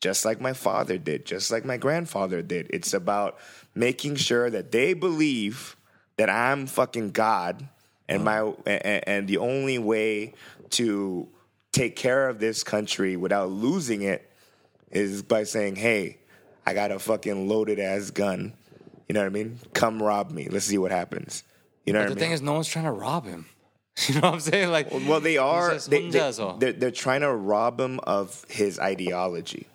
Speaker 3: Just like my father did, just like my grandfather did. It's about making sure that they believe that I'm fucking God and my and, and the only way to take care of this country without losing it is by saying, "Hey, I got a fucking loaded ass gun. You know what I mean? Come rob me. Let's see what happens." You
Speaker 4: But
Speaker 3: know what
Speaker 4: the
Speaker 3: I mean?
Speaker 4: thing is, no one's trying to rob him. You know what I'm saying? Like,
Speaker 3: well, they are.
Speaker 4: says,
Speaker 3: They, they,
Speaker 4: "혼자서."
Speaker 3: they're, they're trying to rob him of his ideology.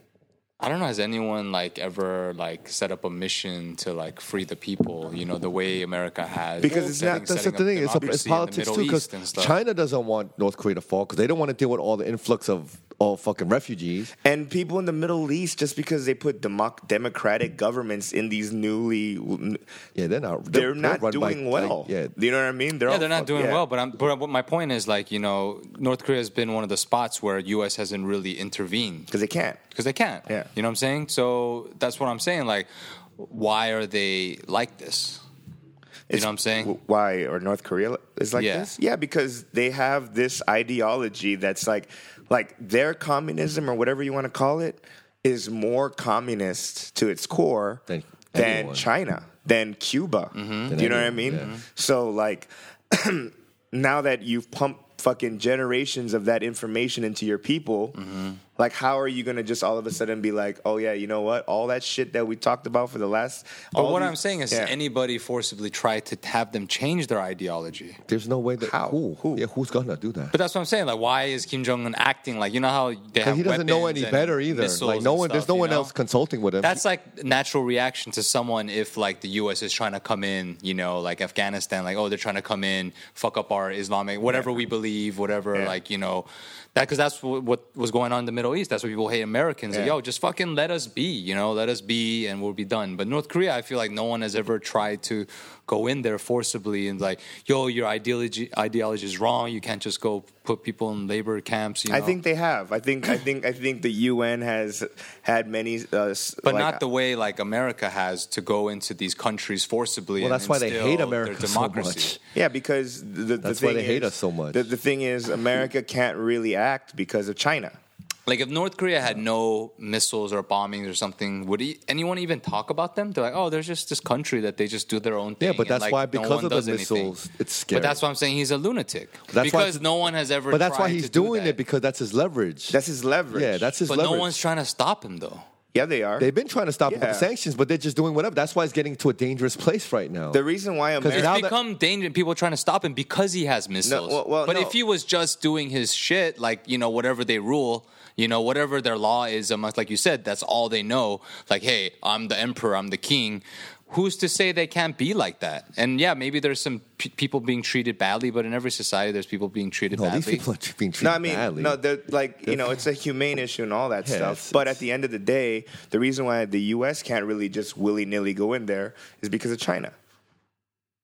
Speaker 4: I don't know. Has anyone like ever like set up a mission to like free the people? You know, the way America has
Speaker 3: Because it's
Speaker 4: setting-
Speaker 3: not-
Speaker 5: That's the
Speaker 4: setting up
Speaker 5: thing. It's, a,
Speaker 4: democracy in
Speaker 5: it's
Speaker 4: the
Speaker 5: politics too,
Speaker 4: Middle
Speaker 5: because
Speaker 4: East and stuff.
Speaker 5: China doesn't want North Korea to fall because they don't want to deal with all the influx of all fucking refugees.
Speaker 3: And people in the Middle East, just because they put democ- democratic governments in these newly,
Speaker 5: Yeah, they're not.
Speaker 3: they're, not
Speaker 5: run by,
Speaker 3: doing well.
Speaker 5: Like, yeah,
Speaker 3: You know what I mean?
Speaker 4: Yeah,
Speaker 3: all
Speaker 4: they're not
Speaker 3: fuck-
Speaker 4: doing
Speaker 3: yeah.
Speaker 4: well. But I'm, but what my point is like you know, North Korea has been one of the spots where U.S. hasn't really intervened
Speaker 3: because they can't.
Speaker 4: because they can't.
Speaker 3: Yeah.
Speaker 4: you know what I'm saying. So that's what I'm saying. Like, why are they like this?
Speaker 3: It's-
Speaker 4: you know what I'm saying?
Speaker 3: w- Why or North Korea is like
Speaker 4: Yeah.
Speaker 3: this? Yeah, because they have this ideology that's like, like their communism or whatever you want to call it is more communist to its core
Speaker 5: Than
Speaker 3: than,
Speaker 5: anyone.
Speaker 3: China, than Cuba.
Speaker 4: Mm-hmm.
Speaker 5: Than
Speaker 3: Do you know what I mean?
Speaker 5: anyone,
Speaker 3: So like, now that you've pumped fucking generations of that information into your people,
Speaker 4: Mm-hmm.
Speaker 3: like how are you gonna just all of a sudden be like, oh yeah, you know what? All that shit that we talked about for the last.
Speaker 4: But what I'm saying is,
Speaker 3: any.
Speaker 4: anybody forcibly try to have them change their ideology.
Speaker 5: there's no way that
Speaker 3: How?
Speaker 5: Who?
Speaker 3: Who?
Speaker 5: Yeah, who's gonna do that?
Speaker 4: But that's what I'm saying. Like, why is Kim Jong Un acting like you know how they have?
Speaker 5: Because he doesn't know
Speaker 4: weapons
Speaker 5: any
Speaker 4: and
Speaker 5: better either.
Speaker 4: missiles
Speaker 5: Like no
Speaker 4: and
Speaker 5: one, there's
Speaker 4: stuff,
Speaker 5: no
Speaker 4: you
Speaker 5: one
Speaker 4: know?
Speaker 5: else consulting with him.
Speaker 4: That's like natural reaction to someone if like the U.S. is trying to come in, you know, like Afghanistan, like oh they're trying to come in, fuck up our Islamic, whatever we believe, whatever,
Speaker 3: Yeah.
Speaker 4: like you know, that because that's what, what was going on in the Middle East. That's why people hate Americans. Like
Speaker 3: Yeah.
Speaker 4: yo, just fucking let us be, you know, let us be, and we'll be done. But North Korea, I feel like no one has ever tried to go in there forcibly and like yo, your ideology ideology is wrong. You can't just go put people in labor camps. You know?
Speaker 3: I think they have. I think. I think. I think the UN has had many. Uh, s-
Speaker 4: But
Speaker 3: like-
Speaker 4: not the way like America has to go into these countries forcibly.
Speaker 5: Well,
Speaker 4: and
Speaker 5: that's why they
Speaker 4: instill
Speaker 5: hate
Speaker 4: their
Speaker 5: America so
Speaker 4: democracy.
Speaker 5: much.
Speaker 3: Yeah, because the, the
Speaker 5: That's why
Speaker 3: thing
Speaker 5: they hate
Speaker 3: is-
Speaker 5: us so much.
Speaker 3: The, the thing is, America can't really act because of China.
Speaker 4: Like if North Korea had no missiles or bombings or something, would e- anyone even talk about them? They're like, oh, there's just this country that they just do their own thing.
Speaker 5: Yeah, but
Speaker 4: and,
Speaker 5: that's
Speaker 4: like,
Speaker 5: why
Speaker 4: no
Speaker 5: because
Speaker 4: one
Speaker 5: of the
Speaker 4: does anything.
Speaker 5: missiles, it's scary.
Speaker 4: But that's why I'm saying he's a lunatic.
Speaker 5: why-
Speaker 4: because no one has ever.
Speaker 5: But that's why
Speaker 4: tried
Speaker 5: he's
Speaker 4: to do
Speaker 5: doing
Speaker 4: that.
Speaker 5: it because that's his leverage.
Speaker 3: That's his leverage.
Speaker 5: yeah, that's his
Speaker 4: But
Speaker 5: leverage.
Speaker 4: no one's trying to stop him though.
Speaker 3: yeah, they are.
Speaker 5: They've been trying to stop him with
Speaker 3: Yeah.
Speaker 5: the sanctions, but they're just doing whatever. That's why it's getting to a dangerous place right now.
Speaker 3: the reason why
Speaker 5: Because
Speaker 3: America.
Speaker 5: now
Speaker 4: It's
Speaker 5: that-
Speaker 4: become dangerous. People trying to stop him because he has missiles.
Speaker 3: well- well,
Speaker 4: but
Speaker 3: no.
Speaker 4: if he was just doing his shit, like you know, whatever they rule, you know, whatever their law is, amongst like you said, that's all they know. Like, hey, I'm the emperor, I'm the king. Who's to say they can't be like that? And yeah, maybe there's some p- people being treated badly, but in every society, there's people being treated
Speaker 5: no, these
Speaker 4: badly.
Speaker 5: people are being treated
Speaker 3: no, I mean,
Speaker 5: badly.
Speaker 3: no, they're like you know, it's a humane issue and all that
Speaker 5: Yeah,
Speaker 3: stuff.
Speaker 5: it's-
Speaker 3: but
Speaker 5: it's-
Speaker 3: at the end of the day, the reason why the U.S. can't really just willy nilly go in there is because of China.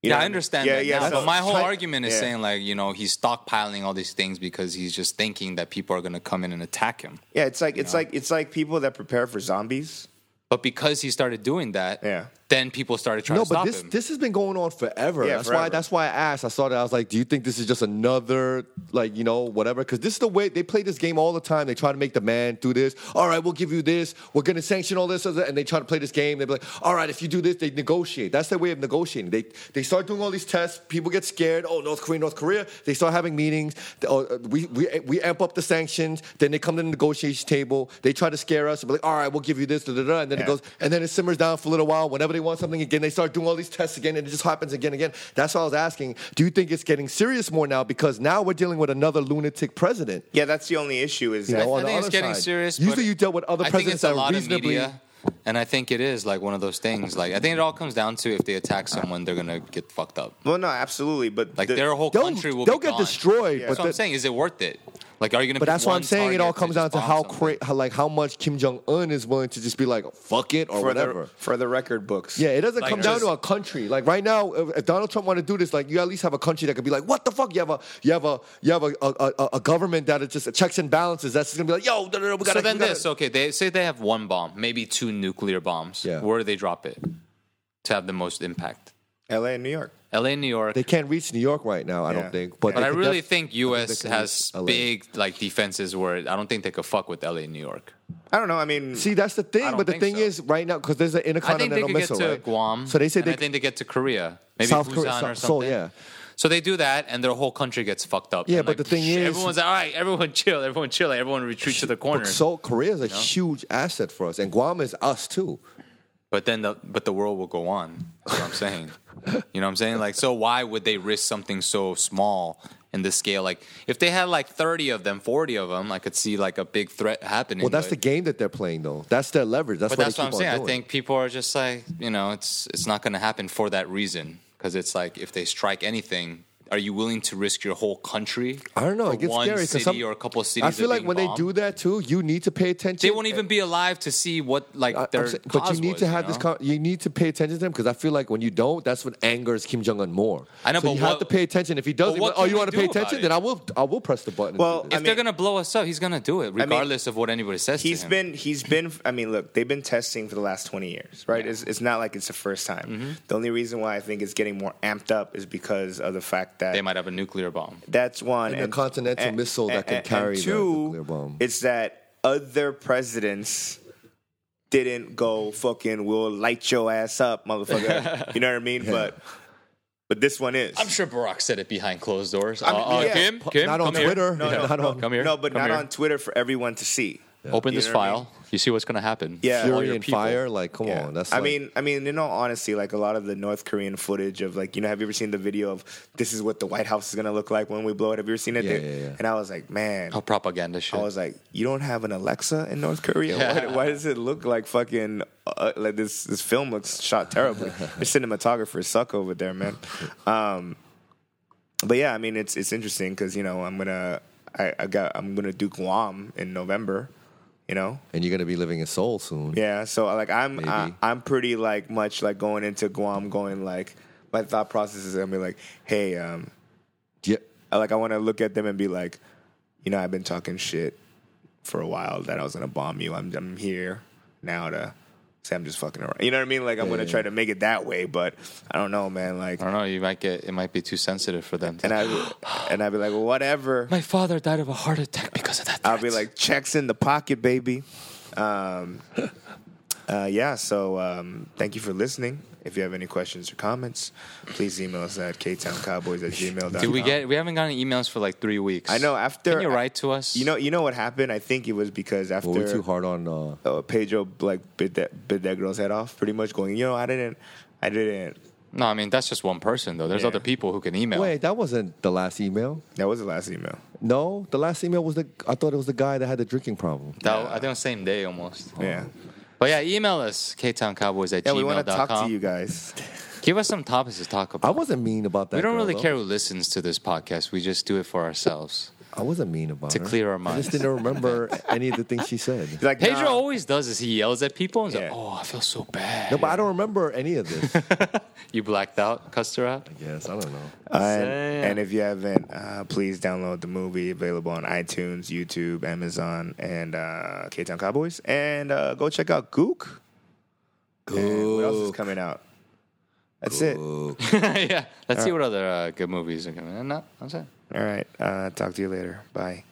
Speaker 3: You know
Speaker 4: yeah,
Speaker 3: what
Speaker 4: I
Speaker 3: mean?
Speaker 4: understand
Speaker 3: Yeah,
Speaker 4: that.
Speaker 3: yeah.
Speaker 4: now,
Speaker 3: so-
Speaker 4: but my whole
Speaker 3: Chi-
Speaker 4: argument is
Speaker 3: yeah.
Speaker 4: saying like you know he's stockpiling all these things because he's just thinking that people are going to come in and attack him.
Speaker 3: yeah, it's like it's like it's like people that prepare for zombies.
Speaker 4: But because he started doing that,
Speaker 3: Yeah.
Speaker 4: then people started trying
Speaker 5: No,
Speaker 4: to stop
Speaker 5: but this
Speaker 4: him.
Speaker 5: this has been going on forever.
Speaker 3: Yeah,
Speaker 5: that's why
Speaker 3: forever.
Speaker 5: that's why I asked. I saw that I was like, do you think this is just another like you know whatever? Because this is the way they play this game all the time. They try to make the man do this. All right, we'll give you this. We're gonna sanction all this, and they try to play this game. They be like, all right, if you do this, they negotiate. That's their way of negotiating. They they start doing all these tests. People get scared. Oh, North Korea, North Korea. They start having meetings. They- oh, uh, we we we amp up the sanctions. Then they come to the negotiation table. They try to scare us. And be like, all right, we'll give you this. Da, da, da, and then it
Speaker 3: Yeah.
Speaker 5: goes and then it simmers down for a little while. Whenever they want something again, they start doing all these tests again, and it just happens again and again. That's why I was asking, do you think it's getting serious more now? Because now we're dealing with another lunatic president.
Speaker 3: Yeah, that's the only issue is
Speaker 5: You
Speaker 3: that
Speaker 5: know, on the
Speaker 4: think it's
Speaker 5: other
Speaker 4: getting
Speaker 5: side.
Speaker 4: serious, but
Speaker 5: Usually, you deal with other
Speaker 4: I think
Speaker 5: presidents
Speaker 4: it's a
Speaker 5: that
Speaker 4: lot
Speaker 5: are
Speaker 4: of
Speaker 5: reasonably.
Speaker 4: media, and I think it is like one of those things. Like I think it all comes down to if they attack someone, they're gonna get fucked up.
Speaker 3: well, no, absolutely, but
Speaker 4: Like
Speaker 3: the-
Speaker 4: their whole
Speaker 5: They'll,
Speaker 4: country will
Speaker 5: they'll
Speaker 4: be
Speaker 5: get
Speaker 4: gone.
Speaker 5: destroyed,
Speaker 4: That's
Speaker 5: but,
Speaker 4: what I'm
Speaker 5: the-
Speaker 4: saying. Is it worth it? Like, are you gonna?
Speaker 5: but
Speaker 4: pick
Speaker 5: that's what
Speaker 4: one
Speaker 5: I'm saying. It all
Speaker 4: target to
Speaker 5: comes down
Speaker 4: just
Speaker 5: to
Speaker 4: bomb
Speaker 5: how,
Speaker 4: someone?
Speaker 5: cra- how like how much Kim Jong Un is willing to just be like fuck it or
Speaker 3: for
Speaker 5: whatever.
Speaker 3: the for the record books.
Speaker 5: Yeah, it doesn't
Speaker 4: Like,
Speaker 5: come down
Speaker 4: just-
Speaker 5: to a country. Like right now, if, if Donald Trump want to do this, like you at least have a country that could be like, "What the fuck? You have a you have a you have a a, a, a government that is just checks and balances. That's just gonna be like, yo, no, no, no, we gotta."
Speaker 4: so then
Speaker 5: we gotta-
Speaker 4: this okay? They say they have one bomb, maybe two nuclear bombs.
Speaker 5: Yeah.
Speaker 4: Where do they drop it to have the most impact?
Speaker 3: L.A. and New York.
Speaker 4: L.A. New York.
Speaker 5: they can't reach New York right now. I
Speaker 3: Yeah.
Speaker 5: don't think. But,
Speaker 4: but
Speaker 5: they
Speaker 4: I
Speaker 5: could
Speaker 4: really
Speaker 5: def-
Speaker 4: think U.S.
Speaker 5: can
Speaker 4: has
Speaker 5: reach LA.
Speaker 4: big like defenses where I don't think they could fuck with L.A. New York.
Speaker 3: I don't know. I mean,
Speaker 5: See, that's the
Speaker 4: I
Speaker 5: thing.
Speaker 4: don't
Speaker 5: But the
Speaker 4: think
Speaker 5: thing
Speaker 4: so.
Speaker 5: is, right now, because there's an
Speaker 4: I think
Speaker 5: intercontinental
Speaker 4: they could
Speaker 5: missile,
Speaker 4: get to
Speaker 5: right?
Speaker 4: Guam.
Speaker 5: So they say
Speaker 4: and
Speaker 5: they
Speaker 4: I think they get to Korea, maybe
Speaker 5: South
Speaker 4: Busan
Speaker 5: Korea,
Speaker 4: or something.
Speaker 5: so- so, yeah.
Speaker 4: So they do that, and their whole country gets fucked up.
Speaker 5: Yeah,
Speaker 4: And,
Speaker 5: but
Speaker 4: like,
Speaker 5: the thing is-
Speaker 4: everyone's like, all right, everyone chill, everyone chill, like, everyone retreat to the corner.
Speaker 5: But Seoul, Korea is a huge asset for us, and Guam is us too.
Speaker 4: But then the but the world will go on. That's what I'm saying. you know what I'm saying? Like, so why would they risk something so small in the scale? Like, if they had like 30 of them, 40 of them, I could see like a big threat happening.
Speaker 5: Well, that's
Speaker 4: but,
Speaker 5: the game that they're playing, though. That's their leverage. That's
Speaker 4: But
Speaker 5: why
Speaker 4: that's
Speaker 5: they
Speaker 4: what I'm
Speaker 5: keep
Speaker 4: saying.
Speaker 5: on
Speaker 4: I
Speaker 5: doing it.
Speaker 4: think people are just like, you know, it's it's not going to happen for that reason. Because it's like if they strike anything. Are you willing to risk your whole country?
Speaker 5: I don't know.
Speaker 4: for
Speaker 5: It gets
Speaker 4: one
Speaker 5: scary. 'cause
Speaker 4: city
Speaker 5: some-
Speaker 4: or a couple cities.
Speaker 5: I feel
Speaker 4: are
Speaker 5: like
Speaker 4: being
Speaker 5: when
Speaker 4: bombed?
Speaker 5: they do that too, you need to pay attention.
Speaker 4: they won't even be alive to see what like
Speaker 5: I- I'm
Speaker 4: their.
Speaker 5: saying- but you
Speaker 4: cause
Speaker 5: need
Speaker 4: was,
Speaker 5: to have this.
Speaker 4: know?
Speaker 5: Con- you need to pay attention to them because I feel like when you don't, that's what angers Kim Jong Un more.
Speaker 4: I know,
Speaker 5: so
Speaker 4: but
Speaker 5: you
Speaker 4: what-
Speaker 5: have to pay attention. If he
Speaker 4: but
Speaker 5: doesn't,
Speaker 4: what
Speaker 5: oh,
Speaker 4: can
Speaker 5: you
Speaker 4: we
Speaker 5: want
Speaker 4: do
Speaker 5: to pay
Speaker 4: about
Speaker 5: attention?
Speaker 4: it?
Speaker 5: Then I will. I will press the button. and
Speaker 3: Well,
Speaker 5: do
Speaker 4: If
Speaker 5: this.
Speaker 3: I mean-
Speaker 4: they're gonna blow us up, he's gonna do it, regardless of what anybody says. to
Speaker 3: He's
Speaker 4: him.
Speaker 3: been he's been I mean look they've been testing for the last 20 years right it's, it's not like it's the first time
Speaker 4: Mm-hmm.
Speaker 3: the only reason why I think it's getting more amped up is because of the fact that
Speaker 4: They might have a nuclear bomb.
Speaker 3: that's one
Speaker 5: And a continental missile that can carry the
Speaker 3: two
Speaker 5: nuclear bomb.
Speaker 3: it's that other presidents didn't go fucking we'll light your ass up motherfucker you know what I mean but but this one is
Speaker 4: I'm sure Barack said it behind closed doors.
Speaker 3: I mean,
Speaker 4: uh, uh,
Speaker 3: yeah.
Speaker 4: Kim, Kim,
Speaker 5: not on
Speaker 4: come here.
Speaker 5: Twitter.
Speaker 3: no, no,
Speaker 5: not on
Speaker 4: Come here.
Speaker 3: no but
Speaker 4: come
Speaker 3: not
Speaker 4: here.
Speaker 3: on Twitter for everyone to see
Speaker 4: Open
Speaker 3: You
Speaker 4: this
Speaker 3: know what I mean?
Speaker 4: file. You see what's gonna happen.
Speaker 3: Yeah.
Speaker 4: All
Speaker 5: Fury
Speaker 4: your
Speaker 5: and
Speaker 4: people.
Speaker 5: fire. Like, come on. That's.
Speaker 3: I
Speaker 5: like-
Speaker 3: mean, I mean, in all honesty, like a lot of the North Korean footage of like, you know, have you ever seen the video of this is what the White House is gonna look like when we blow it? Have you ever seen it?
Speaker 5: Yeah, yeah, yeah.
Speaker 3: And I was like, man,
Speaker 4: All Oh, propaganda shit.
Speaker 3: I was like, you don't have an Alexa in North Korea.
Speaker 4: Yeah.
Speaker 3: Why, why does it look like fucking uh, like this? This film looks shot terribly. Your cinematographers suck over there, man. Um, but yeah, I mean, it's it's interesting because you know I'm gonna I, I got I'm gonna do Guam in November. You know,
Speaker 5: and you're gonna be living in Seoul soon.
Speaker 3: yeah, so uh, like I'm I,
Speaker 5: Maybe.
Speaker 3: I'm pretty like much like going into Guam, going like my thought process is gonna be like, hey, um,
Speaker 5: Yeah.
Speaker 3: I- like I want to look at them and be like, you know, I've been talking shit for a while that I was gonna bomb you. I'm I'm here now to say I'm just fucking around. You know what I mean? Like I'm gonna try to make it that way, but I don't know, man. Like,
Speaker 4: I don't know. You might get. It might be too sensitive for them. to-
Speaker 3: and I would- and I'd be like, well, whatever.
Speaker 4: My father died of a heart attack because of that.
Speaker 3: I'll be
Speaker 4: threat.
Speaker 3: like, checks in the pocket, baby. Um, uh, yeah, so um, thank you for listening. If you have any questions or comments, please email us at ktowncowboys at gmail.com.
Speaker 4: Did we get? We haven't gotten emails for like three weeks.
Speaker 3: I know after.
Speaker 4: Can you write to us?
Speaker 3: You know, you know what happened? I think it was because after
Speaker 5: Well, we're too hard on. Uh,
Speaker 3: uh, Pedro like bit that bit that girl's head off, pretty much going, you know, I didn't, I didn't.
Speaker 4: No, I mean that's just one person though. There's
Speaker 3: Yeah.
Speaker 4: other people who can email.
Speaker 5: wait, that wasn't the last email.
Speaker 3: That was the last email.
Speaker 5: No, the last email was the. I thought it was the guy that had the drinking problem.
Speaker 4: That, I think same day almost.
Speaker 3: Yeah,
Speaker 4: But yeah, email us ktowncowboys at
Speaker 3: yeah.
Speaker 4: gmail.com.
Speaker 3: We want to talk to you guys.
Speaker 4: Give us some topics to talk
Speaker 5: I
Speaker 4: about.
Speaker 5: wasn't mean about that.
Speaker 4: we don't
Speaker 5: girl,
Speaker 4: really
Speaker 5: though.
Speaker 4: care who listens to this podcast. We just do it for ourselves.
Speaker 5: I wasn't mean about
Speaker 4: To
Speaker 5: her.
Speaker 4: clear our
Speaker 5: I
Speaker 4: minds.
Speaker 5: just didn't remember any of the things she said.
Speaker 3: He's like
Speaker 4: Pedro
Speaker 3: nah.
Speaker 4: always does is he yells at people and is like,
Speaker 3: Yeah.
Speaker 4: "Oh, I feel so bad."
Speaker 5: No, but I don't remember any of this.
Speaker 4: "Oh, You blacked out, cussed her out.
Speaker 5: Yes, I don't know.
Speaker 3: And,
Speaker 4: Sam.
Speaker 3: and if you haven't, uh, please download the movie available on iTunes, YouTube, Amazon, and uh, K Town Cowboys. And uh, go check out Gook. And what else is coming out? That's it. All
Speaker 4: yeah. Let's see what other uh, good movies are coming. out. No, that's it.
Speaker 3: right. Uh, talk to you later. Bye.